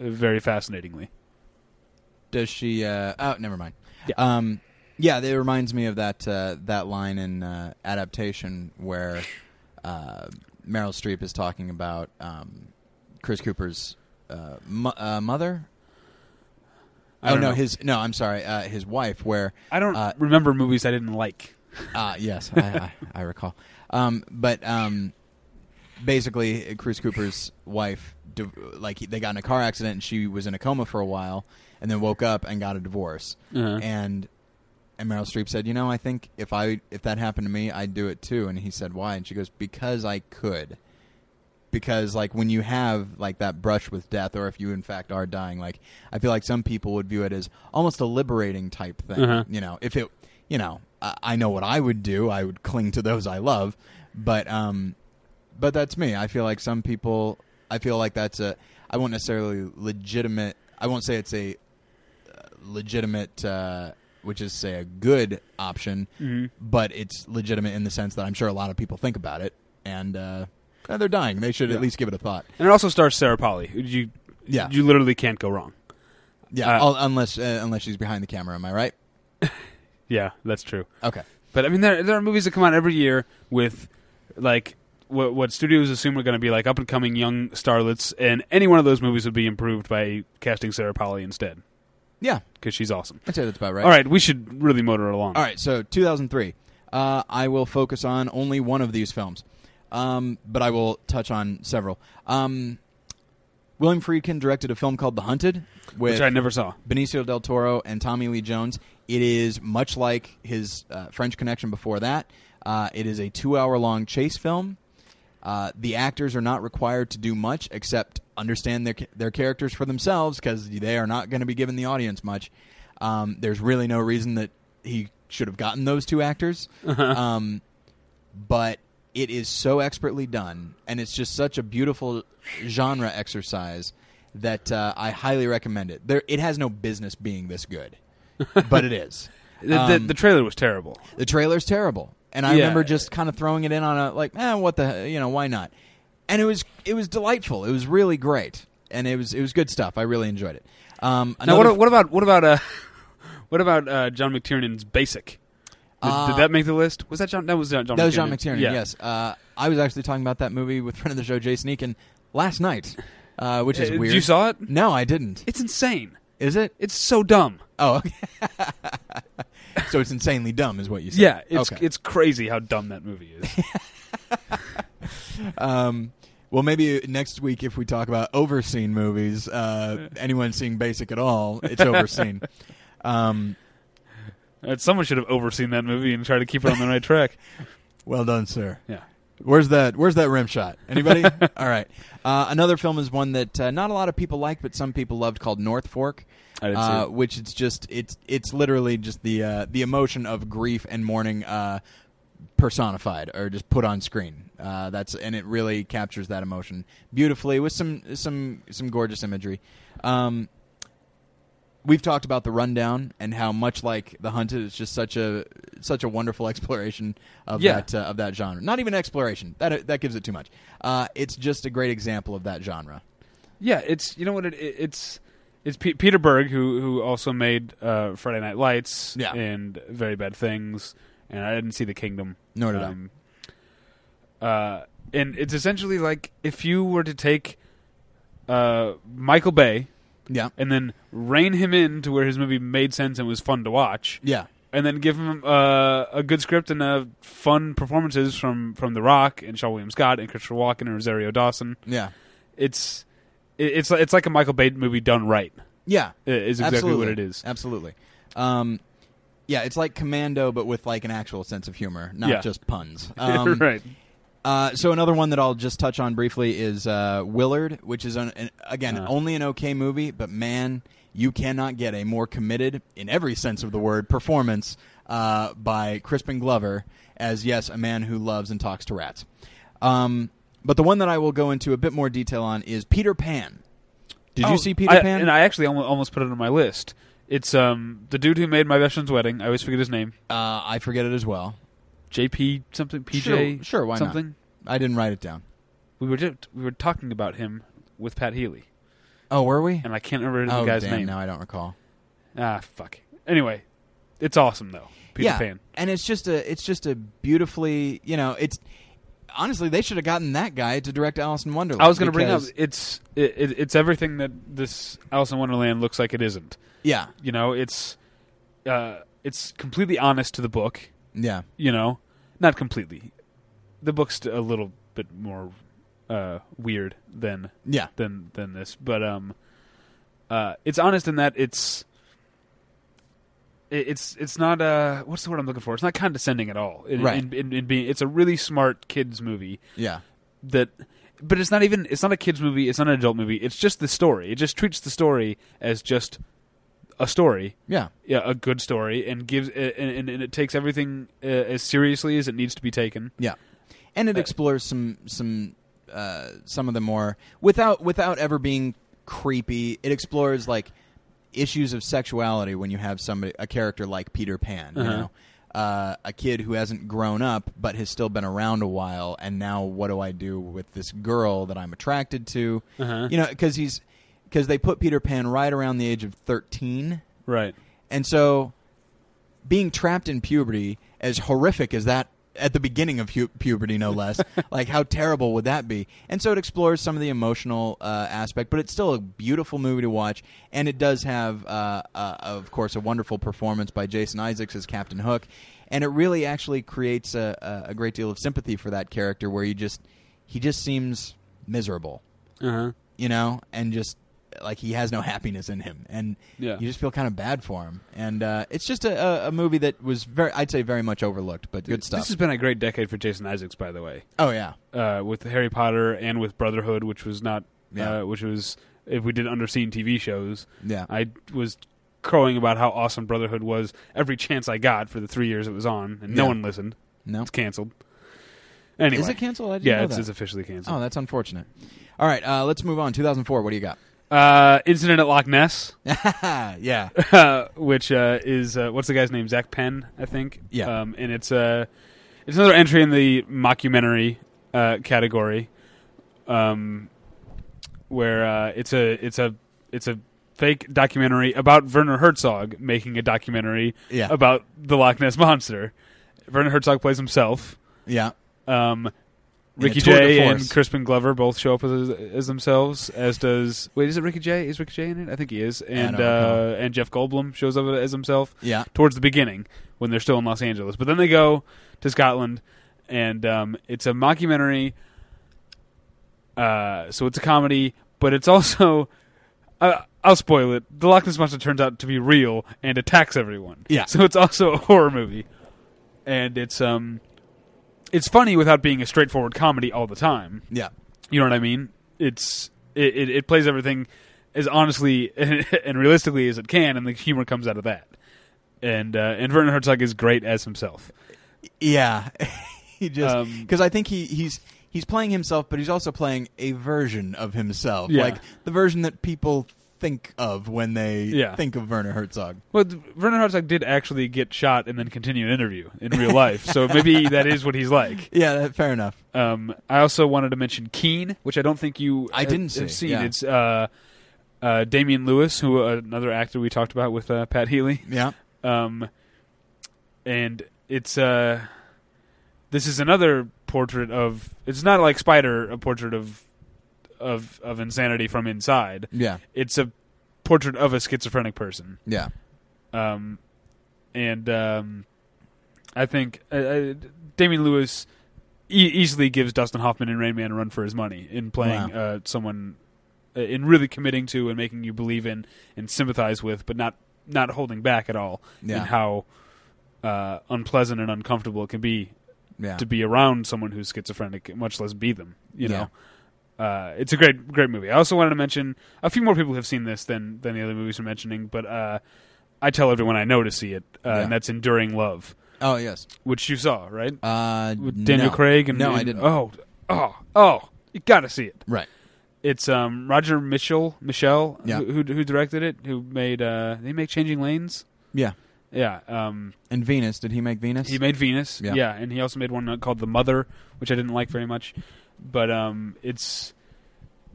[SPEAKER 2] uh, very fascinatingly.
[SPEAKER 1] Does she? Uh, oh, never mind.
[SPEAKER 2] Yeah.
[SPEAKER 1] Um, yeah, that reminds me of that uh, that line in uh, adaptation where uh, Meryl Streep is talking about um, Chris Cooper's uh, mo- uh, mother.
[SPEAKER 2] I
[SPEAKER 1] oh
[SPEAKER 2] don't
[SPEAKER 1] no,
[SPEAKER 2] know.
[SPEAKER 1] his no. I'm sorry, uh, his wife. Where
[SPEAKER 2] I don't
[SPEAKER 1] uh,
[SPEAKER 2] remember movies I didn't like.
[SPEAKER 1] Uh, yes, I, I, I recall. Um, but um, basically, Chris Cooper's wife div- like he- they got in a car accident and she was in a coma for a while, and then woke up and got a divorce.
[SPEAKER 2] Uh-huh.
[SPEAKER 1] And and Meryl Streep said, "You know, I think if I if that happened to me, I'd do it too." And he said, "Why?" And she goes, "Because I could." Because like when you have like that brush with death, or if you in fact are dying, like I feel like some people would view it as almost a liberating type thing.
[SPEAKER 2] Uh-huh.
[SPEAKER 1] You know, if it, you know, I, I know what I would do. I would cling to those I love, but um, but that's me. I feel like some people. I feel like that's a. I won't necessarily legitimate. I won't say it's a uh, legitimate, uh, which is say a good option,
[SPEAKER 2] mm-hmm.
[SPEAKER 1] but it's legitimate in the sense that I'm sure a lot of people think about it, and uh, uh, they're dying. They should
[SPEAKER 2] Yeah.
[SPEAKER 1] at least give it a thought.
[SPEAKER 2] And it also stars Sarah Polly. who You
[SPEAKER 1] Yeah.
[SPEAKER 2] you literally can't go wrong.
[SPEAKER 1] Yeah,
[SPEAKER 2] Uh,
[SPEAKER 1] un- unless uh, unless she's behind the camera. Am I right?
[SPEAKER 2] Yeah, that's true.
[SPEAKER 1] Okay.
[SPEAKER 2] But I mean, there there are movies that come out every year with like what what studios assume are going to be like up and coming young starlets, and any one of those movies would be improved by casting Sarah Polly instead
[SPEAKER 1] Yeah,
[SPEAKER 2] because she's awesome.
[SPEAKER 1] I'd say that's about right.
[SPEAKER 2] All right, we should really motor along.
[SPEAKER 1] All right, so 2003. Uh, I will focus on only one of these films, um, but I will touch on several. Um, William Friedkin directed a film called The Hunted with
[SPEAKER 2] which I never saw.
[SPEAKER 1] Benicio del Toro and Tommy Lee Jones. It is much like his uh, French Connection before that. Uh, it is a two-hour-long chase film. Uh, the actors are not required to do much except understand their their characters for themselves because they are not going to be giving the audience much. Um, there's really no reason that he should have gotten those two actors. Um, but it is so expertly done, and it's just such a beautiful genre exercise that uh, I highly recommend it. There, it has no business being this good, but it is.
[SPEAKER 2] The, the,
[SPEAKER 1] Um,
[SPEAKER 2] the trailer was terrible.
[SPEAKER 1] the trailer's terrible, and I
[SPEAKER 2] Yeah.
[SPEAKER 1] remember just kind of throwing it in on a like, eh, what the, you know, why not? And it was it was delightful. It was really great, and it was it was good stuff. I really enjoyed it. Um,
[SPEAKER 2] Now,
[SPEAKER 1] another-
[SPEAKER 2] what, what about what about uh, what about uh, John McTiernan's Basic? Did,
[SPEAKER 1] Uh,
[SPEAKER 2] did that make the list? Was that John? That was John. John
[SPEAKER 1] that was
[SPEAKER 2] McTiernan.
[SPEAKER 1] John McTiernan.
[SPEAKER 2] Yeah.
[SPEAKER 1] Yes, uh, I was actually talking about that movie with friend of the show Jason Eakin last night, uh, which is
[SPEAKER 2] Uh,
[SPEAKER 1] weird.
[SPEAKER 2] You saw it?
[SPEAKER 1] No, I didn't.
[SPEAKER 2] It's insane.
[SPEAKER 1] Is it?
[SPEAKER 2] It's so dumb.
[SPEAKER 1] Oh, okay. so it's insanely dumb, is what you said.
[SPEAKER 2] Yeah, it's
[SPEAKER 1] okay.
[SPEAKER 2] it's crazy how dumb that movie is.
[SPEAKER 1] um, well, maybe next week if we talk about overseen movies, uh, anyone seeing Basic at all, it's overseen. um,
[SPEAKER 2] Uh, Someone should have overseen that movie and tried to keep it on the right track.
[SPEAKER 1] well done, sir.
[SPEAKER 2] Yeah.
[SPEAKER 1] Where's that? Where's that rim shot? Anybody? all right. Uh, another film is one that uh, not a lot of people like, but some people loved, called North Fork.
[SPEAKER 2] I didn't see
[SPEAKER 1] uh,
[SPEAKER 2] it.
[SPEAKER 1] which it's just it's it's literally just the uh, the emotion of grief and mourning uh, personified or just put on screen. Uh, that's and it really captures that emotion beautifully with some some some gorgeous imagery. Um, we've talked about the rundown and how much like the hunted it's just such a such a wonderful exploration of
[SPEAKER 2] Yeah.
[SPEAKER 1] that uh, of that genre not even exploration that that gives it too much uh, it's just a great example of that genre
[SPEAKER 2] Yeah, it's you know what it, it it's it's P- Peter Berg who who also made uh, Friday Night Lights
[SPEAKER 1] Yeah.
[SPEAKER 2] and Very Bad Things, and I didn't see The Kingdom.
[SPEAKER 1] Nor did I.
[SPEAKER 2] I. Uh, and it's essentially like if you were to take uh, Michael Bay
[SPEAKER 1] yeah
[SPEAKER 2] and then rein him in to where his movie made sense and was fun to watch,
[SPEAKER 1] yeah
[SPEAKER 2] and then give him uh, a good script and uh, fun performances from from The Rock and Shaw William Scott and Christopher Walken and Rosario Dawson.
[SPEAKER 1] yeah
[SPEAKER 2] It's it- it's it's like a Michael Bay movie done right.
[SPEAKER 1] yeah
[SPEAKER 2] i- Is exactly what it is.
[SPEAKER 1] Absolutely. Um, yeah, it's like Commando, but with like an actual sense of humor, not
[SPEAKER 2] Yeah.
[SPEAKER 1] just puns. Um,
[SPEAKER 2] right.
[SPEAKER 1] uh, so another one that I'll just touch on briefly is uh, Willard, which is an, an, again
[SPEAKER 2] Uh.
[SPEAKER 1] only an okay movie, but man, you cannot get a more committed, in every sense of the word, performance uh, by Crispin Glover as yes, a man who loves and talks to rats. Um, but the one that I will go into a bit more detail on is Peter Pan. Did
[SPEAKER 2] Oh,
[SPEAKER 1] you see Peter
[SPEAKER 2] I-
[SPEAKER 1] Pan?
[SPEAKER 2] And I actually almost, almost put it on my list. It's um the dude who made my best friend's wedding. I always forget his name.
[SPEAKER 1] uh, I forget it as well.
[SPEAKER 2] JP something PJ
[SPEAKER 1] Sure, sure, why not?
[SPEAKER 2] something.
[SPEAKER 1] I didn't write it down.
[SPEAKER 2] We were just, we were talking about him with Pat Healy,
[SPEAKER 1] Oh, were we?
[SPEAKER 2] and I can't remember the
[SPEAKER 1] oh,
[SPEAKER 2] guy's
[SPEAKER 1] damn,
[SPEAKER 2] name.
[SPEAKER 1] Now I don't recall.
[SPEAKER 2] Ah, fuck. Anyway, it's awesome though. Peter
[SPEAKER 1] yeah,
[SPEAKER 2] Pan.
[SPEAKER 1] and it's just a it's just a beautifully you know it's honestly they should have gotten that guy to direct Alice in Wonderland.
[SPEAKER 2] I was going to bring up
[SPEAKER 1] because-
[SPEAKER 2] it's it, it, it's everything that this Alice in Wonderland looks like it isn't.
[SPEAKER 1] yeah
[SPEAKER 2] You know, it's uh, it's completely honest to the book.
[SPEAKER 1] yeah
[SPEAKER 2] You know, not completely. The book's a little bit more uh, weird than
[SPEAKER 1] Yeah.
[SPEAKER 2] than than this, but um, uh, it's honest in that it's it- it's it's not uh what's the word I'm looking for? It's not condescending at all. In,
[SPEAKER 1] Right.
[SPEAKER 2] in, in, in being, it's a really smart kids movie
[SPEAKER 1] Yeah.
[SPEAKER 2] that, but it's not even it's not a kids movie. It's not an adult movie. It's just the story. It just treats the story as just a story
[SPEAKER 1] Yeah.
[SPEAKER 2] yeah, a good story and gives and, and, and it takes everything uh, as seriously as it needs to be taken.
[SPEAKER 1] Yeah, and it
[SPEAKER 2] Uh,
[SPEAKER 1] explores some some uh, some of the more without without ever being creepy. It explores like issues of sexuality when you have somebody a character like Peter Pan, you
[SPEAKER 2] Uh-huh.
[SPEAKER 1] know, uh, a kid who hasn't grown up but has still been around a while, and now what do I do with this girl that I'm attracted to?
[SPEAKER 2] Uh-huh.
[SPEAKER 1] You know, because he's because they put Peter Pan right around the age of thirteen.
[SPEAKER 2] Right.
[SPEAKER 1] And so, being trapped in puberty, as horrific as that at the beginning of hu- puberty, no less, like how terrible would that be? And so, it explores some of the emotional uh, aspect, but it's still a beautiful movie to watch. And it does have, uh, uh, of course, a wonderful performance by Jason Isaacs as Captain Hook. And it really actually creates a, a a great deal of sympathy for that character, where you just he just seems miserable
[SPEAKER 2] Uh-huh.
[SPEAKER 1] you know, and just like he has no happiness in him, and
[SPEAKER 2] Yeah.
[SPEAKER 1] you just feel kind of bad for him. And uh, it's just a, a, a movie that was very, I'd say, very much overlooked, but good stuff.
[SPEAKER 2] This has been a great decade for Jason Isaacs, by the way,
[SPEAKER 1] oh yeah,
[SPEAKER 2] uh, with Harry Potter and with Brotherhood, which was not,
[SPEAKER 1] Yeah.
[SPEAKER 2] uh, which was if we did underseen TV shows,
[SPEAKER 1] yeah,
[SPEAKER 2] I was crowing about how awesome Brotherhood was every chance I got for the three years it was on, and no
[SPEAKER 1] Yeah.
[SPEAKER 2] one listened.
[SPEAKER 1] no.
[SPEAKER 2] It's canceled. Anyway,
[SPEAKER 1] Is it canceled? I didn't
[SPEAKER 2] yeah,
[SPEAKER 1] know
[SPEAKER 2] it's,
[SPEAKER 1] that.
[SPEAKER 2] it's officially canceled.
[SPEAKER 1] oh, that's unfortunate. All right, uh, let's move on. 2004. What do you got?
[SPEAKER 2] Uh, Incident at Loch Ness.
[SPEAKER 1] yeah,
[SPEAKER 2] uh, which uh, is uh, what's the guy's name? Zach Penn, I think.
[SPEAKER 1] Yeah.
[SPEAKER 2] Um, and it's uh, it's another entry in the mockumentary uh, category, um, where uh, it's a it's a it's a fake documentary about Werner Herzog making a documentary
[SPEAKER 1] Yeah.
[SPEAKER 2] about the Loch Ness monster. Werner Herzog plays himself.
[SPEAKER 1] yeah, In
[SPEAKER 2] Um,
[SPEAKER 1] a
[SPEAKER 2] Ricky
[SPEAKER 1] tour de
[SPEAKER 2] Jay and
[SPEAKER 1] force.
[SPEAKER 2] Crispin Glover both show up as, as themselves, as does wait is it Ricky Jay? Is Ricky Jay in it? I think he is, and
[SPEAKER 1] don't
[SPEAKER 2] uh, and Jeff Goldblum shows up as himself
[SPEAKER 1] yeah,
[SPEAKER 2] towards the beginning when they're still in Los Angeles, but then they go to Scotland, and um, it's a mockumentary. Uh, so it's a comedy, but it's also uh, I'll spoil it. The Loch Ness monster turns out to be real and attacks everyone.
[SPEAKER 1] Yeah.
[SPEAKER 2] so it's also a horror movie, and it's um, it's funny without being a straightforward comedy all the time.
[SPEAKER 1] yeah,
[SPEAKER 2] You know what I mean? It's it, it, it plays everything as honestly and, realistically as it can, and the humor comes out of that. And uh, and Werner Herzog is great as himself.
[SPEAKER 1] yeah. he just
[SPEAKER 2] Um,
[SPEAKER 1] because I think he he's. He's playing himself, but he's also playing a version of himself,
[SPEAKER 2] Yeah.
[SPEAKER 1] like the version that people think of when they
[SPEAKER 2] Yeah.
[SPEAKER 1] think of Werner Herzog.
[SPEAKER 2] Well, th- Werner Herzog did actually get shot and then continue an interview in real life, so maybe that is what he's like.
[SPEAKER 1] Yeah, that- fair enough.
[SPEAKER 2] Um, I also wanted to mention Keen, which I don't think you
[SPEAKER 1] I
[SPEAKER 2] have-
[SPEAKER 1] didn't
[SPEAKER 2] have
[SPEAKER 1] see,
[SPEAKER 2] seen.
[SPEAKER 1] yeah.
[SPEAKER 2] It's uh, uh, Damian Lewis, who uh, another actor we talked about with uh, Pat Healy.
[SPEAKER 1] Yeah.
[SPEAKER 2] um, and it's uh, this is another portrait of it's not like Spider a portrait of of of insanity from inside.
[SPEAKER 1] Yeah.
[SPEAKER 2] It's a portrait of a schizophrenic person,
[SPEAKER 1] Yeah.
[SPEAKER 2] um, and um, I think uh, uh, Damien Lewis e- easily gives Dustin Hoffman and Rain Man a run for his money in playing uh, someone uh, in really committing to and making you believe in and sympathize with, but not not holding back at all
[SPEAKER 1] Yeah.
[SPEAKER 2] and how uh, unpleasant and uncomfortable it can be
[SPEAKER 1] yeah.
[SPEAKER 2] to be around someone who's schizophrenic, much less be them. You know, uh, it's a great, great movie. I also wanted to mention a few more people have seen this than than the other movies we're mentioning, but uh, I tell everyone I know to see it, uh,
[SPEAKER 1] Yeah.
[SPEAKER 2] and that's Enduring Love,
[SPEAKER 1] Oh yes.
[SPEAKER 2] which you saw, right?
[SPEAKER 1] Uh,
[SPEAKER 2] With Daniel
[SPEAKER 1] no.
[SPEAKER 2] Craig and
[SPEAKER 1] no, I
[SPEAKER 2] and-
[SPEAKER 1] didn't.
[SPEAKER 2] Oh, oh, oh! You gotta see it.
[SPEAKER 1] Right.
[SPEAKER 2] It's um, Roger Mitchell, Michelle,
[SPEAKER 1] Yeah.
[SPEAKER 2] who, who who directed it, who made uh, they make Changing Lanes.
[SPEAKER 1] Yeah.
[SPEAKER 2] Yeah, um,
[SPEAKER 1] And Venus. Did he make Venus?
[SPEAKER 2] He made Venus,
[SPEAKER 1] Yeah.
[SPEAKER 2] yeah. and he also made one uh, called The Mother, which I didn't like very much. But um, it's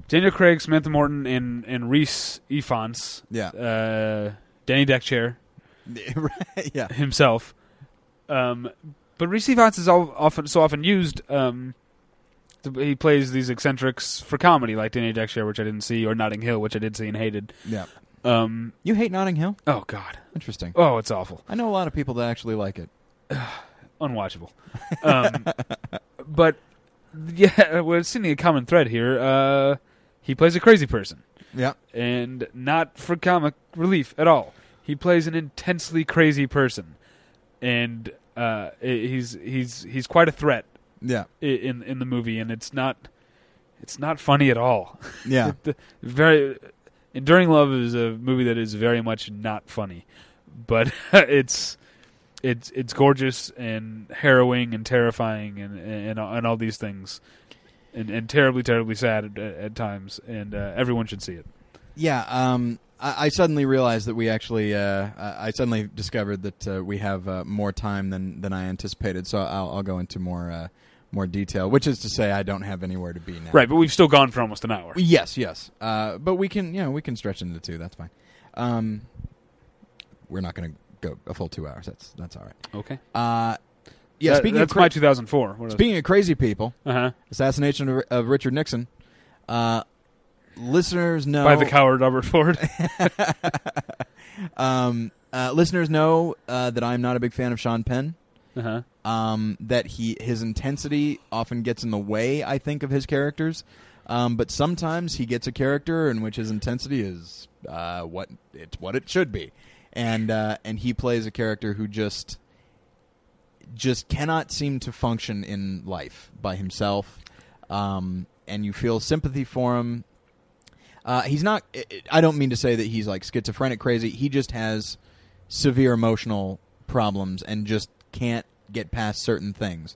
[SPEAKER 2] Daniel Craig, Samantha Morton, and and Reese Ifans,
[SPEAKER 1] yeah.
[SPEAKER 2] uh, Danny Deckchair
[SPEAKER 1] Right, yeah.
[SPEAKER 2] himself. Um, but Reese Ifans is all, often so often used. Um, th- he plays these eccentrics for comedy, like Danny Deckchair, which I didn't see, or Notting Hill, which I did see and hated.
[SPEAKER 1] Yeah.
[SPEAKER 2] Um,
[SPEAKER 1] You hate Notting Hill?
[SPEAKER 2] oh God,
[SPEAKER 1] Interesting.
[SPEAKER 2] oh it's awful.
[SPEAKER 1] I know a lot of people that actually like it.
[SPEAKER 2] unwatchable. Um, but yeah, we're seeing a common thread here. Uh, he plays a crazy person,
[SPEAKER 1] Yeah.
[SPEAKER 2] and not for comic relief at all. He plays an intensely crazy person, and uh, i- he's he's he's quite a threat
[SPEAKER 1] Yeah.
[SPEAKER 2] i- in in the movie, and it's not it's not funny at all.
[SPEAKER 1] Yeah.
[SPEAKER 2] The- very Enduring Love is a movie that is very much not funny, but it's it's it's gorgeous and harrowing and terrifying and and, and all these things. And, and terribly, terribly sad at, at times, and uh, everyone should see it.
[SPEAKER 1] Yeah, um, I, I suddenly realized that we actually, uh, I I suddenly discovered that uh, we have uh, more time than, than I anticipated. So I'll, I'll go into more uh, more detail, which is to say, I don't have anywhere to be now.
[SPEAKER 2] Right, but we've still gone for almost an hour.
[SPEAKER 1] Yes, yes. Uh, but we can, you know, we can stretch into two. That's fine. Um, we're not going to go a full two hours. That's that's all right.
[SPEAKER 2] Okay.
[SPEAKER 1] Uh, yeah.
[SPEAKER 2] That-
[SPEAKER 1] speaking
[SPEAKER 2] that's
[SPEAKER 1] of cra-
[SPEAKER 2] my 2004. What else?
[SPEAKER 1] speaking of crazy people,
[SPEAKER 2] uh-huh.
[SPEAKER 1] assassination of, of Richard Nixon. Uh, listeners know
[SPEAKER 2] by the coward Robert Ford.
[SPEAKER 1] Um, uh, listeners know uh, that I'm not a big fan of Sean Penn.
[SPEAKER 2] uh-huh.
[SPEAKER 1] Um, that he his intensity often gets in the way, I think, of his characters. Um, but sometimes he gets a character in which his intensity is uh, what it's what it should be, and uh, and he plays a character who just just cannot seem to function in life by himself. Um, and you feel sympathy for him. Uh, he's not. I- I don't mean to say that he's like schizophrenic crazy. He just has severe emotional problems and just can't get past certain things.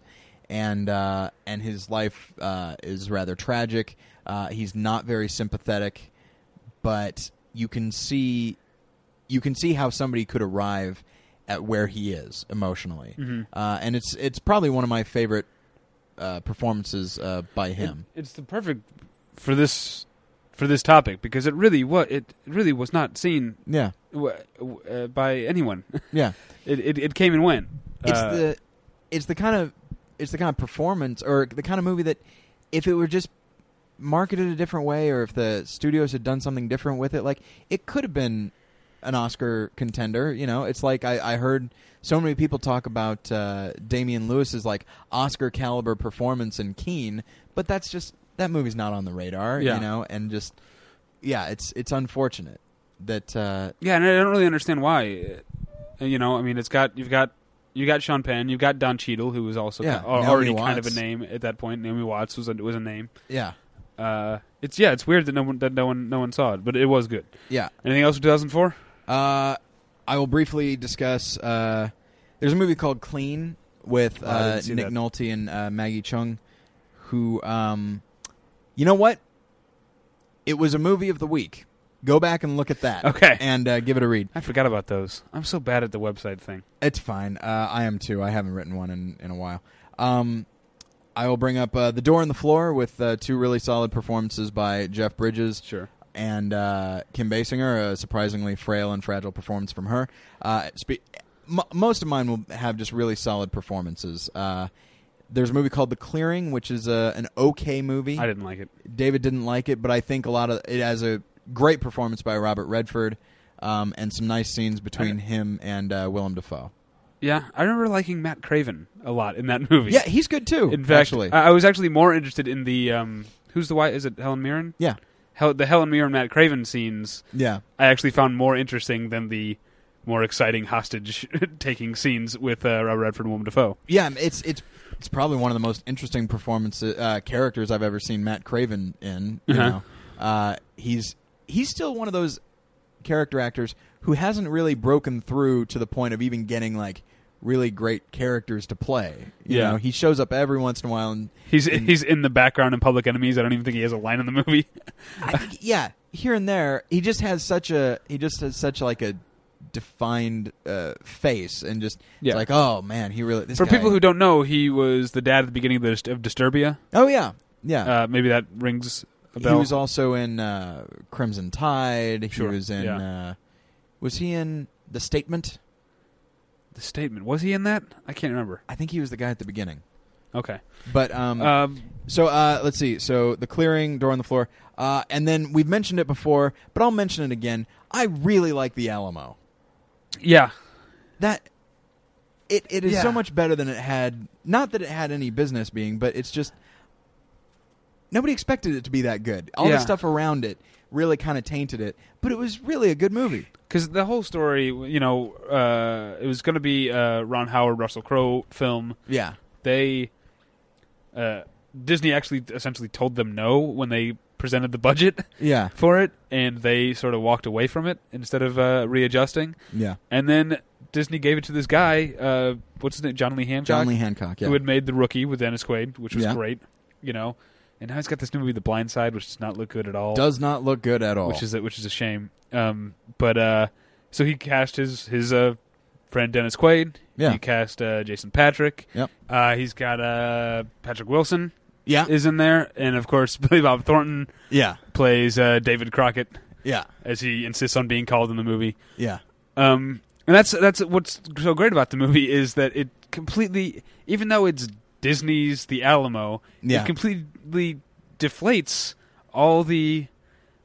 [SPEAKER 1] And uh, and his life uh, is rather tragic. Uh, he's not very sympathetic, but you can see you can see how somebody could arrive at where he is emotionally.
[SPEAKER 2] Mm-hmm.
[SPEAKER 1] Uh, and it's it's probably one of my favorite uh, performances uh, by him.
[SPEAKER 2] It- it's the perfect for this for this topic because it really what it really was not seen
[SPEAKER 1] yeah,
[SPEAKER 2] w- w- uh, by anyone.
[SPEAKER 1] yeah.
[SPEAKER 2] It, it it came and went.
[SPEAKER 1] it's
[SPEAKER 2] Uh,
[SPEAKER 1] the it's the kind of it's the kind of performance or the kind of movie that if it were just marketed a different way or if the studios had done something different with it like it could have been an oscar contender you know it's like i, I heard so many people talk about uh, damian lewis's like oscar caliber performance in keen but that's just that movie's not on the radar
[SPEAKER 2] Yeah.
[SPEAKER 1] you know and just yeah it's it's unfortunate that uh,
[SPEAKER 2] yeah, and I don't really understand why. Uh, You know, I mean, it's got you've got you got Sean Penn, you've got Don Cheadle, who was also
[SPEAKER 1] Yeah,
[SPEAKER 2] ki- al-
[SPEAKER 1] Naomi
[SPEAKER 2] already kind of a
[SPEAKER 1] Watts.
[SPEAKER 2] name at that point. Naomi Watts was a, was a name.
[SPEAKER 1] yeah
[SPEAKER 2] Uh, it's yeah, it's weird that no one that no one no one saw it, but it was good.
[SPEAKER 1] yeah
[SPEAKER 2] Anything else for 2004?
[SPEAKER 1] Uh, I will briefly discuss. Uh, there's a movie called Clean with
[SPEAKER 2] Oh, I didn't
[SPEAKER 1] uh,
[SPEAKER 2] see
[SPEAKER 1] Nick
[SPEAKER 2] that.
[SPEAKER 1] Nolte and uh, Maggie Chung, who, um, you know what? It was a movie of the week. Go back and look at that.
[SPEAKER 2] Okay.
[SPEAKER 1] And uh, give it a read.
[SPEAKER 2] I forgot about those. I'm so bad at the website thing.
[SPEAKER 1] It's fine. Uh, I am too. I haven't written one in, in a while. Um, I will bring up uh, The Door and the Floor with uh, two really solid performances by Jeff Bridges
[SPEAKER 2] Sure.
[SPEAKER 1] and uh, Kim Basinger, a surprisingly frail and fragile performance from her. Uh, spe- m- most of mine will have just really solid performances. Uh, there's a movie called The Clearing, which is a, an okay movie.
[SPEAKER 2] I didn't like it.
[SPEAKER 1] David didn't like it, but I think a lot of it has a great performance by Robert Redford um, and some nice scenes between him and uh, Willem Dafoe.
[SPEAKER 2] Yeah, I remember liking Matt Craven a lot in that movie.
[SPEAKER 1] Yeah, he's good too.
[SPEAKER 2] in fact,
[SPEAKER 1] actually,
[SPEAKER 2] I, I was actually more interested in the um, who's the wife? Is it Helen Mirren?
[SPEAKER 1] yeah,
[SPEAKER 2] Hel- the Helen Mirren Matt Craven scenes
[SPEAKER 1] yeah,
[SPEAKER 2] I actually found more interesting than the more exciting hostage taking scenes with uh, Robert Redford and Willem Dafoe.
[SPEAKER 1] yeah. It's it's it's probably one of the most interesting performances uh, characters I've ever seen Matt Craven in. You
[SPEAKER 2] Uh-huh.
[SPEAKER 1] know, uh, he's he's still one of those character actors who hasn't really broken through to the point of even getting like really great characters to play. You
[SPEAKER 2] Yeah.
[SPEAKER 1] know, he shows up every once in a while and
[SPEAKER 2] He's he's in the background in Public Enemies. I don't even think he has a line in the movie.
[SPEAKER 1] I think, yeah, here and there, he just has such a he just has such like a defined uh, face and just
[SPEAKER 2] Yeah.
[SPEAKER 1] it's like oh man, he really this
[SPEAKER 2] For
[SPEAKER 1] guy-
[SPEAKER 2] people who don't know, he was the dad at the beginning of, the, Dist- of Disturbia.
[SPEAKER 1] oh yeah yeah
[SPEAKER 2] Uh, maybe that rings a
[SPEAKER 1] he
[SPEAKER 2] bell.
[SPEAKER 1] was also in uh, Crimson Tide.
[SPEAKER 2] Sure,
[SPEAKER 1] He was in
[SPEAKER 2] yeah.
[SPEAKER 1] uh, was he in The Statement?
[SPEAKER 2] the statement was he in that? I can't remember.
[SPEAKER 1] I think he was the guy at the beginning.
[SPEAKER 2] Okay.
[SPEAKER 1] But um,
[SPEAKER 2] Um,
[SPEAKER 1] So uh, let's see. So the clearing door on the floor, uh, and then we've mentioned it before, but I'll mention it again. I really like the Alamo.
[SPEAKER 2] yeah.
[SPEAKER 1] That it it is
[SPEAKER 2] Yeah.
[SPEAKER 1] so much better than it had. Not that it had any business being, but it's just nobody expected it to be that good. All
[SPEAKER 2] Yeah.
[SPEAKER 1] the stuff around it really kind of tainted it, but it was really a good movie.
[SPEAKER 2] because the whole story, you know, uh, it was going to be uh, Ron Howard, Russell Crowe film.
[SPEAKER 1] Yeah,
[SPEAKER 2] They uh, Disney actually essentially told them no when they presented the budget
[SPEAKER 1] yeah,
[SPEAKER 2] for it, and they sort of walked away from it instead of uh, readjusting.
[SPEAKER 1] yeah.
[SPEAKER 2] And then Disney gave it to this guy, uh, what's his name, John Lee Hancock,
[SPEAKER 1] John Lee Hancock. Yeah,
[SPEAKER 2] who had made The Rookie with Dennis Quaid, which was
[SPEAKER 1] Yeah.
[SPEAKER 2] great, you know. And now he's got this new movie, The Blind Side, which does not look good at all
[SPEAKER 1] does not look good at all.
[SPEAKER 2] which is a, which is a shame. Um, but uh, so he cast his his uh, friend Dennis Quaid.
[SPEAKER 1] Yeah.
[SPEAKER 2] He cast uh, Jason Patrick.
[SPEAKER 1] Yep.
[SPEAKER 2] Uh, he's got uh, Patrick Wilson
[SPEAKER 1] yeah,
[SPEAKER 2] is in there, and of course Billy Bob Thornton
[SPEAKER 1] yeah,
[SPEAKER 2] plays uh, David Crockett
[SPEAKER 1] yeah,
[SPEAKER 2] as he insists on being called in the movie.
[SPEAKER 1] yeah,
[SPEAKER 2] Um, and that's that's what's so great about the movie is that it completely, even though it's Disney's The Alamo,
[SPEAKER 1] Yeah.
[SPEAKER 2] it completely deflates all the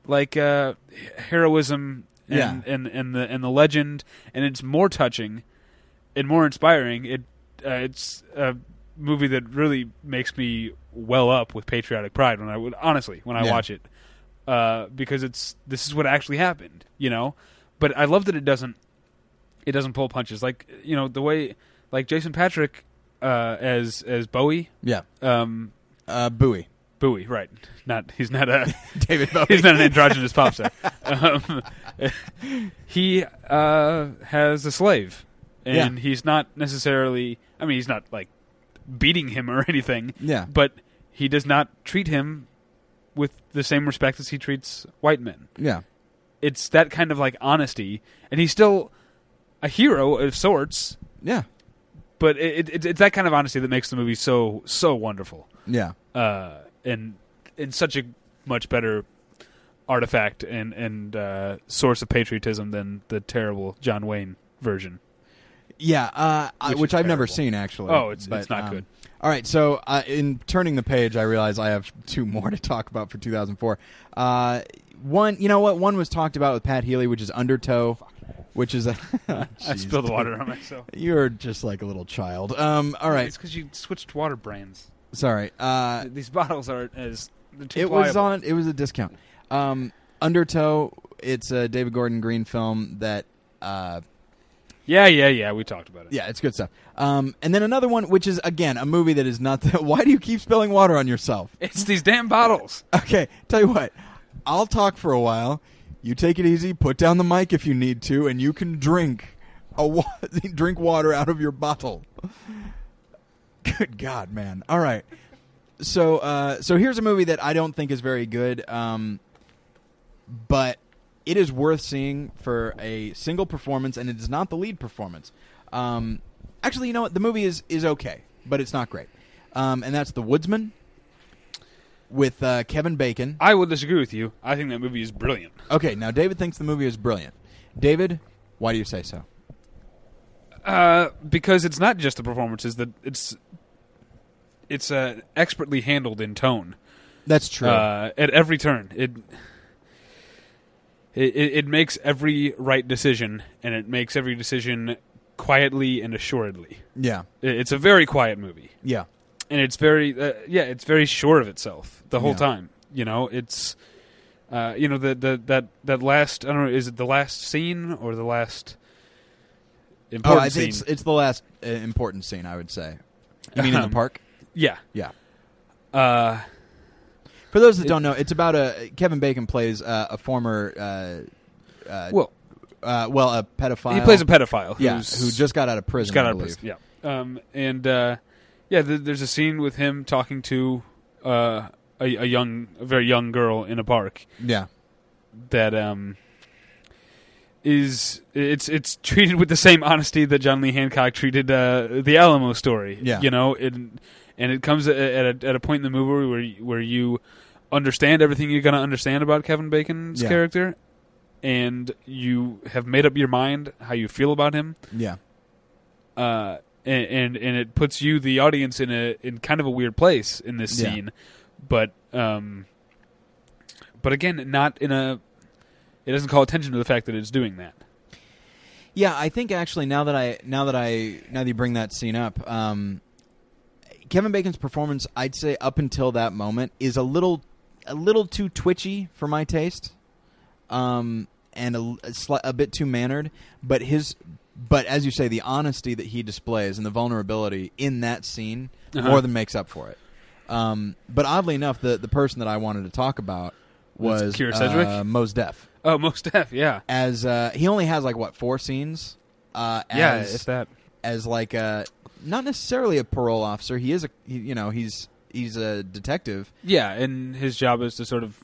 [SPEAKER 2] like uh, heroism and,
[SPEAKER 1] Yeah.
[SPEAKER 2] and and the and the legend, and it's more touching and more inspiring. It uh, it's a movie that really makes me well up with patriotic pride when I would honestly when I
[SPEAKER 1] Yeah.
[SPEAKER 2] watch it uh, because it's this is what actually happened, you know. But I love that it doesn't it doesn't pull punches like you know the way like Jason Patrick uh, as as Bowie
[SPEAKER 1] yeah.
[SPEAKER 2] um,
[SPEAKER 1] Uh, Bowie,
[SPEAKER 2] Bowie right not he's not a
[SPEAKER 1] David Bowie.
[SPEAKER 2] he's not an androgynous pop star um, he uh, has a slave and
[SPEAKER 1] Yeah.
[SPEAKER 2] he's not necessarily I mean he's not like beating him or anything
[SPEAKER 1] yeah,
[SPEAKER 2] but he does not treat him with the same respect as he treats white men
[SPEAKER 1] yeah,
[SPEAKER 2] it's that kind of like honesty, and he's still a hero of sorts.
[SPEAKER 1] yeah,
[SPEAKER 2] But it, it, it's that kind of honesty that makes the movie so so wonderful,
[SPEAKER 1] yeah,
[SPEAKER 2] uh, and and such a much better artifact and and uh, source of patriotism than the terrible John Wayne version.
[SPEAKER 1] yeah. Uh, I-
[SPEAKER 2] Which
[SPEAKER 1] which,
[SPEAKER 2] is
[SPEAKER 1] I've never
[SPEAKER 2] terrible.
[SPEAKER 1] seen actually.
[SPEAKER 2] Oh, it's-
[SPEAKER 1] but,
[SPEAKER 2] it's not
[SPEAKER 1] um,
[SPEAKER 2] good.
[SPEAKER 1] All right, so uh, in turning the page, I realize I have two more to talk about for 2004. Uh, one, you know what? One was talked about with Pat Healy, which is Undertow, which is a.
[SPEAKER 2] I
[SPEAKER 1] Jeez,
[SPEAKER 2] spilled the
[SPEAKER 1] dude.
[SPEAKER 2] water on myself.
[SPEAKER 1] You're just like a little child. Um, all right,
[SPEAKER 2] It's because you switched water brands.
[SPEAKER 1] sorry. Uh,
[SPEAKER 2] These bottles aren't as they're too
[SPEAKER 1] it was
[SPEAKER 2] pliable.
[SPEAKER 1] on it was a discount um undertow it's a david gordon green film that uh
[SPEAKER 2] Yeah, yeah, yeah. We talked about it.
[SPEAKER 1] yeah it's good stuff um and then another one which is again a movie that is not that why do you keep spilling water on yourself
[SPEAKER 2] It's these damn bottles.
[SPEAKER 1] okay tell you what i'll talk for a while you take it easy put down the mic if you need to and you can drink a wa- drink water out of your bottle good god man all right so uh so here's a movie that i don't think is very good um but it is worth seeing for a single performance, and it is not the lead performance. Um, actually, you know what? The movie is is okay, but it's not great. Um, and that's The Woodsman with uh, Kevin Bacon.
[SPEAKER 2] I will disagree with you. I think that movie is brilliant.
[SPEAKER 1] Okay, now David thinks the movie is brilliant. David, why do you say so?
[SPEAKER 2] Uh, because it's not just the performances that it's it's uh, expertly handled in tone
[SPEAKER 1] That's true.
[SPEAKER 2] uh, at every turn. It, it it makes every right decision, and it makes every decision quietly and assuredly.
[SPEAKER 1] yeah,
[SPEAKER 2] It- It's a very quiet movie,
[SPEAKER 1] yeah,
[SPEAKER 2] and it's very uh, yeah, it's very sure of itself the whole
[SPEAKER 1] Yeah.
[SPEAKER 2] time. You know, it's uh, you know the the that that last I don't know is it the last scene or the last
[SPEAKER 1] Oh,
[SPEAKER 2] important
[SPEAKER 1] I
[SPEAKER 2] scene?
[SPEAKER 1] think it's, it's the last uh, important scene. I would say. You mean in the
[SPEAKER 2] Um,
[SPEAKER 1] park?
[SPEAKER 2] yeah.
[SPEAKER 1] Yeah.
[SPEAKER 2] Uh,
[SPEAKER 1] For those that don't know, it's about a Kevin Bacon plays uh, a former. Uh, uh,
[SPEAKER 2] well,
[SPEAKER 1] uh, well, a pedophile.
[SPEAKER 2] he plays a pedophile.
[SPEAKER 1] yeah,
[SPEAKER 2] who's-
[SPEAKER 1] who just got out of prison.
[SPEAKER 2] just got
[SPEAKER 1] I
[SPEAKER 2] out of
[SPEAKER 1] believe.
[SPEAKER 2] prison. Yeah. Um, and uh, yeah, th- there's a scene with him talking to uh, a, a young, a very young girl in a park
[SPEAKER 1] Yeah,
[SPEAKER 2] that um is it's it's treated with the same honesty that John Lee Hancock treated uh, the Alamo story.
[SPEAKER 1] Yeah.
[SPEAKER 2] You know, it, and it comes at a, at a- at a point in the movie where you, where you understand everything you're going to understand about Kevin Bacon's
[SPEAKER 1] Yeah.
[SPEAKER 2] character and you have made up your mind how you feel about him
[SPEAKER 1] yeah,
[SPEAKER 2] uh, and, and and it puts you the audience in a in kind of a weird place in this
[SPEAKER 1] Yeah.
[SPEAKER 2] scene, but um, but again, not in a. It doesn't call attention to the fact that it's doing that.
[SPEAKER 1] yeah. I think actually now that I now that I now that you bring that scene up, um, Kevin Bacon's performance, I'd say up until that moment, is a little a little too twitchy for my taste, um, and a, l- a sli- a bit too mannered. But his, but as you say, the honesty that he displays and the vulnerability in that scene
[SPEAKER 2] Uh-huh.
[SPEAKER 1] more than makes up for it. Um, but oddly enough, the the person that I wanted to talk about
[SPEAKER 2] Was
[SPEAKER 1] was
[SPEAKER 2] Keira Sedgwick?
[SPEAKER 1] uh, Mos Def.
[SPEAKER 2] Oh, most def, yeah,
[SPEAKER 1] As uh, he only has like what four scenes. Uh,
[SPEAKER 2] yeah,
[SPEAKER 1] as,
[SPEAKER 2] if that.
[SPEAKER 1] as like a not necessarily a parole officer. He is a he, you know he's he's a detective,
[SPEAKER 2] Yeah, and his job is to sort of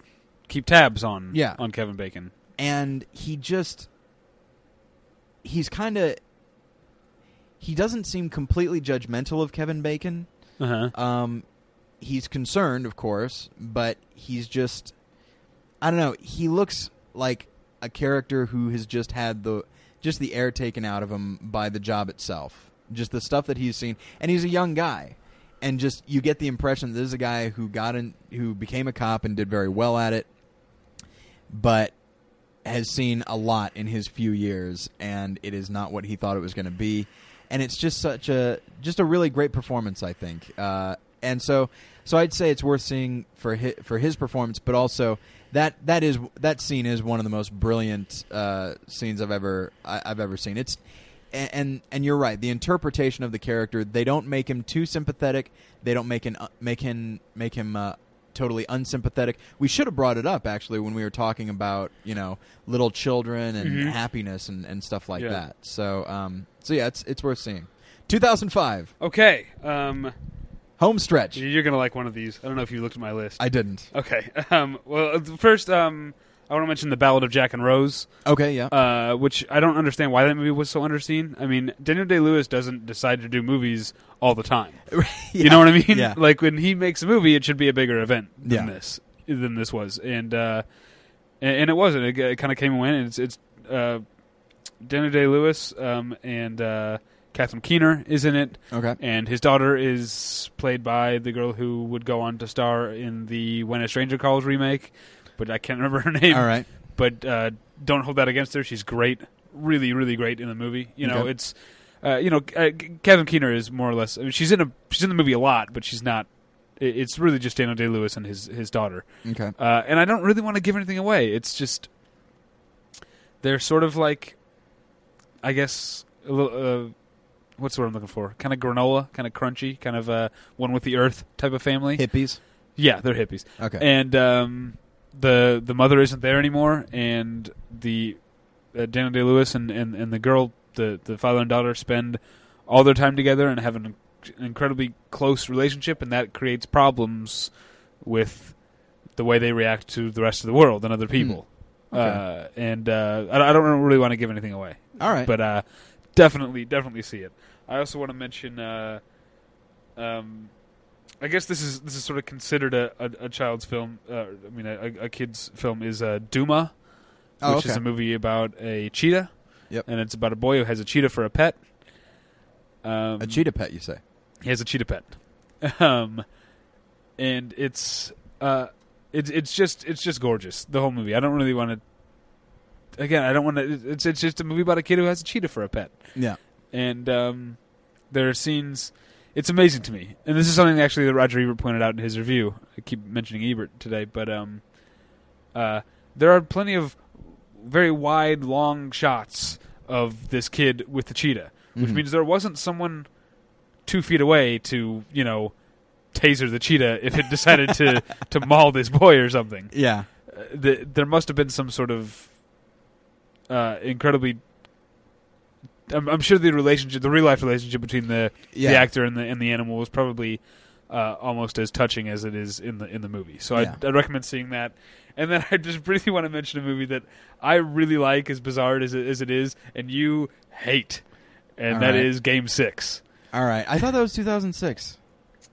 [SPEAKER 2] keep tabs on
[SPEAKER 1] Yeah.
[SPEAKER 2] on Kevin Bacon.
[SPEAKER 1] and he just he's kind of he doesn't seem completely judgmental of Kevin Bacon.
[SPEAKER 2] Uh huh.
[SPEAKER 1] Um, he's concerned, of course, but he's just I don't know. He looks like a character who has just had the just the air taken out of him by the job itself, just the stuff that he's seen, and he's a young guy, and just you get the impression that this is a guy who got in, who became a cop and did very well at it, but has seen a lot in his few years, and it is not what he thought it was going to be, and it's just such a just a really great performance, I think, uh, and so so I'd say it's worth seeing for his, for his performance, but also that that is that scene is one of the most brilliant uh, scenes I've ever I, I've ever seen. It's and, and and you're right. The interpretation of the character they don't make him too sympathetic. They don't make him make him make him uh, totally unsympathetic. We should have brought it up actually when we were talking about you know little children and
[SPEAKER 2] Mhm.
[SPEAKER 1] happiness and, and stuff like
[SPEAKER 2] Yeah.
[SPEAKER 1] that. So um so yeah, it's it's worth seeing. 2005
[SPEAKER 2] Okay, um,
[SPEAKER 1] home stretch.
[SPEAKER 2] you're gonna like one of these. I don't know if you looked at my list.
[SPEAKER 1] I didn't.
[SPEAKER 2] okay, um, well, uh, first, um, I want to mention the Ballad of Jack and Rose,
[SPEAKER 1] Okay, yeah.
[SPEAKER 2] uh, which I don't understand why that movie was so underseen. I mean, Daniel Day Lewis doesn't decide to do movies all the time.
[SPEAKER 1] Yeah.
[SPEAKER 2] You know what I mean?
[SPEAKER 1] Yeah.
[SPEAKER 2] Like when he makes a movie, it should be a bigger event than
[SPEAKER 1] Yeah.
[SPEAKER 2] this than this was, and uh, and, and it wasn't. It, kind of came and went. And it's it's uh, Daniel Day Lewis um, and uh, Catherine Keener is in it,
[SPEAKER 1] Okay.
[SPEAKER 2] and his daughter is played by the girl who would go on to star in the When a Stranger Calls remake, but I can't remember her name
[SPEAKER 1] All right.
[SPEAKER 2] but uh, don't hold that against her. She's great, really, really great in the movie. You know,
[SPEAKER 1] Okay.
[SPEAKER 2] it's uh, you know uh, K- Kevin Keener is more or less. I mean, she's in a she's in the movie a lot, but she's not. i- It's really just Daniel Day Lewis and his his daughter.
[SPEAKER 1] Okay.
[SPEAKER 2] Uh, and I don't really want to give anything away. It's just they're sort of like, I guess a little. Uh, What's the word I'm looking for? Kind of granola, kind of crunchy, kind of uh, one with the earth type of family.
[SPEAKER 1] Hippies.
[SPEAKER 2] Yeah, they're hippies
[SPEAKER 1] Okay.
[SPEAKER 2] and um, the the mother isn't there anymore, and the uh, Daniel Day Lewis and, and, and the girl, the the father and daughter, spend all their time together and have an, inc- incredibly close relationship, and that creates problems with the way they react to the rest of the world and other people.
[SPEAKER 1] Hmm. Okay.
[SPEAKER 2] Uh, and uh, I, I don't really want to give anything away,
[SPEAKER 1] All right.
[SPEAKER 2] but uh, definitely, definitely see it. I also want to mention. Uh, um, I guess this is this is sort of considered a, a, a child's film. Uh, I mean, a, a kid's film is uh, Duma,
[SPEAKER 1] oh,
[SPEAKER 2] which
[SPEAKER 1] okay.
[SPEAKER 2] is a movie about a cheetah.
[SPEAKER 1] Yep.
[SPEAKER 2] And it's about a boy who has a cheetah for a pet. Um,
[SPEAKER 1] a cheetah pet, you say?
[SPEAKER 2] He has a cheetah pet. Um, and it's uh, it's it's just it's just gorgeous. The whole movie. I don't really want to. Again, I don't want to. It's it's just a movie about a kid who has a cheetah for a pet
[SPEAKER 1] Yeah.
[SPEAKER 2] and um, there are scenes. It's amazing to me, and this is something actually that Roger Ebert pointed out in his review. I keep mentioning Ebert today, but um, uh, there are plenty of very wide, long shots of this kid with the cheetah, which
[SPEAKER 1] Mhm.
[SPEAKER 2] means there wasn't someone two feet away to you know taser the cheetah if it decided to to maul this boy or something
[SPEAKER 1] Yeah.
[SPEAKER 2] th- there must have been some sort of uh, incredibly. I'm, I'm sure the relationship, the real life relationship between the,
[SPEAKER 1] Yeah.
[SPEAKER 2] the actor and the and the animal was probably uh, almost as touching as it is in the in the movie. So I
[SPEAKER 1] Yeah.
[SPEAKER 2] I recommend seeing that. And then I just really want to mention a movie that I really like, as bizarre as it, as it is, and you hate,
[SPEAKER 1] All
[SPEAKER 2] and that is
[SPEAKER 1] right.
[SPEAKER 2] Game Six.
[SPEAKER 1] All right. I thought that was 2006.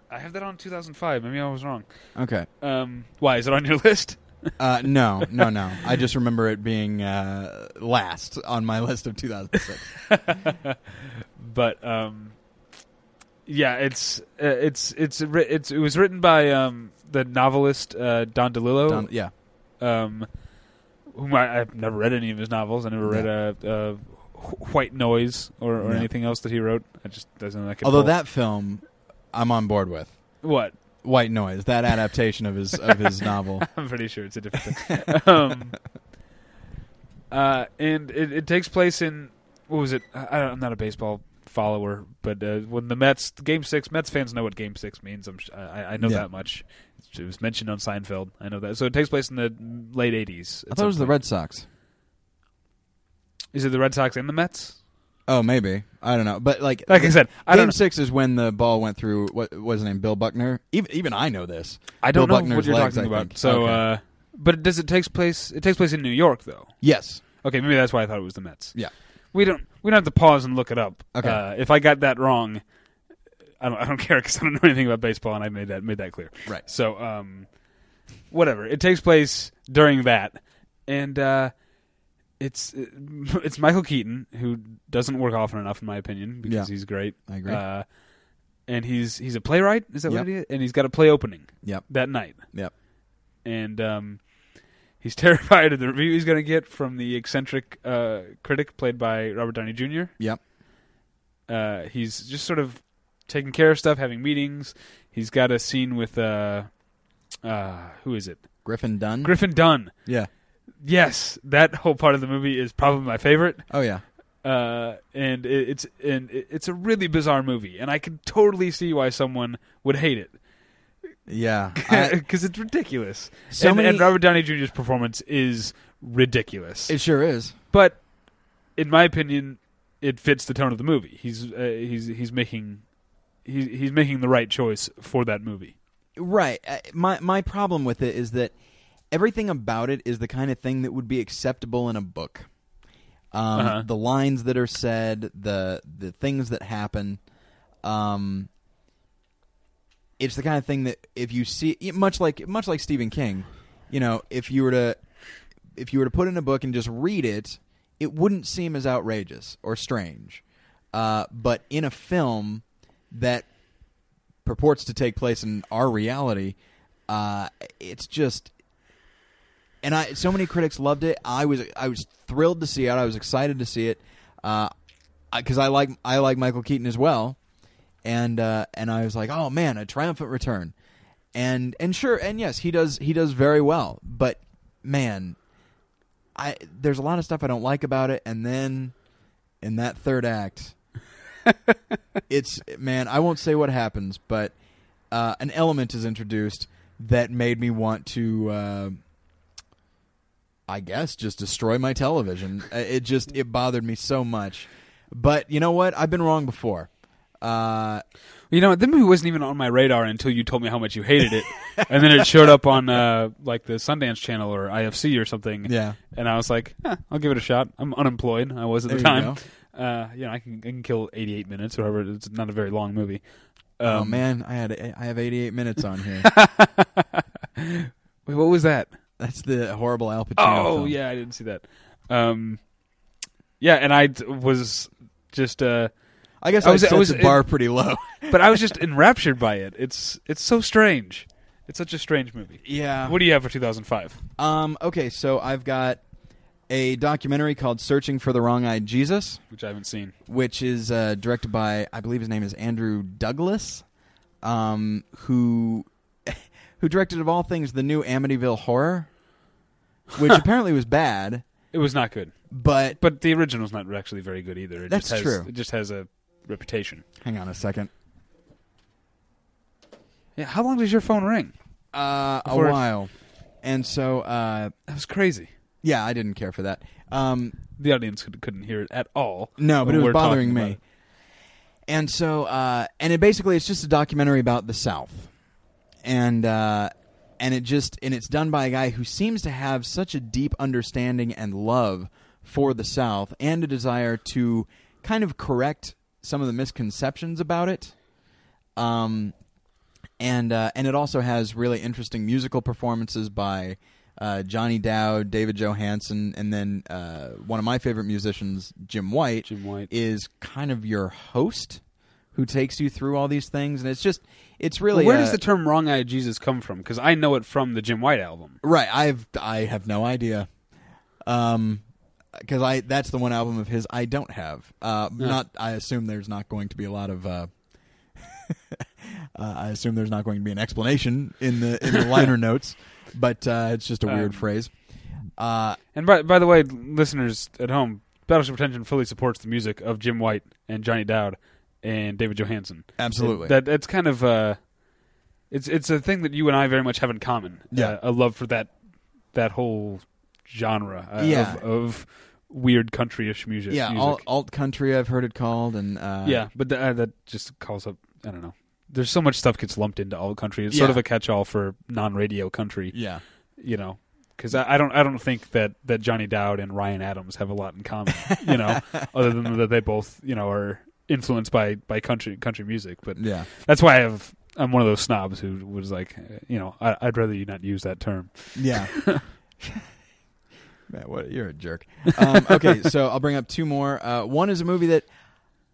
[SPEAKER 2] I have that on 2005. Maybe I was wrong.
[SPEAKER 1] Okay.
[SPEAKER 2] Um, why is it on your list?
[SPEAKER 1] Uh, no, no, no. I just remember it being uh, last on my list of 2006.
[SPEAKER 2] but um, yeah, it's uh, it's it's wri- it's it was written by um, the novelist uh, Don DeLillo,
[SPEAKER 1] Don- yeah.
[SPEAKER 2] um, whom I, I've never read any of his novels. I never read uh uh, Wh- White Noise or, or
[SPEAKER 1] Yeah.
[SPEAKER 2] anything else that he wrote. I just doesn't like.
[SPEAKER 1] Although that film I'm on board with.
[SPEAKER 2] What?
[SPEAKER 1] White Noise, that adaptation of his of his novel.
[SPEAKER 2] I'm pretty sure it's a different thing. um, uh, and it, it takes place in what was it? I, I don't- I'm not a baseball follower, but uh, when the Mets Game Six, Mets fans know what Game Six means. I'm, sh- I, I know
[SPEAKER 1] Yeah.
[SPEAKER 2] that much. It was mentioned on Seinfeld. I know that. So it takes place in the late '80s.
[SPEAKER 1] I thought it was the Red Sox.
[SPEAKER 2] Is it the Red Sox and the Mets?
[SPEAKER 1] Oh, maybe I don't know, but like
[SPEAKER 2] Like I said, I
[SPEAKER 1] Game
[SPEAKER 2] don't.
[SPEAKER 1] six is when the ball went through. What was his name? Bill Buckner. Even, even I know this.
[SPEAKER 2] I
[SPEAKER 1] Bill
[SPEAKER 2] don't know what
[SPEAKER 1] Buckner's
[SPEAKER 2] you're
[SPEAKER 1] legs,
[SPEAKER 2] talking
[SPEAKER 1] I
[SPEAKER 2] about.
[SPEAKER 1] think.
[SPEAKER 2] So,
[SPEAKER 1] Okay.
[SPEAKER 2] uh, but it does it takes place? It takes place in New York, though.
[SPEAKER 1] Yes.
[SPEAKER 2] Okay, maybe that's why I thought it was the Mets.
[SPEAKER 1] Yeah.
[SPEAKER 2] we don't we don't have to pause and look it up.
[SPEAKER 1] Okay.
[SPEAKER 2] Uh, if I got that wrong, I don't I don't care because I don't know anything about baseball, and I made that made that clear.
[SPEAKER 1] Right.
[SPEAKER 2] So, um, whatever. It takes place during that, and uh, it's it's Michael Keaton who doesn't work often enough, in my opinion, because
[SPEAKER 1] Yeah.
[SPEAKER 2] he's great.
[SPEAKER 1] I agree.
[SPEAKER 2] Uh, and he's he's a playwright. Is that
[SPEAKER 1] Yep.
[SPEAKER 2] what it is? And he's got a play opening
[SPEAKER 1] Yep.
[SPEAKER 2] that night.
[SPEAKER 1] Yep.
[SPEAKER 2] And um, he's terrified of the review he's going to get from the eccentric uh, critic played by Robert Downey Jr.
[SPEAKER 1] Yep.
[SPEAKER 2] Uh, he's just sort of taking care of stuff, having meetings. He's got a scene with uh, uh, who is
[SPEAKER 1] Mm-hmm.
[SPEAKER 2] it?
[SPEAKER 1] Griffin Dunn.
[SPEAKER 2] Griffin Dunn.
[SPEAKER 1] yeah.
[SPEAKER 2] Yes, that whole part of the movie is probably my favorite.
[SPEAKER 1] Oh yeah.
[SPEAKER 2] Uh, and it, it's and it, it's a really bizarre movie, and I can totally see why someone would hate it
[SPEAKER 1] Yeah. I,
[SPEAKER 2] because it's ridiculous.
[SPEAKER 1] so
[SPEAKER 2] and,
[SPEAKER 1] many.
[SPEAKER 2] and Robert Downey Jr.'s performance is ridiculous.
[SPEAKER 1] it sure is.
[SPEAKER 2] but in my opinion, it fits the tone of the movie. He's uh, he's he's making he's he's making the right choice for that movie.
[SPEAKER 1] Right. Uh, My my problem with it is that everything about it is the kind of thing that would be acceptable in a book. Um,
[SPEAKER 2] Uh-huh.
[SPEAKER 1] The lines that are said, the the things that happen. Um, it's the kind of thing that if you see, much like much like Stephen King, you know, if you were to if you were to put in a book and just read it, it wouldn't seem as outrageous or strange. Uh, but in a film that purports to take place in our reality, uh, it's just. And I, so many critics loved it. I was, I was thrilled to see it. I was excited to see it, because I 'cause I like, I like Michael Keaton as well, and uh, and I was like, oh man, a triumphant return, and and sure, and yes, he does, he does very well. But man, I there's a lot of stuff I don't like about it, and then in that third act, it's man, I won't say what happens, but uh, an element is introduced that made me want to, uh, I guess, just destroy my television. Uh, It just it bothered me so much. But you know what? I've been wrong before. Uh,
[SPEAKER 2] You know, the movie wasn't even on my radar until you told me how much you hated it, and then it showed up on uh, like the Sundance Channel or IFC or something.
[SPEAKER 1] yeah,
[SPEAKER 2] And I was like, eh, I'll give it a shot. I'm unemployed. I was at
[SPEAKER 1] There
[SPEAKER 2] the
[SPEAKER 1] you
[SPEAKER 2] time.
[SPEAKER 1] go.
[SPEAKER 2] Uh, you know, I can, I can kill 88 minutes or whatever. It's not a very long movie. Um,
[SPEAKER 1] oh man, I had I have 88 minutes on here.
[SPEAKER 2] Wait, what was that?
[SPEAKER 1] That's the horrible Al Pacino.
[SPEAKER 2] Oh
[SPEAKER 1] film.
[SPEAKER 2] yeah, I didn't see that. Um, yeah, and I d- was just, uh,
[SPEAKER 1] I guess
[SPEAKER 2] I
[SPEAKER 1] I,
[SPEAKER 2] was-
[SPEAKER 1] set
[SPEAKER 2] I was-
[SPEAKER 1] the bar pretty low.
[SPEAKER 2] but I was just enraptured by it. It's it's so strange. It's such a strange movie.
[SPEAKER 1] yeah.
[SPEAKER 2] What do you have for 2005?
[SPEAKER 1] Um, okay, so I've got a documentary called "Searching for the Wrong Eyed Jesus,"
[SPEAKER 2] Which I haven't seen.
[SPEAKER 1] which is uh, directed by I believe his name is Andrew Douglas, um, who who directed of all things the new Amityville Horror, which apparently was bad,
[SPEAKER 2] It was not good.
[SPEAKER 1] but
[SPEAKER 2] But the original's not actually very good either. It
[SPEAKER 1] That's
[SPEAKER 2] just has,
[SPEAKER 1] true.
[SPEAKER 2] It just has a reputation.
[SPEAKER 1] hang on a second.
[SPEAKER 2] Yeah. How long does your phone ring?
[SPEAKER 1] Uh, a
[SPEAKER 2] Before-
[SPEAKER 1] while, and so uh,
[SPEAKER 2] That was crazy.
[SPEAKER 1] yeah, I didn't care for that. Um,
[SPEAKER 2] The audience could, couldn't hear it at all.
[SPEAKER 1] No, but
[SPEAKER 2] when
[SPEAKER 1] it was
[SPEAKER 2] we're talking
[SPEAKER 1] bothering
[SPEAKER 2] about
[SPEAKER 1] me.
[SPEAKER 2] it.
[SPEAKER 1] And so, uh, and it basically it's just a documentary about the South, and uh, and it just and it's done by a guy who seems to have such a deep understanding and love for the South and a desire to kind of correct some of the misconceptions about it. Um, and uh, and it also has really interesting musical performances by uh, Johnny Dowd, David Johansen, and then uh, one of my favorite musicians, Jim White,
[SPEAKER 2] Jim White.
[SPEAKER 1] is kind of your host who takes you through all these things, and it's just it's really
[SPEAKER 2] Where
[SPEAKER 1] uh,
[SPEAKER 2] does the term "wrong eyed Jesus" come from? Because I know it from the Jim White album.
[SPEAKER 1] right? I've I have no idea, um, because I that's the one album of his I don't have. Uh, Not I assume there's not going to be a lot of. Uh, Uh, I assume there's not going to be an explanation in the in the liner notes, but uh, it's just a weird
[SPEAKER 2] Um,
[SPEAKER 1] phrase. Uh,
[SPEAKER 2] And by, by the way, listeners at home, Battleship Retention fully supports the music of Jim White and Johnny Dowd and David Johansen.
[SPEAKER 1] absolutely.
[SPEAKER 2] That that's kind of uh, it's it's a thing that you and I very much have in common.
[SPEAKER 1] Yeah.
[SPEAKER 2] Uh, a love for that that whole genre uh,
[SPEAKER 1] Yeah.
[SPEAKER 2] of, of weird countryish music.
[SPEAKER 1] yeah,
[SPEAKER 2] music.
[SPEAKER 1] alt, alt country. I've heard it called, and uh,
[SPEAKER 2] yeah, but th- uh, that just calls up. I don't know. There's so much stuff gets lumped into all country. It's sort
[SPEAKER 1] Yeah.
[SPEAKER 2] of a catch-all for non-radio country.
[SPEAKER 1] yeah.
[SPEAKER 2] you know because I, I don't I don't think that, that Johnny Dowd and Ryan Adams have a lot in common you know other than that they both you know are influenced by, by country country music but
[SPEAKER 1] Yeah,
[SPEAKER 2] that's why I have I'm one of those snobs who was like uh, you know I, I'd rather you not use that term
[SPEAKER 1] yeah. Man, what you're a jerk. Um, okay, so I'll bring up two more. Uh, one is a movie that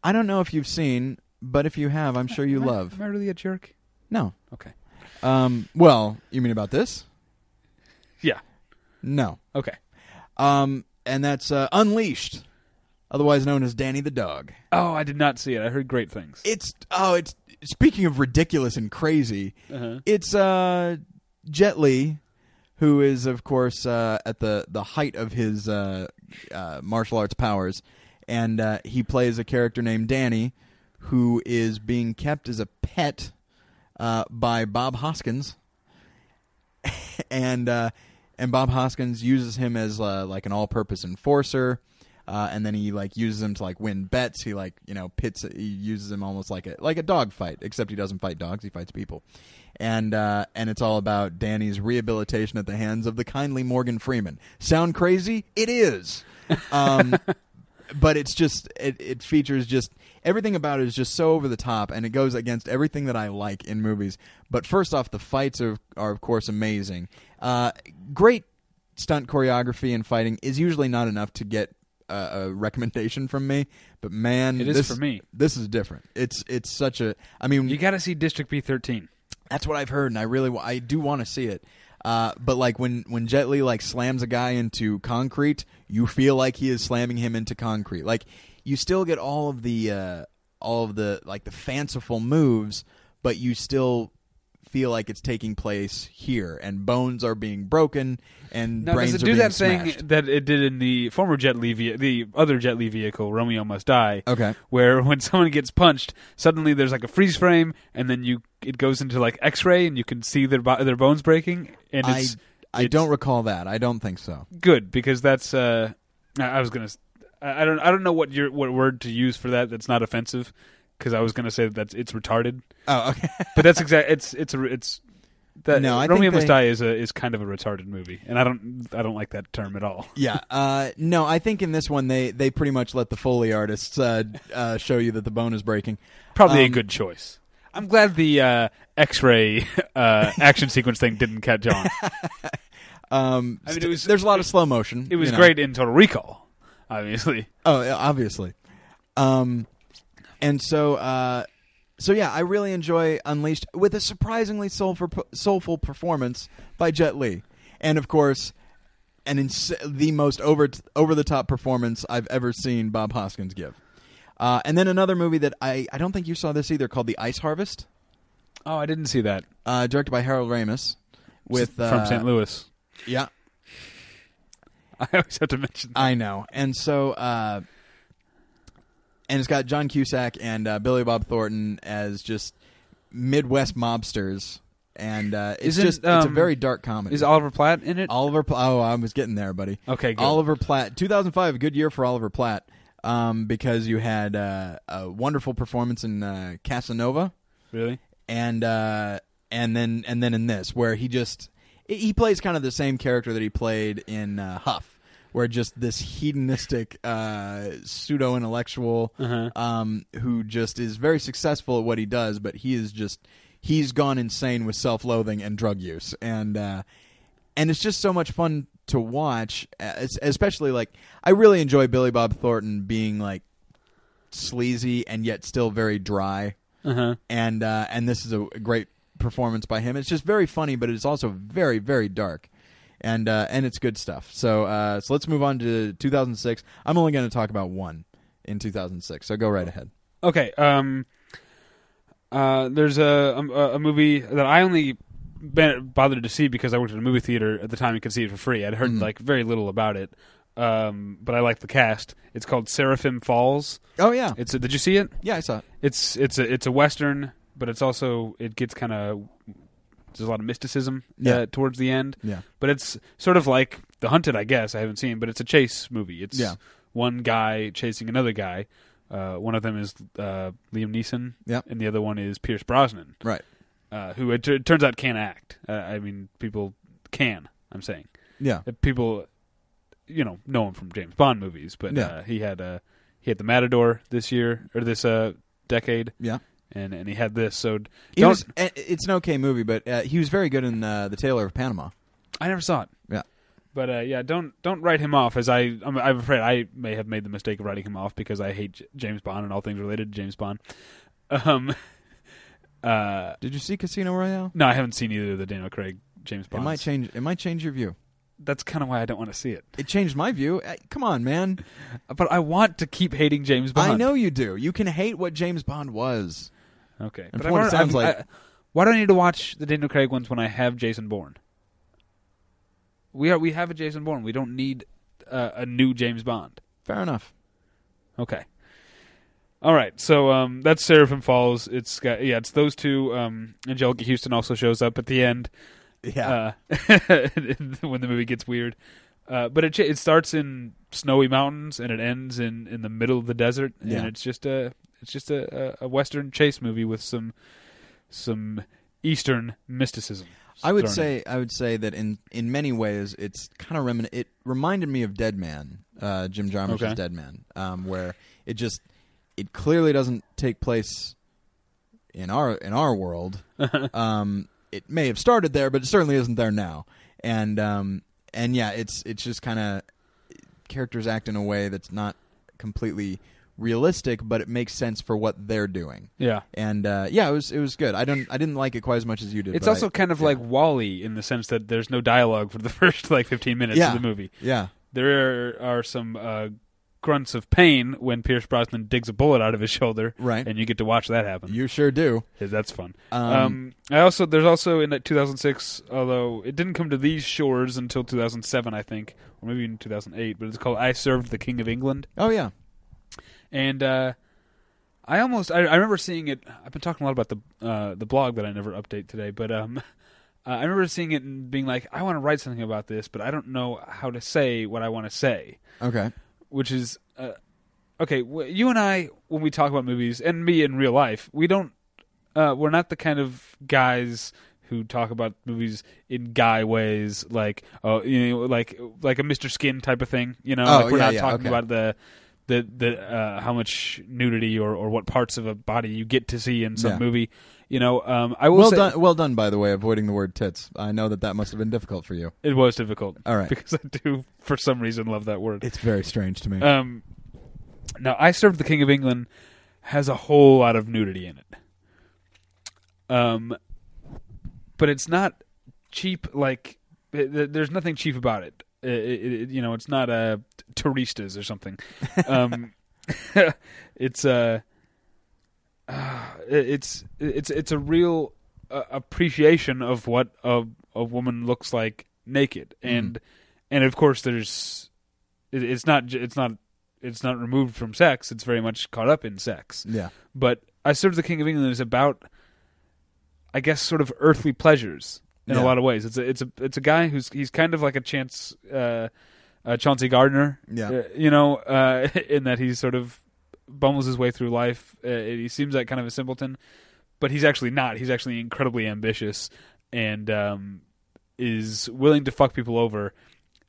[SPEAKER 1] I don't know if you've seen, but if you have, I'm sure you
[SPEAKER 2] Am I-
[SPEAKER 1] love.
[SPEAKER 2] am I really a jerk
[SPEAKER 1] No.
[SPEAKER 2] Okay.
[SPEAKER 1] Um, well, you mean about this?
[SPEAKER 2] Yeah.
[SPEAKER 1] No.
[SPEAKER 2] okay
[SPEAKER 1] Um, and that's uh, Unleashed, otherwise known as Danny the Dog.
[SPEAKER 2] oh I did not see it I heard great things
[SPEAKER 1] It's oh, it's speaking of ridiculous and crazy.
[SPEAKER 2] uh-huh.
[SPEAKER 1] It's uh, Jet Li, who is of course uh, at the the height of his uh, uh, martial arts powers, and uh, he plays a character named Danny, who is being kept as a pet uh, by Bob Hoskins, and uh, and Bob Hoskins uses him as uh, like an all-purpose enforcer. Uh, and then he like uses him to like win bets. He like you know pits. He uses him almost like a like a dog fight, except he doesn't fight dogs. He fights people, and uh, and it's all about Danny's rehabilitation at the hands of the kindly Morgan Freeman. Sound crazy? It is. Um, but it's just it, it features just everything about it is just so over the top and it goes against everything that i like in movies but first off the fights are, are of course amazing uh, great stunt choreography and fighting is usually not enough to get uh, a recommendation from me but man
[SPEAKER 2] It is
[SPEAKER 1] this,
[SPEAKER 2] for me.
[SPEAKER 1] this is different it's it's such a i mean
[SPEAKER 2] you got to see District B13
[SPEAKER 1] that's what I've heard, and I really wa- I do want to see it. Uh, but like when when Jet Li like slams a guy into concrete, you feel like he is slamming him into concrete. Like you still get all of the uh, all of the like the fanciful moves, but you still feel like it's taking place here, and bones are being broken, and
[SPEAKER 2] now
[SPEAKER 1] brains
[SPEAKER 2] does it
[SPEAKER 1] are
[SPEAKER 2] do
[SPEAKER 1] being
[SPEAKER 2] that
[SPEAKER 1] smashed.
[SPEAKER 2] thing that it did in the former Jet Li ve- the other Jet Li vehicle Romeo Must Die
[SPEAKER 1] Okay,
[SPEAKER 2] where when someone gets punched, suddenly there's like a freeze frame, and then you it goes into like X-ray, and you can see their bo- their bones breaking, and
[SPEAKER 1] I
[SPEAKER 2] it's
[SPEAKER 1] I
[SPEAKER 2] it's-
[SPEAKER 1] don't recall that. I don't think so.
[SPEAKER 2] good because that's uh, I, I was gonna s- I, I don't I don't know what your what word to use for that that's not offensive because I was gonna say that that's it's retarded,
[SPEAKER 1] Oh, okay.
[SPEAKER 2] but that's exact it's it's a it's. That,
[SPEAKER 1] No, I
[SPEAKER 2] Romeo
[SPEAKER 1] think
[SPEAKER 2] Must
[SPEAKER 1] they-
[SPEAKER 2] Die is a is kind of a retarded movie, and I don't I don't like that term at all.
[SPEAKER 1] yeah. Uh, no, I think in this one they, they pretty much let the Foley artists uh, uh, show you that the bone is breaking.
[SPEAKER 2] Probably a
[SPEAKER 1] Um,
[SPEAKER 2] good choice. I'm glad the uh, X-ray uh, action sequence thing didn't catch on.
[SPEAKER 1] Um,
[SPEAKER 2] I mean,
[SPEAKER 1] st-
[SPEAKER 2] it was-
[SPEAKER 1] there's a lot of slow motion.
[SPEAKER 2] It was
[SPEAKER 1] you know.
[SPEAKER 2] great in Total Recall, obviously.
[SPEAKER 1] Oh, yeah, obviously. Um, and so, uh, so yeah, I really enjoy Unleashed with a surprisingly soulful soulful performance by Jet Li, and of course, an ins- the most over over the top performance I've ever seen Bob Hoskins give. Uh, and then another movie that I, I don't think you saw this either called The Ice Harvest,
[SPEAKER 2] Oh, I didn't see that.
[SPEAKER 1] uh, directed by Harold Ramis, with uh,
[SPEAKER 2] from St. Louis.
[SPEAKER 1] Yeah,
[SPEAKER 2] I always have to mention that.
[SPEAKER 1] I know. And so, uh, and it's got John Cusack and uh, Billy Bob Thornton as just Midwest mobsters, and uh, it's
[SPEAKER 2] Isn't,
[SPEAKER 1] just it's a
[SPEAKER 2] um,
[SPEAKER 1] very dark comedy.
[SPEAKER 2] Is Oliver Platt in it?
[SPEAKER 1] Oliver? Pl- oh, I was getting there, buddy.
[SPEAKER 2] Okay, good.
[SPEAKER 1] Oliver Platt, 2005, a good year for Oliver Platt, um, because you had uh, a wonderful performance in uh, Casanova
[SPEAKER 2] really?
[SPEAKER 1] and uh, and then and then in this where he just he plays kind of the same character that he played in uh, Huff, where just this hedonistic uh, pseudo intellectual
[SPEAKER 2] Uh-huh.
[SPEAKER 1] um, who just is very successful at what he does, but he is just he's gone insane with self loathing and drug use, and uh, and it's just so much fun to watch, uh, es- especially like I really enjoy Billy Bob Thornton being like sleazy and yet still very dry
[SPEAKER 2] Uh-huh.
[SPEAKER 1] and uh, and this is a great performance by him. It's just very funny, but it's also very very dark, and uh, and it's good stuff. So uh, so let's move on to 2006. I'm only going to talk about one in 2006. So go right ahead.
[SPEAKER 2] Okay, um Uh, there's a, a a movie that I only been, bothered to see because I worked at a movie theater at the time and could see it for free. I'd heard like very little about it, um, but I liked the cast. It's called Seraphim Falls.
[SPEAKER 1] Oh yeah,
[SPEAKER 2] It's a, did you see it?
[SPEAKER 1] yeah, I saw it.
[SPEAKER 2] It's it's a it's a western, but it's also it gets kind of there's a lot of mysticism
[SPEAKER 1] Yeah.
[SPEAKER 2] uh, towards the end.
[SPEAKER 1] Yeah,
[SPEAKER 2] But it's sort of like The Hunted, I guess. I haven't seen, but it's a chase movie. It's
[SPEAKER 1] Yeah.
[SPEAKER 2] one guy chasing another guy. Uh, one of them is uh, Liam Neeson,
[SPEAKER 1] Yeah.
[SPEAKER 2] and the other one is Pierce Brosnan,
[SPEAKER 1] right.
[SPEAKER 2] uh, who it, it turns out can act. Uh, I mean, people can. I'm saying
[SPEAKER 1] Yeah,
[SPEAKER 2] Uh, people, you know, know him from James Bond movies, but
[SPEAKER 1] Yeah.
[SPEAKER 2] uh, he had uh, he had the Matador this year or this uh, decade,
[SPEAKER 1] yeah.
[SPEAKER 2] and and he had this. So d-
[SPEAKER 1] He
[SPEAKER 2] don't.
[SPEAKER 1] was, eh, it's an okay movie, but uh, he was very good in uh, the Tailor of Panama.
[SPEAKER 2] I never saw it.
[SPEAKER 1] Yeah.
[SPEAKER 2] But uh, yeah, don't don't write him off as I I'm, I'm afraid I may have made the mistake of writing him off because I hate J- James Bond and all things related to James Bond. Um, uh,
[SPEAKER 1] Did you see Casino Royale?
[SPEAKER 2] no, I haven't seen either of the Daniel Craig James
[SPEAKER 1] It might
[SPEAKER 2] Bonds.
[SPEAKER 1] change. It might change your view.
[SPEAKER 2] That's kind of why I don't want to see it.
[SPEAKER 1] It changed my view. Eh, Come on, man.
[SPEAKER 2] But I want to keep hating James Bond.
[SPEAKER 1] I know you do. You can hate what James Bond was.
[SPEAKER 2] Okay,
[SPEAKER 1] And
[SPEAKER 2] but
[SPEAKER 1] from
[SPEAKER 2] I've
[SPEAKER 1] what it
[SPEAKER 2] already-
[SPEAKER 1] sounds
[SPEAKER 2] I've-
[SPEAKER 1] like-
[SPEAKER 2] I- why do I need to watch the Daniel Craig ones when I have Jason Bourne? We are we have a Jason Bourne. We don't need uh, a new James Bond.
[SPEAKER 1] Fair enough.
[SPEAKER 2] Okay. All right. So um, that's Seraphim Falls. It's got yeah. It's those two. Um, Angelica Houston also shows up at the end
[SPEAKER 1] Yeah.
[SPEAKER 2] uh, when the movie gets weird. Uh, but it ch- it starts in snowy mountains and it ends in, in the middle of the desert
[SPEAKER 1] Yeah.
[SPEAKER 2] and it's just a it's just a, a, a western chase movie with some some eastern mysticism.
[SPEAKER 1] I would
[SPEAKER 2] thrown in.
[SPEAKER 1] say I would say that in in many ways it's kind of remin. It reminded me of Dead Man, uh, Jim Jarmusch's
[SPEAKER 2] Okay.
[SPEAKER 1] Dead Man, um, where it just it clearly doesn't take place in our in our world. um, it may have started there, but it certainly isn't there now. And um, and yeah, it's it's just kind of characters act in a way that's not completely realistic, but it makes sense for what they're doing.
[SPEAKER 2] yeah.
[SPEAKER 1] And uh, yeah, it was it was good. I don't I didn't like it quite as much as you did.
[SPEAKER 2] It's
[SPEAKER 1] but I-
[SPEAKER 2] also kind of
[SPEAKER 1] yeah.
[SPEAKER 2] like Wally in the sense that there's no dialogue for the first like 15 minutes
[SPEAKER 1] Yeah.
[SPEAKER 2] of the movie.
[SPEAKER 1] yeah.
[SPEAKER 2] There are some uh, grunts of pain when Pierce Brosnan digs a bullet out of his shoulder,
[SPEAKER 1] Right.
[SPEAKER 2] And you get to watch that happen.
[SPEAKER 1] You sure do.
[SPEAKER 2] Yeah, That's fun.
[SPEAKER 1] Um,
[SPEAKER 2] Um, I also there's also in that 2006, although it didn't come to these shores until 2007, I think, or maybe in 2008. But it's called "I Served the King of England,"
[SPEAKER 1] Oh yeah.
[SPEAKER 2] and uh, I almost I, I remember seeing it. I've been talking a lot about the uh, the blog that I never update today, but um, I remember seeing it and being like, I want to write something about this, but I don't know how to say what I want to say
[SPEAKER 1] Okay.
[SPEAKER 2] which is uh, okay. W- you and I, when we talk about movies, and me in real life, we don't. Uh, we're not the kind of guys who talk about movies in guy ways, like oh, you know, like like a Mr. Skin type of thing. You know,
[SPEAKER 1] Oh,
[SPEAKER 2] like we're
[SPEAKER 1] yeah,
[SPEAKER 2] not
[SPEAKER 1] yeah,
[SPEAKER 2] talking
[SPEAKER 1] okay.
[SPEAKER 2] about the the the uh, how much nudity or, or what parts of a body you get to see in some
[SPEAKER 1] Yeah.
[SPEAKER 2] movie. You know, um, I will
[SPEAKER 1] Well
[SPEAKER 2] say
[SPEAKER 1] done. Well done. By the way, avoiding the word tits. I know that that must have been difficult for you.
[SPEAKER 2] it was difficult.
[SPEAKER 1] All right.
[SPEAKER 2] because I do for some reason love that word.
[SPEAKER 1] It's very strange to me.
[SPEAKER 2] Um, now, I served the King of England has a whole lot of nudity in it. Um, but it's not cheap. Like th- th- there's nothing cheap about it. I- I- I- you know, it's not uh, touristas or something. Um, it's uh, uh, it's it's it's a real uh, appreciation of what a a woman looks like naked, and and of course there's it, it's not j- it's not it's not removed from sex. It's very much caught up in sex.
[SPEAKER 1] yeah.
[SPEAKER 2] But I serve the King of England is about, I guess, sort of earthly pleasures in
[SPEAKER 1] Yeah.
[SPEAKER 2] a lot of ways. It's a it's a it's a guy who's he's kind of like a chance uh, uh, Chauncey Gardner.
[SPEAKER 1] Yeah.
[SPEAKER 2] uh, you know, uh, in that he's sort of bumbles his way through life. Uh, he seems like kind of a simpleton, but he's actually not. He's actually incredibly ambitious and um, is willing to fuck people over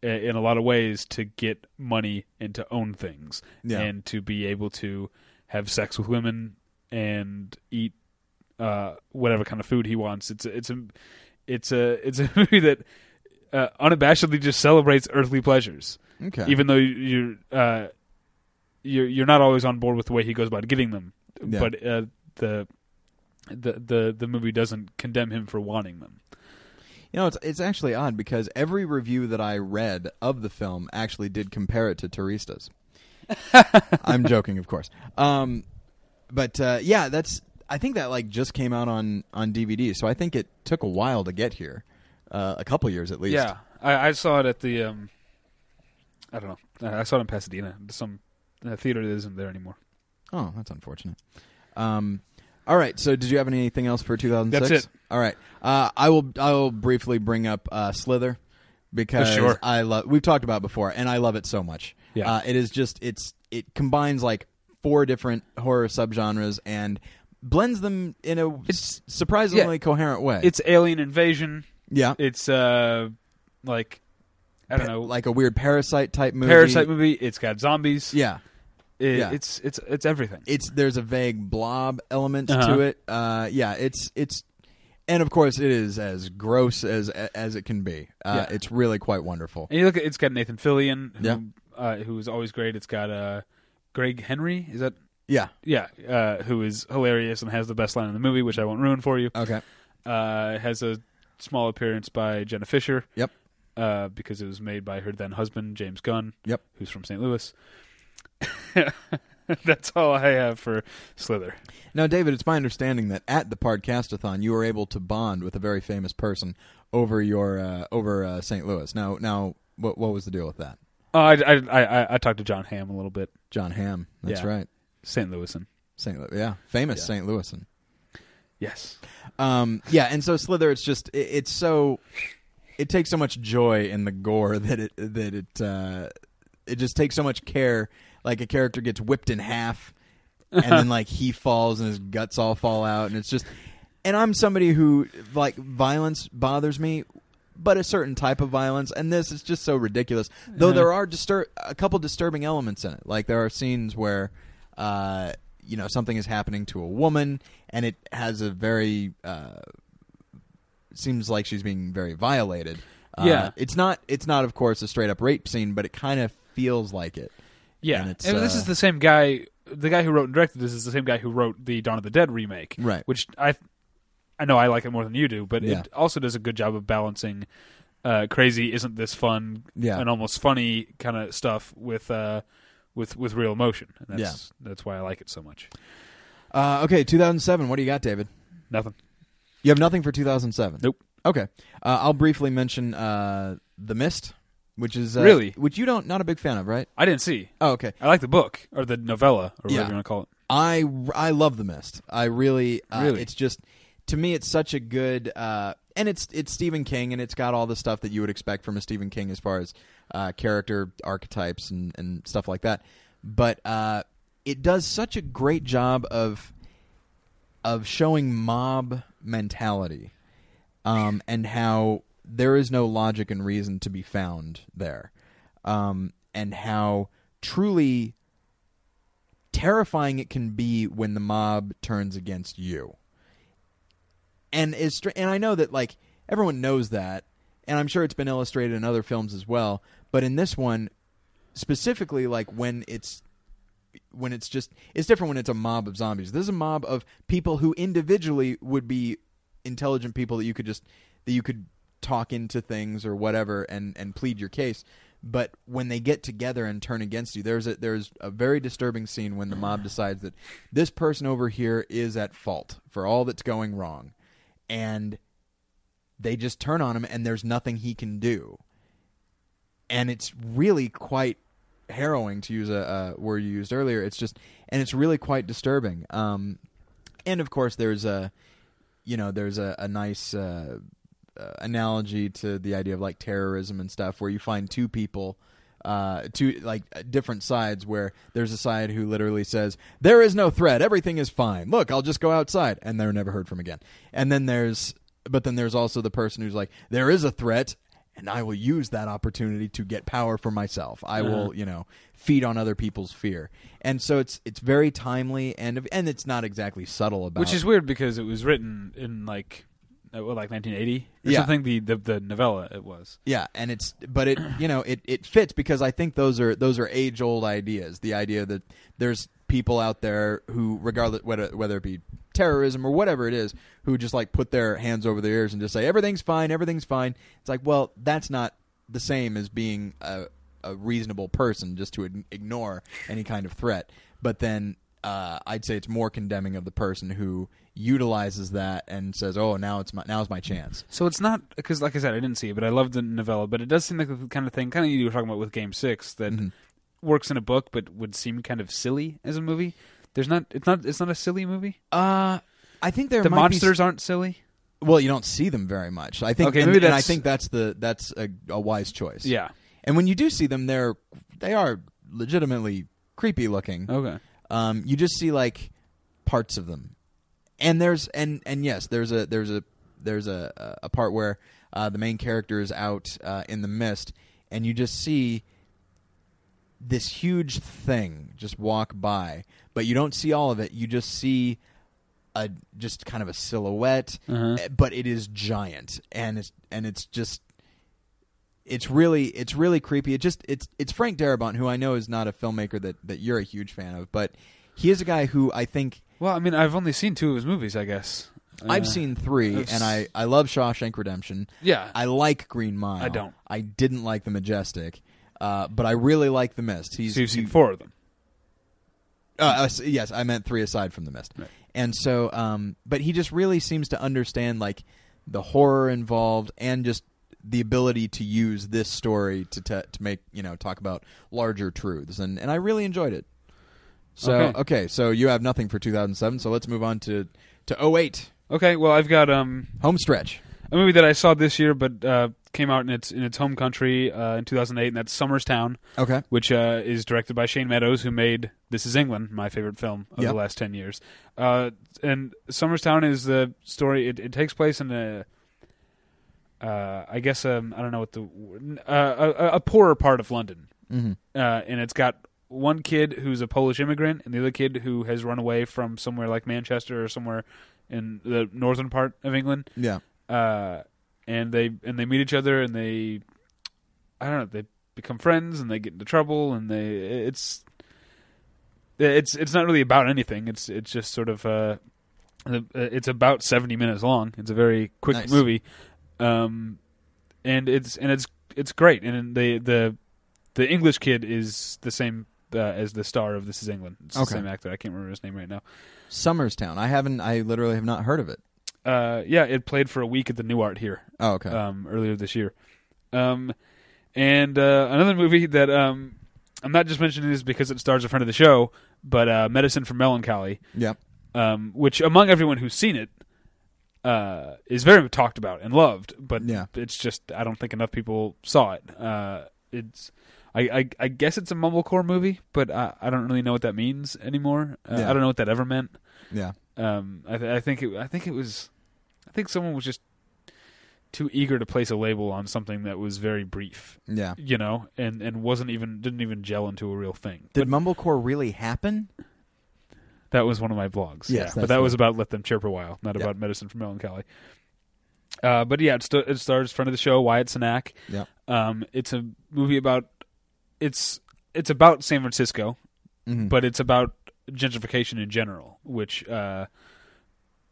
[SPEAKER 2] i- in a lot of ways to get money and to own things
[SPEAKER 1] Yeah.
[SPEAKER 2] and to be able to have sex with women and eat uh, whatever kind of food he wants. It's a, it's a it's a it's a movie that uh, unabashedly just celebrates earthly pleasures,
[SPEAKER 1] Okay.
[SPEAKER 2] even though you- you're uh, you're you're not always on board with the way he goes about getting them.
[SPEAKER 1] Yeah.
[SPEAKER 2] But uh, the the the the movie doesn't condemn him for wanting them.
[SPEAKER 1] you know, it's it's actually odd because every review that I read of the film actually did compare it to Turistas. I'm joking, of course. Um, but uh, yeah, that's I think that like just came out on on DVD, so I think it took a while to get here, uh, a couple years at least.
[SPEAKER 2] Yeah, I, I saw it at the. Um, I don't know. I I saw it in Pasadena. Some uh, theater that isn't there anymore.
[SPEAKER 1] Oh, that's unfortunate. Um, all right. So, did you have anything else for 2006?
[SPEAKER 2] That's it.
[SPEAKER 1] All right. Uh, I will. I will briefly bring up uh, Slither because
[SPEAKER 2] sure.
[SPEAKER 1] I love. We've talked about it before, and I love it so much.
[SPEAKER 2] Yeah.
[SPEAKER 1] Uh, it is just. It's. It combines like four different horror subgenres and blends them in a s- surprisingly coherent way.
[SPEAKER 2] It's alien invasion.
[SPEAKER 1] yeah.
[SPEAKER 2] It's uh, like I don't know,
[SPEAKER 1] Like a weird parasite type movie.
[SPEAKER 2] parasite movie. It's got zombies.
[SPEAKER 1] Yeah.
[SPEAKER 2] It-
[SPEAKER 1] yeah.
[SPEAKER 2] It's it's it's everything.
[SPEAKER 1] it's there's a vague blob element
[SPEAKER 2] Uh-huh.
[SPEAKER 1] to it. Uh, yeah, it's it's, and of course it is as gross as as it can be. Uh,
[SPEAKER 2] Yeah.
[SPEAKER 1] It's really quite wonderful.
[SPEAKER 2] and you look at it's got Nathan Fillion, who,
[SPEAKER 1] Yeah.
[SPEAKER 2] uh, who is always great. It's got uh, Greg Henry. Is that
[SPEAKER 1] Yeah.
[SPEAKER 2] yeah? Uh, who is hilarious and has the best line in the movie, which I won't ruin for you.
[SPEAKER 1] Okay.
[SPEAKER 2] Uh, has a small appearance by Jenna Fisher.
[SPEAKER 1] Yep.
[SPEAKER 2] Uh, because it was made by her then husband James Gunn.
[SPEAKER 1] Yep.
[SPEAKER 2] Who's from St. Louis. That's all I have for Slither.
[SPEAKER 1] Now, David, it's my understanding that at the podcastathon you were able to bond with a very famous person over your uh, over uh, St. Louis. Now, now what what was the deal with that?
[SPEAKER 2] Oh, I, I, I, I- I talked to John Hamm a little bit.
[SPEAKER 1] John Hamm. That's
[SPEAKER 2] Yeah.
[SPEAKER 1] right.
[SPEAKER 2] St. Louisan.
[SPEAKER 1] St. Louis. Yeah, famous
[SPEAKER 2] Yeah.
[SPEAKER 1] St. Louisan.
[SPEAKER 2] Yes.
[SPEAKER 1] Um, yeah, and so Slither, it's just it, it's so it takes so much joy in the gore that it that it uh, it just takes so much care. Like a character gets whipped in half, and then like he falls and his guts all fall out, and it's just. And I'm somebody who like violence bothers me, but a certain type of violence, and this is just so ridiculous. Though
[SPEAKER 2] Uh-huh.
[SPEAKER 1] there are distur- a couple disturbing elements in it. Like there are scenes where. Uh, you know something is happening to a woman and it has a very uh, seems like she's being very violated uh,
[SPEAKER 2] Yeah.
[SPEAKER 1] it's not it's not of course a straight up rape scene but it kind of feels like it
[SPEAKER 2] Yeah.
[SPEAKER 1] And
[SPEAKER 2] And
[SPEAKER 1] it's,
[SPEAKER 2] this
[SPEAKER 1] uh,
[SPEAKER 2] is the same guy. The guy who wrote and directed this is the same guy who wrote the Dawn of the Dead remake.
[SPEAKER 1] Right.
[SPEAKER 2] Which I, I know I like it more than you do, but
[SPEAKER 1] Mm. Yeah.
[SPEAKER 2] it also does a good job of balancing uh, crazy, isn't this fun,
[SPEAKER 1] Yeah.
[SPEAKER 2] and almost funny kind of stuff with. Uh, with with real emotion, and that's that's why I like it so much.
[SPEAKER 1] uh, okay 2007 what do you got david
[SPEAKER 2] Nothing.
[SPEAKER 1] you have nothing for 2007
[SPEAKER 2] Nope.
[SPEAKER 1] okay uh, i'll briefly mention uh, the mist which is uh,
[SPEAKER 2] Really?
[SPEAKER 1] which you don't not a big fan of right
[SPEAKER 2] I didn't see.
[SPEAKER 1] oh okay
[SPEAKER 2] I like the book or the novella or whatever
[SPEAKER 1] Yeah.
[SPEAKER 2] you want to call it.
[SPEAKER 1] I I love the mist. I really, uh,
[SPEAKER 2] Really?
[SPEAKER 1] It's just to me, it's such a good uh, and it's it's Stephen King and it's got all the stuff that you would expect from a Stephen King as far as uh, character archetypes and and stuff like that. But uh, it does such a great job of of showing mob mentality um, and how there is no logic and reason to be found there, um, and how truly terrifying it can be when the mob turns against you. And is str- and I know that like everyone knows that, and I'm sure it's been illustrated in other films as well. But in this one, specifically, like when it's when it's just it's different when it's a mob of zombies. This is a mob of people who individually would be intelligent people that you could just that you could talk into things or whatever and and plead your case. But when they get together and turn against you, there's a there's a very disturbing scene when the mob decides that this person over here is at fault for all that's going wrong, and they just turn on him and there's nothing he can do and it's really quite harrowing to use a, a word you used earlier it's just and it's really quite disturbing um and of course there's a you know there's a, a nice uh, uh, analogy to the idea of like terrorism and stuff where you find two people uh, two like uh, different sides where there's a side who literally says there is no threat everything is fine look i'll just go outside and they're never heard from again and then there's but then there's also the person who's like there is a threat and i will use that opportunity to get power for myself i will you know feed on other people's fear and so it's it's very timely and and it's not exactly subtle about
[SPEAKER 2] Which is weird because it was written in like uh, well, like 1980 or
[SPEAKER 1] Yeah.
[SPEAKER 2] something. The, the the novella it was.
[SPEAKER 1] Yeah, and it's but it you know it it fits because I think those are those are age old ideas. The idea that there's people out there who, regardless whether whether it be terrorism or whatever it is, who just like put their hands over their ears and just say everything's fine, everything's fine. It's like well, that's not the same as being a a reasonable person just to ign- ignore any kind of threat. But then uh, I'd say it's more condemning of the person who utilizes that and says, "Oh, now it's my now's my chance."
[SPEAKER 2] So it's not because, like I said, I didn't see it, but I loved the novella. But it does seem like the kind of thing, kind of you were talking about with Game Six, that
[SPEAKER 1] Mm-hmm.
[SPEAKER 2] works in a book, but would seem kind of silly as a movie. There's not, it's not, it's not a silly movie.
[SPEAKER 1] Uh, I think there
[SPEAKER 2] the
[SPEAKER 1] might be s-
[SPEAKER 2] monsters aren't silly.
[SPEAKER 1] Well, you don't see them very much. I think,
[SPEAKER 2] Okay,
[SPEAKER 1] and,
[SPEAKER 2] maybe
[SPEAKER 1] and I
[SPEAKER 2] that's-
[SPEAKER 1] think that's the that's a, a wise choice.
[SPEAKER 2] Yeah.
[SPEAKER 1] and when you do see them, they're they are legitimately creepy looking.
[SPEAKER 2] Okay.
[SPEAKER 1] Um, you just see like parts of them, and there's and and yes, there's a there's a there's a a part where uh, the main character is out uh, in the mist, and you just see this huge thing just walk by, but you don't see all of it. You just see a just kind of a silhouette,
[SPEAKER 2] Uh-huh.
[SPEAKER 1] eh, but it is giant, and it's and it's just it's really it's really creepy. It just it's it's Frank Darabont, who I know is not a filmmaker that that you're a huge fan of, but he is a guy who I think
[SPEAKER 2] Well, I mean, I've only seen two of his movies, I guess. Uh,
[SPEAKER 1] I've seen 3
[SPEAKER 2] I've
[SPEAKER 1] and
[SPEAKER 2] s-
[SPEAKER 1] I I love Shawshank Redemption.
[SPEAKER 2] Yeah.
[SPEAKER 1] I like Green Mile.
[SPEAKER 2] I don't.
[SPEAKER 1] I didn't like The Majestic. Uh, but I really like The Mist. He's
[SPEAKER 2] so you've seen
[SPEAKER 1] he-
[SPEAKER 2] four of them.
[SPEAKER 1] Uh, uh, s- yes, I meant three aside from the mist.
[SPEAKER 2] Right.
[SPEAKER 1] And so, um, but he just really seems to understand like the horror involved and just the ability to use this story to t- to make you know talk about larger truths. And and I really enjoyed it. So
[SPEAKER 2] Okay.
[SPEAKER 1] okay, so you have nothing for 2007. So let's move on to to 08
[SPEAKER 2] Okay. Well, I've got um
[SPEAKER 1] home stretch.
[SPEAKER 2] a movie that I saw this year, but uh, came out in its in its home country uh, in 2008, and that's Summerstown,
[SPEAKER 1] Okay,
[SPEAKER 2] which uh, is directed by Shane Meadows, who made This Is England, my favorite film of
[SPEAKER 1] Yeah.
[SPEAKER 2] the last ten years. Uh, and Summerstown is the story. It, it takes place in a, uh, I guess um, I don't know what the w- uh, a, a- a poorer part of London,
[SPEAKER 1] mm-hmm.
[SPEAKER 2] uh, and it's got one kid who's a Polish immigrant and the other kid who has run away from somewhere like Manchester or somewhere in the northern part of England
[SPEAKER 1] yeah,
[SPEAKER 2] uh, and they and they meet each other and they I don't know they become friends and they get into trouble and they it's it's it's not really about anything it's it's just sort of uh the- it's about 70 minutes long it's a very quick
[SPEAKER 1] Nice.
[SPEAKER 2] movie um and it's and it's it's great and the the the English kid is the same uh, as the star of This Is England it's the
[SPEAKER 1] Okay.
[SPEAKER 2] same actor I can't remember his name right now
[SPEAKER 1] Summerstown. I haven't. I literally have not heard of it.
[SPEAKER 2] uh yeah it played for a week at the New Art here
[SPEAKER 1] Oh, okay.
[SPEAKER 2] um, earlier this year. Um, and uh, another movie that um, I'm not just mentioning this because it stars a friend of the show, but uh, Medicine for Melancholy,
[SPEAKER 1] yeah.
[SPEAKER 2] um, which among everyone who's seen it uh, is very talked about and loved, but
[SPEAKER 1] Yeah.
[SPEAKER 2] it's just I don't think enough people saw it. Uh, it's I, I, I guess it's a mumblecore movie, but I, I don't really know what that means anymore. Uh,
[SPEAKER 1] Yeah.
[SPEAKER 2] I don't know what that ever meant.
[SPEAKER 1] Yeah.
[SPEAKER 2] Um, I, th- I think it, I think it was, I think someone was just too eager to place a label on something that was very brief,
[SPEAKER 1] Yeah.
[SPEAKER 2] you know, and and wasn't even didn't even gel into a real thing.
[SPEAKER 1] Did mumblecore really happen?
[SPEAKER 2] That was one of my
[SPEAKER 1] Yes,
[SPEAKER 2] blogs. yeah, but
[SPEAKER 1] that's
[SPEAKER 2] that
[SPEAKER 1] the
[SPEAKER 2] was about let them chirp a while, not
[SPEAKER 1] Yeah.
[SPEAKER 2] about medicine for melancholy. Uh, but yeah, it, st- it stars friend of the show Wyatt Cenac.
[SPEAKER 1] Yeah.
[SPEAKER 2] Um, it's a movie about it's it's about San Francisco,
[SPEAKER 1] Mhm.
[SPEAKER 2] but it's about gentrification in general, which uh,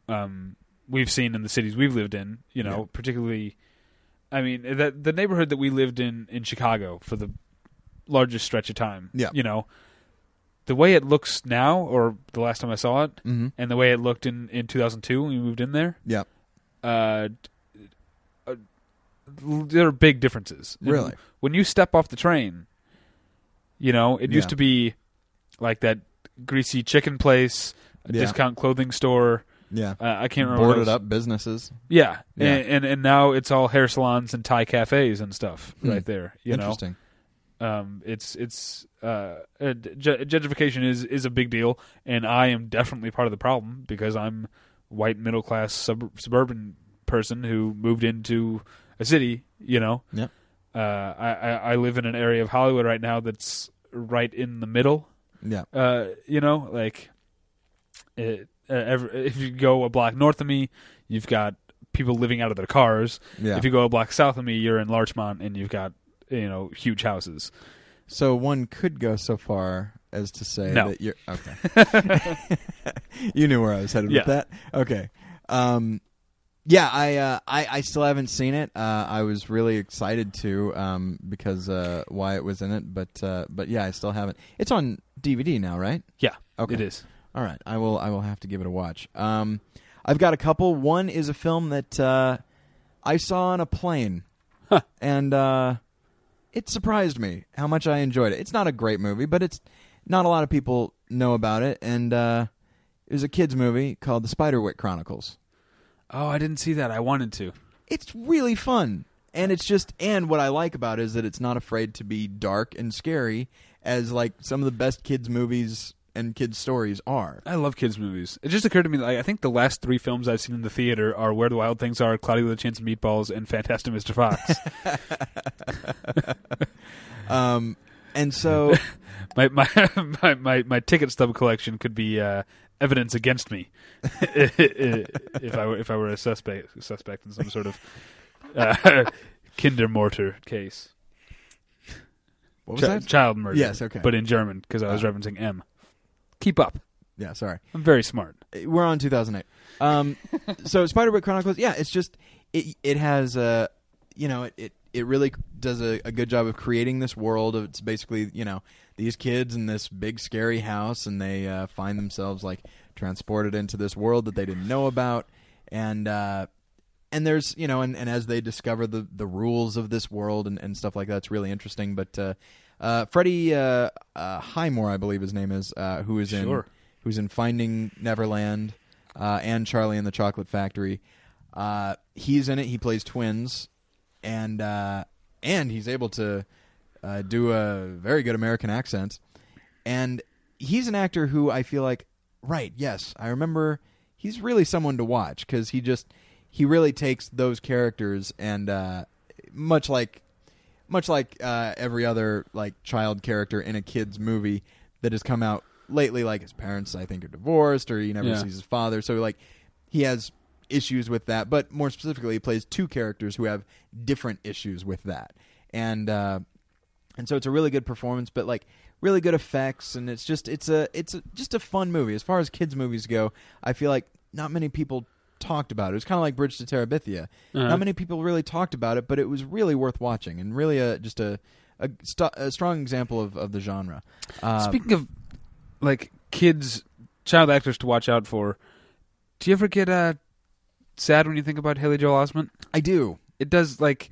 [SPEAKER 2] um, we've seen in the cities we've lived in. You know,
[SPEAKER 1] Yeah.
[SPEAKER 2] particularly, I mean, that the neighborhood that we lived in in Chicago for the largest stretch of time.
[SPEAKER 1] Yeah.
[SPEAKER 2] you know, the way it looks now, or the last time I saw it,
[SPEAKER 1] Mhm.
[SPEAKER 2] and the way it looked in in 2002 when we moved in there,
[SPEAKER 1] Yeah.
[SPEAKER 2] uh, d- uh, there are big differences. And
[SPEAKER 1] Really?
[SPEAKER 2] when you step off the train, you know, it used
[SPEAKER 1] Yeah.
[SPEAKER 2] to be like that greasy chicken place, a
[SPEAKER 1] Yeah.
[SPEAKER 2] discount clothing store.
[SPEAKER 1] Yeah.
[SPEAKER 2] Uh, I can't remember. what
[SPEAKER 1] Boarded
[SPEAKER 2] else.
[SPEAKER 1] up businesses.
[SPEAKER 2] Yeah.
[SPEAKER 1] Yeah.
[SPEAKER 2] And, and and now it's all hair salons and Thai cafes and stuff
[SPEAKER 1] Hmm.
[SPEAKER 2] right there. You know,
[SPEAKER 1] Interesting.
[SPEAKER 2] um, it's it's uh, uh, ge- gentrification is is a big deal, and I am definitely part of the problem because I'm white middle class sub- suburban person who moved into a city. You know,
[SPEAKER 1] Yep.
[SPEAKER 2] Uh, I, I I live in an area of Hollywood right now that's right in the middle.
[SPEAKER 1] Yeah.
[SPEAKER 2] Uh, you know, like it, uh, every, if you go a block north of me, you've got people living out of their cars.
[SPEAKER 1] Yeah.
[SPEAKER 2] If you go a block south of me, you're in Larchmont and you've got you know huge houses.
[SPEAKER 1] so one could go so far as to say
[SPEAKER 2] No.
[SPEAKER 1] that you're okay. you knew where I was headed
[SPEAKER 2] Yeah.
[SPEAKER 1] with that. Okay. Um, yeah, I, uh, I I still haven't seen it. Uh, I was really excited to um, because uh, Wyatt was in it, but uh, but yeah, I still haven't. It's on DVD now, right?
[SPEAKER 2] Yeah,
[SPEAKER 1] Okay.
[SPEAKER 2] it is.
[SPEAKER 1] All right, I will. I will have to give it a watch. Um, I've got a couple. One is a film that uh, I saw on a plane, and uh, it surprised me how much I enjoyed it. It's not a great movie, but it's not a lot of people know about it. And uh, it was a kids' movie called The Spiderwick Chronicles.
[SPEAKER 2] Oh, I didn't see that. I wanted to.
[SPEAKER 1] It's really fun, and it's just and what I like about it is that it's not afraid to be dark and scary, as like some of the best kids' movies and kids' stories are.
[SPEAKER 2] I love kids' movies. It just occurred to me that I, I think the last three films I've seen in the theater are Where the Wild Things Are, Cloudy with a Chance of Meatballs, and Fantastic Mr. Fox.
[SPEAKER 1] Um, and so
[SPEAKER 2] my, my, my, my, my ticket stub collection could be uh, evidence against me if, I were, if I were a suspect, suspect in some sort of uh, Kinder Mortar case.
[SPEAKER 1] what was
[SPEAKER 2] Chi-
[SPEAKER 1] that?
[SPEAKER 2] Child murder.
[SPEAKER 1] Yes, okay.
[SPEAKER 2] But in German, because I was
[SPEAKER 1] Ah.
[SPEAKER 2] referencing M. Keep up.
[SPEAKER 1] Yeah, sorry.
[SPEAKER 2] I'm very smart.
[SPEAKER 1] We're on 2008. Um, so Spiderwick Chronicles, yeah, it's just it it has a you know it it, it really does a, a good job of creating this world. Of, it's basically you know these kids in this big scary house, and they uh, find themselves like transported into this world that they didn't know about, and uh, and there's you know and, and as they discover the the rules of this world and, and stuff like that, it's really interesting. But uh, uh, Freddie uh, uh, Highmore, I believe his name is, uh, who is in
[SPEAKER 2] Sure.
[SPEAKER 1] who's in Finding Neverland uh, and Charlie and the Chocolate Factory. Uh, he's in it. He plays twins, and uh, and he's able to uh, do a very good American accent. And he's an actor who I feel like, right? Yes, I remember. He's really someone to watch because he just he really takes those characters and uh, much like much like uh, every other like child character in a kid's movie that has come out lately like his parents i think are divorced or he never
[SPEAKER 2] Yeah.
[SPEAKER 1] sees his father so like he has issues with that but more specifically he plays two characters who have different issues with that and uh, and so it's a really good performance but like really good effects and it's just it's a it's a, just a fun movie as far as kids movies go i feel like not many people talked about it it was kind of like bridge to terabithia
[SPEAKER 2] Uh-huh.
[SPEAKER 1] not many people really talked about it but it was really worth watching and really a just a a, st- a strong example of, of the genre uh,
[SPEAKER 2] Speaking of like kids, child actors to watch out for, do you ever get uh, sad when you think about Haley Joel Osment?
[SPEAKER 1] i do
[SPEAKER 2] It does like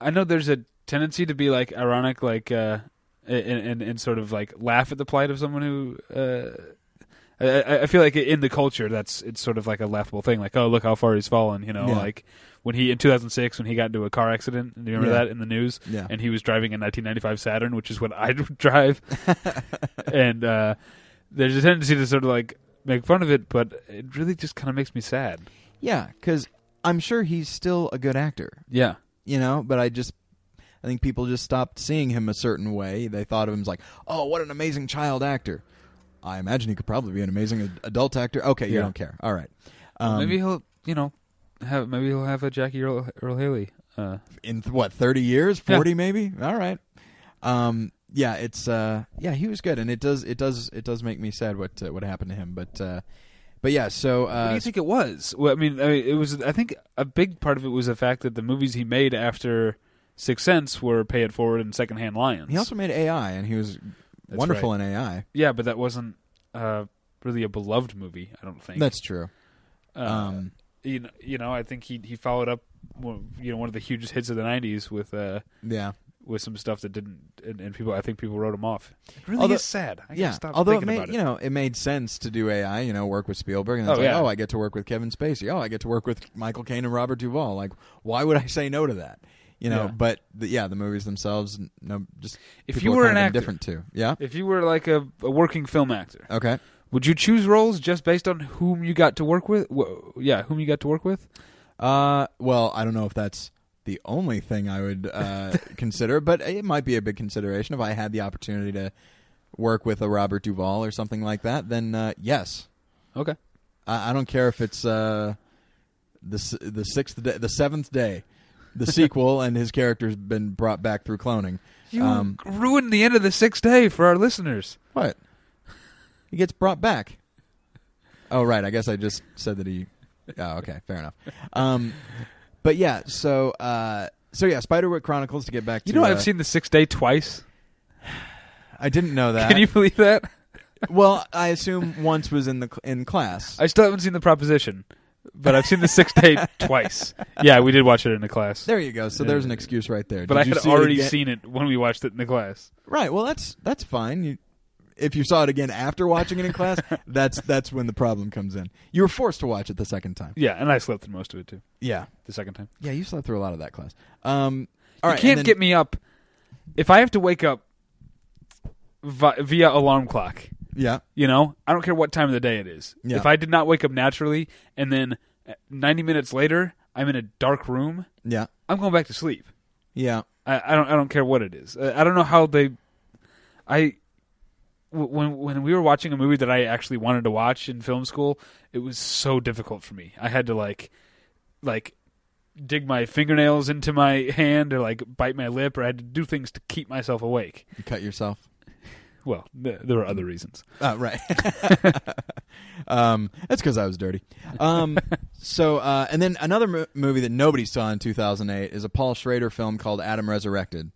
[SPEAKER 2] I know there's a tendency to be like ironic, like uh, and, and and sort of like laugh at the plight of someone who. Uh, I, I- I feel like in the culture, that's it's sort of like a laughable thing. Like, oh, look how far he's fallen. You know,
[SPEAKER 1] Yeah.
[SPEAKER 2] like when he in 2006 when he got into a car accident. Do you remember
[SPEAKER 1] Yeah.
[SPEAKER 2] that in the news?
[SPEAKER 1] yeah
[SPEAKER 2] and he was driving a 1995 Saturn, which is what I would drive. and uh, there's a tendency to sort of like make fun of it, but it really just kind of makes me sad.
[SPEAKER 1] yeah because i'm sure he's still a good actor
[SPEAKER 2] Yeah,
[SPEAKER 1] you know but i just i think people just stopped seeing him a certain way they thought of him as like oh what an amazing child actor i imagine he could probably be an amazing ad- adult actor okay you
[SPEAKER 2] Yeah.
[SPEAKER 1] don't care all right um,
[SPEAKER 2] maybe he'll, you know, have maybe he'll have a Jackie Earl, Earl Haley. Uh,
[SPEAKER 1] in th- what 30 years
[SPEAKER 2] Yeah.
[SPEAKER 1] 40 maybe all right um yeah it's uh yeah he was good and it does it does it does make me sad what uh, what happened to him but uh but yeah so
[SPEAKER 2] what
[SPEAKER 1] uh
[SPEAKER 2] do you think it was? Well, I mean, I mean, it was. I think a big part of it was the fact that the movies he made after Sixth Sense were Pay It Forward and Secondhand Lions.
[SPEAKER 1] he also made ai and he was
[SPEAKER 2] That's
[SPEAKER 1] wonderful
[SPEAKER 2] right.
[SPEAKER 1] in ai
[SPEAKER 2] yeah, but that wasn't uh, really a beloved movie. I don't think.
[SPEAKER 1] that's true
[SPEAKER 2] Uh,
[SPEAKER 1] um
[SPEAKER 2] you know, you know, I think he he followed up, one- you know, one of the hugest hits of the '90s with uh
[SPEAKER 1] yeah
[SPEAKER 2] with some stuff that didn't, and, and people, I think people wrote him off. It really
[SPEAKER 1] Although-
[SPEAKER 2] is sad. I
[SPEAKER 1] yeah
[SPEAKER 2] gotta stop
[SPEAKER 1] although it
[SPEAKER 2] thinking
[SPEAKER 1] made
[SPEAKER 2] about it.
[SPEAKER 1] you know it made sense to do ai you know work with spielberg and it's
[SPEAKER 2] Oh,
[SPEAKER 1] like
[SPEAKER 2] yeah.
[SPEAKER 1] oh i get to work with kevin spacey oh i get to work with michael caine and robert duvall like why would i say no to that you know
[SPEAKER 2] Yeah.
[SPEAKER 1] but the, yeah the movies themselves n- no just
[SPEAKER 2] If
[SPEAKER 1] people
[SPEAKER 2] you were
[SPEAKER 1] kind
[SPEAKER 2] an
[SPEAKER 1] of
[SPEAKER 2] actor-
[SPEAKER 1] different too yeah
[SPEAKER 2] if you were like a, a working film actor,
[SPEAKER 1] okay
[SPEAKER 2] would you choose roles just based on whom you got to work with? Wh- yeah, whom you got to work with?
[SPEAKER 1] Uh, well, I don't know if that's the only thing I would uh, consider, but it might be a big consideration if I had the opportunity to work with a Robert Duvall or something like that. Then uh, yes,
[SPEAKER 2] Okay,
[SPEAKER 1] I, I don't care if it's uh, the s- the sixth day, the seventh day, the sequel, and his character's been brought back through cloning.
[SPEAKER 2] you
[SPEAKER 1] Um,
[SPEAKER 2] ruined the end of the sixth day for our listeners.
[SPEAKER 1] What? He gets brought back. Oh right, I guess I just said that he. Oh okay, fair enough. Um, but yeah, so uh, so yeah, Spiderwick Chronicles. To get back to
[SPEAKER 2] You know,
[SPEAKER 1] uh,
[SPEAKER 2] I've seen the sixth day twice.
[SPEAKER 1] I didn't know that.
[SPEAKER 2] Can you believe that?
[SPEAKER 1] well, I assume once was in the cl- in class.
[SPEAKER 2] I still haven't seen the proposition, but I've seen the sixth date twice. Yeah, we did watch it in the class,
[SPEAKER 1] there you go. So there's an excuse right there.
[SPEAKER 2] but
[SPEAKER 1] Did
[SPEAKER 2] I
[SPEAKER 1] you
[SPEAKER 2] had
[SPEAKER 1] see it
[SPEAKER 2] already
[SPEAKER 1] again?
[SPEAKER 2] seen it when we watched it in the class.
[SPEAKER 1] Right. Well, that's that's fine. You, if you saw it again after watching it in class, that's that's when the problem comes in. You were forced to watch it the second time.
[SPEAKER 2] Yeah, and I slept through most of it too.
[SPEAKER 1] Yeah.
[SPEAKER 2] The second time,
[SPEAKER 1] Yeah. You slept through a lot of that class. Um. All
[SPEAKER 2] you
[SPEAKER 1] right.
[SPEAKER 2] can't get me up if I have to wake up vi- via alarm clock.
[SPEAKER 1] Yeah.
[SPEAKER 2] You know, I don't care what time of the day it is.
[SPEAKER 1] Yeah.
[SPEAKER 2] If I did not wake up naturally, and then uh, ninety minutes later I'm in a dark room,
[SPEAKER 1] Yeah.
[SPEAKER 2] I'm going back to sleep.
[SPEAKER 1] Yeah.
[SPEAKER 2] I, I don't I don't care what it is. I, I don't know how they. I w- when when we were watching a movie that I actually wanted to watch in film school, it was so difficult for me. I had to like like dig my fingernails into my hand or like bite my lip or I had to do things to keep myself awake.
[SPEAKER 1] You cut yourself.
[SPEAKER 2] Well, th- there were other reasons.
[SPEAKER 1] Uh, right. um, that's because I was dirty. Um, so, uh, and then another mo- movie that nobody saw in 2008 is a Paul Schrader film called Adam Resurrected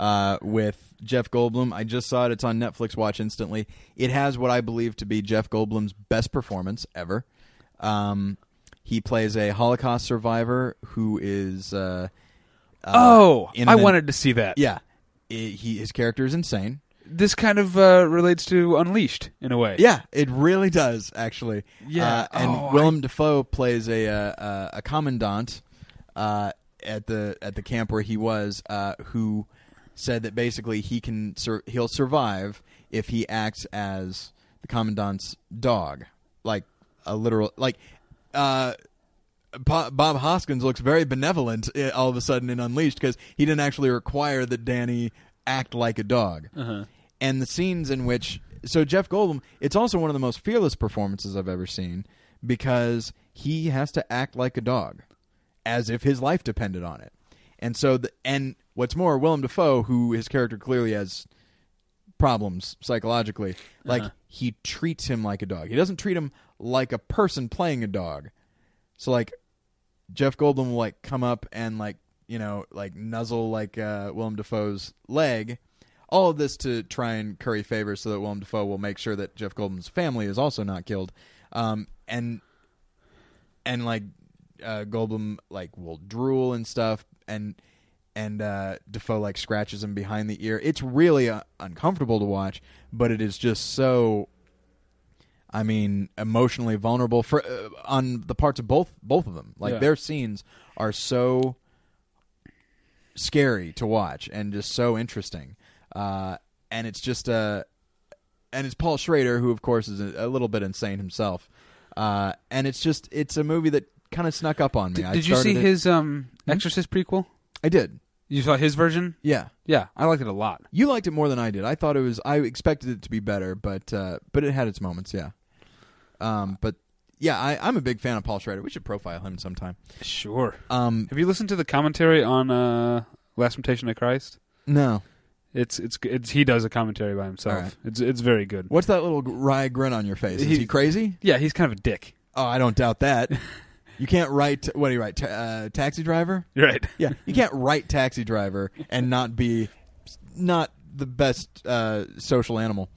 [SPEAKER 1] uh, with Jeff Goldblum. I just saw it. It's on Netflix. Watch instantly. It has what I believe to be Jeff Goldblum's best performance ever. Um, he plays a Holocaust survivor who is. Uh, uh,
[SPEAKER 2] oh,
[SPEAKER 1] in
[SPEAKER 2] I
[SPEAKER 1] an-
[SPEAKER 2] wanted to see that.
[SPEAKER 1] Yeah. I- he, his character is insane.
[SPEAKER 2] This kind of uh, relates to Unleashed in a way.
[SPEAKER 1] Yeah, it really does actually.
[SPEAKER 2] Yeah.
[SPEAKER 1] uh, and
[SPEAKER 2] Oh,
[SPEAKER 1] Willem Dafoe plays a uh, uh, a commandant uh, at the at the camp where he was, uh, who said that basically he can sur- he'll survive if he acts as the commandant's dog, like a literal like. Uh, Po- Bob Hoskins looks very benevolent eh, all of a sudden in Unleashed because he didn't actually require that Danny act like a dog. And the scenes in which so Jeff Goldblum, it's also one of the most fearless performances I've ever seen because he has to act like a dog as if his life depended on it. And so the, and what's more, Willem Dafoe, who his character clearly has problems psychologically. Like he treats him like a dog. He doesn't treat him like a person playing a dog. So like Jeff Goldblum will like come up and like you know like nuzzle like uh, Willem Dafoe's leg. All of this to try and curry favor so that Willem Dafoe will make sure that Jeff Goldblum's family is also not killed. Um, and and like uh, Goldblum like will drool and stuff, and and uh, Defoe like scratches him behind the ear. It's really uh, uncomfortable to watch, but it is just so. I mean, emotionally vulnerable for uh, on the parts of both both of them. Like
[SPEAKER 2] Yeah.
[SPEAKER 1] their scenes are so scary to watch and just so interesting. Uh, and it's just uh, and it's Paul Schrader, who of course is a, a little bit insane himself. Uh, and it's just it's a movie that kind of snuck up on me. I
[SPEAKER 2] Did you see
[SPEAKER 1] started it- Hmm?
[SPEAKER 2] his um, Exorcist prequel?
[SPEAKER 1] I did.
[SPEAKER 2] You saw his version?
[SPEAKER 1] Yeah,
[SPEAKER 2] Yeah, I liked it a lot.
[SPEAKER 1] you liked it more than I did. I thought it was. I expected it to be better, but uh, but it had its moments. Yeah. Um, but yeah, I, I'm a big fan of Paul Schrader. We should profile him sometime.
[SPEAKER 2] Sure.
[SPEAKER 1] Um,
[SPEAKER 2] Have you listened to the commentary on uh, Last Temptation of Christ?
[SPEAKER 1] no,
[SPEAKER 2] It's it's it's he does a commentary by himself.
[SPEAKER 1] All right.
[SPEAKER 2] It's it's very good.
[SPEAKER 1] what's that little wry grin on your face? Is he,
[SPEAKER 2] He-
[SPEAKER 1] crazy?
[SPEAKER 2] Yeah, he's kind of a dick.
[SPEAKER 1] Oh, I don't doubt that. You can't write. What do you write? Ta- uh, taxi driver.
[SPEAKER 2] You're right.
[SPEAKER 1] Yeah, you can't write Taxi Driver and not be not the best uh, social animal.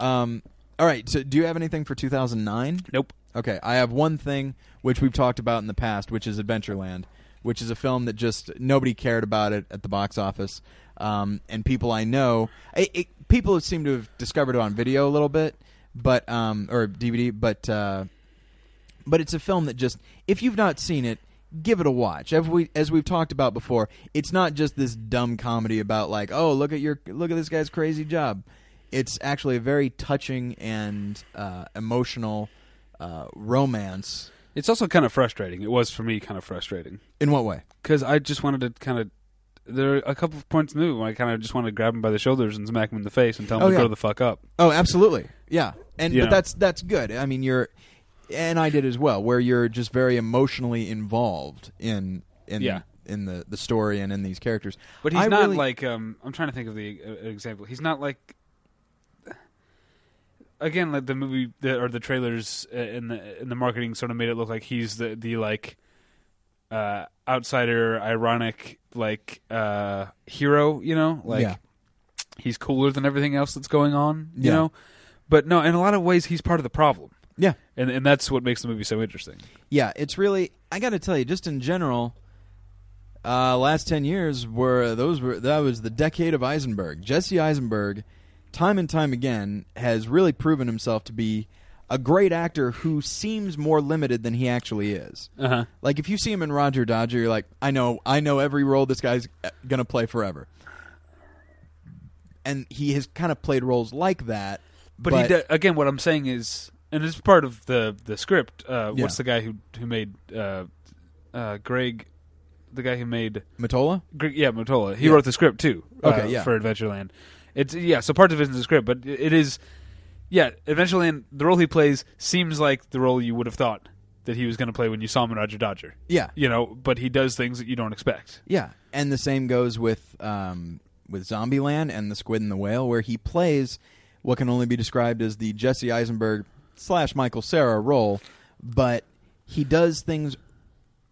[SPEAKER 1] Um, all right, so do you have anything for 2009?
[SPEAKER 2] Nope.
[SPEAKER 1] Okay, I have one thing which we've talked about in the past, which is Adventureland, which is a film that just nobody cared about it at the box office, um, and people I know, it, it, people seem to have discovered it on video a little bit, but um, or DVD, but uh, but it's a film that just if you've not seen it give it a watch as, we, as we've talked about before it's not just this dumb comedy about like oh look at your look at this guy's crazy job it's actually a very touching and uh, emotional uh, romance
[SPEAKER 2] It's also kind of frustrating. It was for me kind of frustrating
[SPEAKER 1] in what way
[SPEAKER 2] because I just wanted to kind of. There are a couple of points in the movie where I kind of just wanted to grab him by the shoulders and smack him in the face and tell him
[SPEAKER 1] Oh,
[SPEAKER 2] to
[SPEAKER 1] yeah.
[SPEAKER 2] grow the fuck up.
[SPEAKER 1] oh absolutely yeah and
[SPEAKER 2] Yeah.
[SPEAKER 1] but that's that's good i mean you're and i did as well where you're just very emotionally involved in in
[SPEAKER 2] Yeah.
[SPEAKER 1] in the the story and in these characters
[SPEAKER 2] But he's
[SPEAKER 1] I
[SPEAKER 2] not
[SPEAKER 1] really-
[SPEAKER 2] like um, I'm trying to think of the uh, example. He's not like again like the movie the, or the trailers uh, in the in the marketing sort of made it look like he's the the like uh, outsider ironic like uh, hero. You know, like
[SPEAKER 1] Yeah.
[SPEAKER 2] he's cooler than everything else that's going on. You
[SPEAKER 1] Yeah.
[SPEAKER 2] know, But no, in a lot of ways, he's part of the problem,
[SPEAKER 1] Yeah.
[SPEAKER 2] and and that's what makes the movie so interesting.
[SPEAKER 1] Yeah, it's really. I got to tell you, just in general, uh, last ten years were those were that was the decade of Eisenberg. Jesse Eisenberg, time and time again, has really proven himself to be a great actor who seems more limited than he actually is.
[SPEAKER 2] Uh huh.
[SPEAKER 1] Like if you see him in Roger Dodger, you're like, I know, I know every role this guy's uh, gonna play forever. And he has kind of played roles like that,
[SPEAKER 2] But, he de- again, what I'm saying is, and it's part of the the script. Uh,
[SPEAKER 1] Yeah.
[SPEAKER 2] What's the guy who who made uh, uh, Greg? The guy who made
[SPEAKER 1] Matola.
[SPEAKER 2] Greg, yeah Matola. He
[SPEAKER 1] Yeah.
[SPEAKER 2] wrote the script too. uh,
[SPEAKER 1] Okay, yeah.
[SPEAKER 2] For Adventureland, it's yeah. So parts of it is in the script, but it it is yeah. Adventureland, the role he plays seems like the role you would have thought that he was going to play when you saw him in Roger Dodger.
[SPEAKER 1] Yeah,
[SPEAKER 2] You know, but he does things that you don't expect.
[SPEAKER 1] Yeah, and the same goes with um, with Zombieland and the Squid and the Whale, where he plays what can only be described as the Jesse Eisenberg slash Michael Sarah role, but he does things.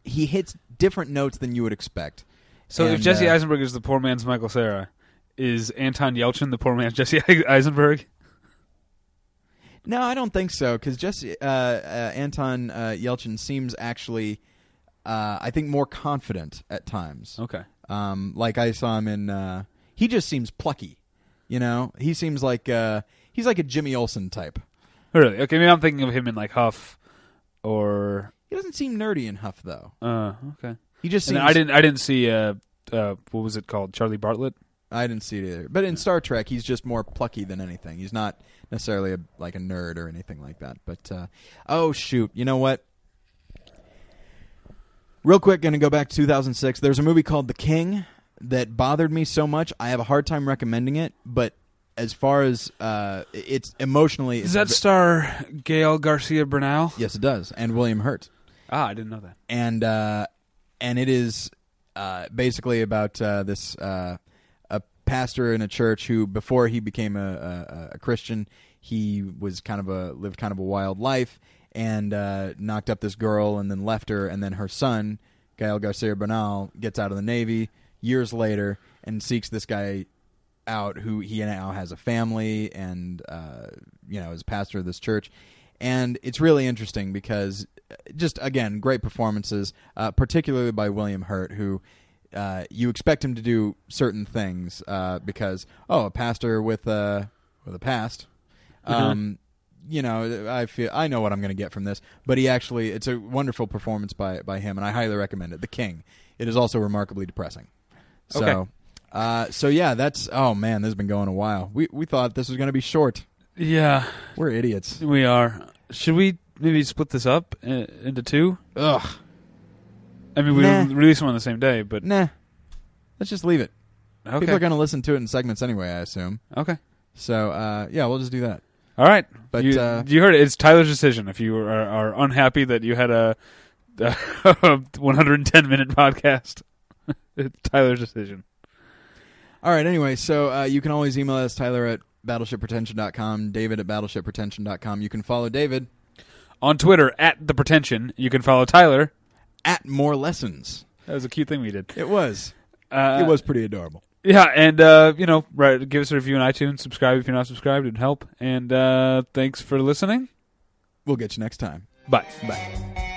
[SPEAKER 1] He hits different notes than you would expect.
[SPEAKER 2] So if
[SPEAKER 1] And,
[SPEAKER 2] Jesse
[SPEAKER 1] uh,
[SPEAKER 2] Eisenberg is the poor man's Michael Sarah, is Anton Yelchin the poor man's Jesse Eisenberg?
[SPEAKER 1] No, I don't think so because Jesse uh, uh, Anton uh, Yelchin seems actually, uh, I think, more confident at times.
[SPEAKER 2] Okay.
[SPEAKER 1] Um, like I saw him in, uh, he just seems plucky. You know, he seems like uh, he's like a Jimmy Olsen type.
[SPEAKER 2] Really? Okay, maybe I'm thinking of him in like Huff or
[SPEAKER 1] He doesn't seem nerdy in Huff though.
[SPEAKER 2] uh okay.
[SPEAKER 1] He just
[SPEAKER 2] And
[SPEAKER 1] seems.
[SPEAKER 2] I didn't I didn't see uh uh what was it called? Charlie Bartlett?
[SPEAKER 1] I didn't see it either. But in Star Trek, he's just more plucky than anything. He's not necessarily a, like a nerd or anything like that. But uh, oh shoot, you know what? Real quick, going to go back to 2006. There's a movie called The King that bothered me so much. I have a hard time recommending it. But as far as uh, it's emotionally,
[SPEAKER 2] Does
[SPEAKER 1] it's
[SPEAKER 2] that
[SPEAKER 1] ve-
[SPEAKER 2] star Gail Garcia Bernal?
[SPEAKER 1] yes, it does. And William Hurt.
[SPEAKER 2] Ah, I didn't know that.
[SPEAKER 1] and uh, and it is uh, basically about uh, this uh, a pastor in a church who, before he became a, a, a Christian, he was kind of a lived kind of a wild life and uh, knocked up this girl and then left her, and then her son, Gael Garcia Bernal, gets out of the navy years later and seeks this guy out who he now has a family and uh, you know is pastor of this church and it's really interesting because uh, just again great performances uh, particularly by william hurt who uh, you expect him to do certain things uh, because oh a pastor with a with a past um, you know i feel i know what i'm going to get from this but he actually it's a wonderful performance by by him and i highly recommend it the king it is also remarkably depressing so
[SPEAKER 2] Okay.
[SPEAKER 1] uh, so yeah, that's oh man, this has been going a while. We we thought this was going to be short.
[SPEAKER 2] Yeah,
[SPEAKER 1] We're idiots.
[SPEAKER 2] we are. Should we maybe split this up uh, into two?
[SPEAKER 1] Ugh.
[SPEAKER 2] I mean, we
[SPEAKER 1] Nah.
[SPEAKER 2] release them on the same day, but
[SPEAKER 1] Nah. Let's just leave it.
[SPEAKER 2] okay.
[SPEAKER 1] People are going to listen to it in segments anyway, I assume.
[SPEAKER 2] okay.
[SPEAKER 1] So uh, yeah, we'll just do that.
[SPEAKER 2] All right.
[SPEAKER 1] But
[SPEAKER 2] you,
[SPEAKER 1] uh,
[SPEAKER 2] you heard it. It's Tyler's decision. If you are, are unhappy that you had a, a 110 minute podcast, it's Tyler's decision.
[SPEAKER 1] all right. Anyway, so uh, you can always email us Tyler at battleshipretention.com, David at battleshipretention.com. You can follow David
[SPEAKER 2] On Twitter at the pretension, you can follow Tyler.
[SPEAKER 1] at more lessons.
[SPEAKER 2] That was a cute thing we did.
[SPEAKER 1] It was
[SPEAKER 2] Uh,
[SPEAKER 1] it was pretty adorable.
[SPEAKER 2] Yeah, and uh, you know, right, give us a review on iTunes. Subscribe if you're not subscribed. It'd help. And uh, thanks for listening.
[SPEAKER 1] We'll get you next time.
[SPEAKER 2] Bye.
[SPEAKER 1] Bye.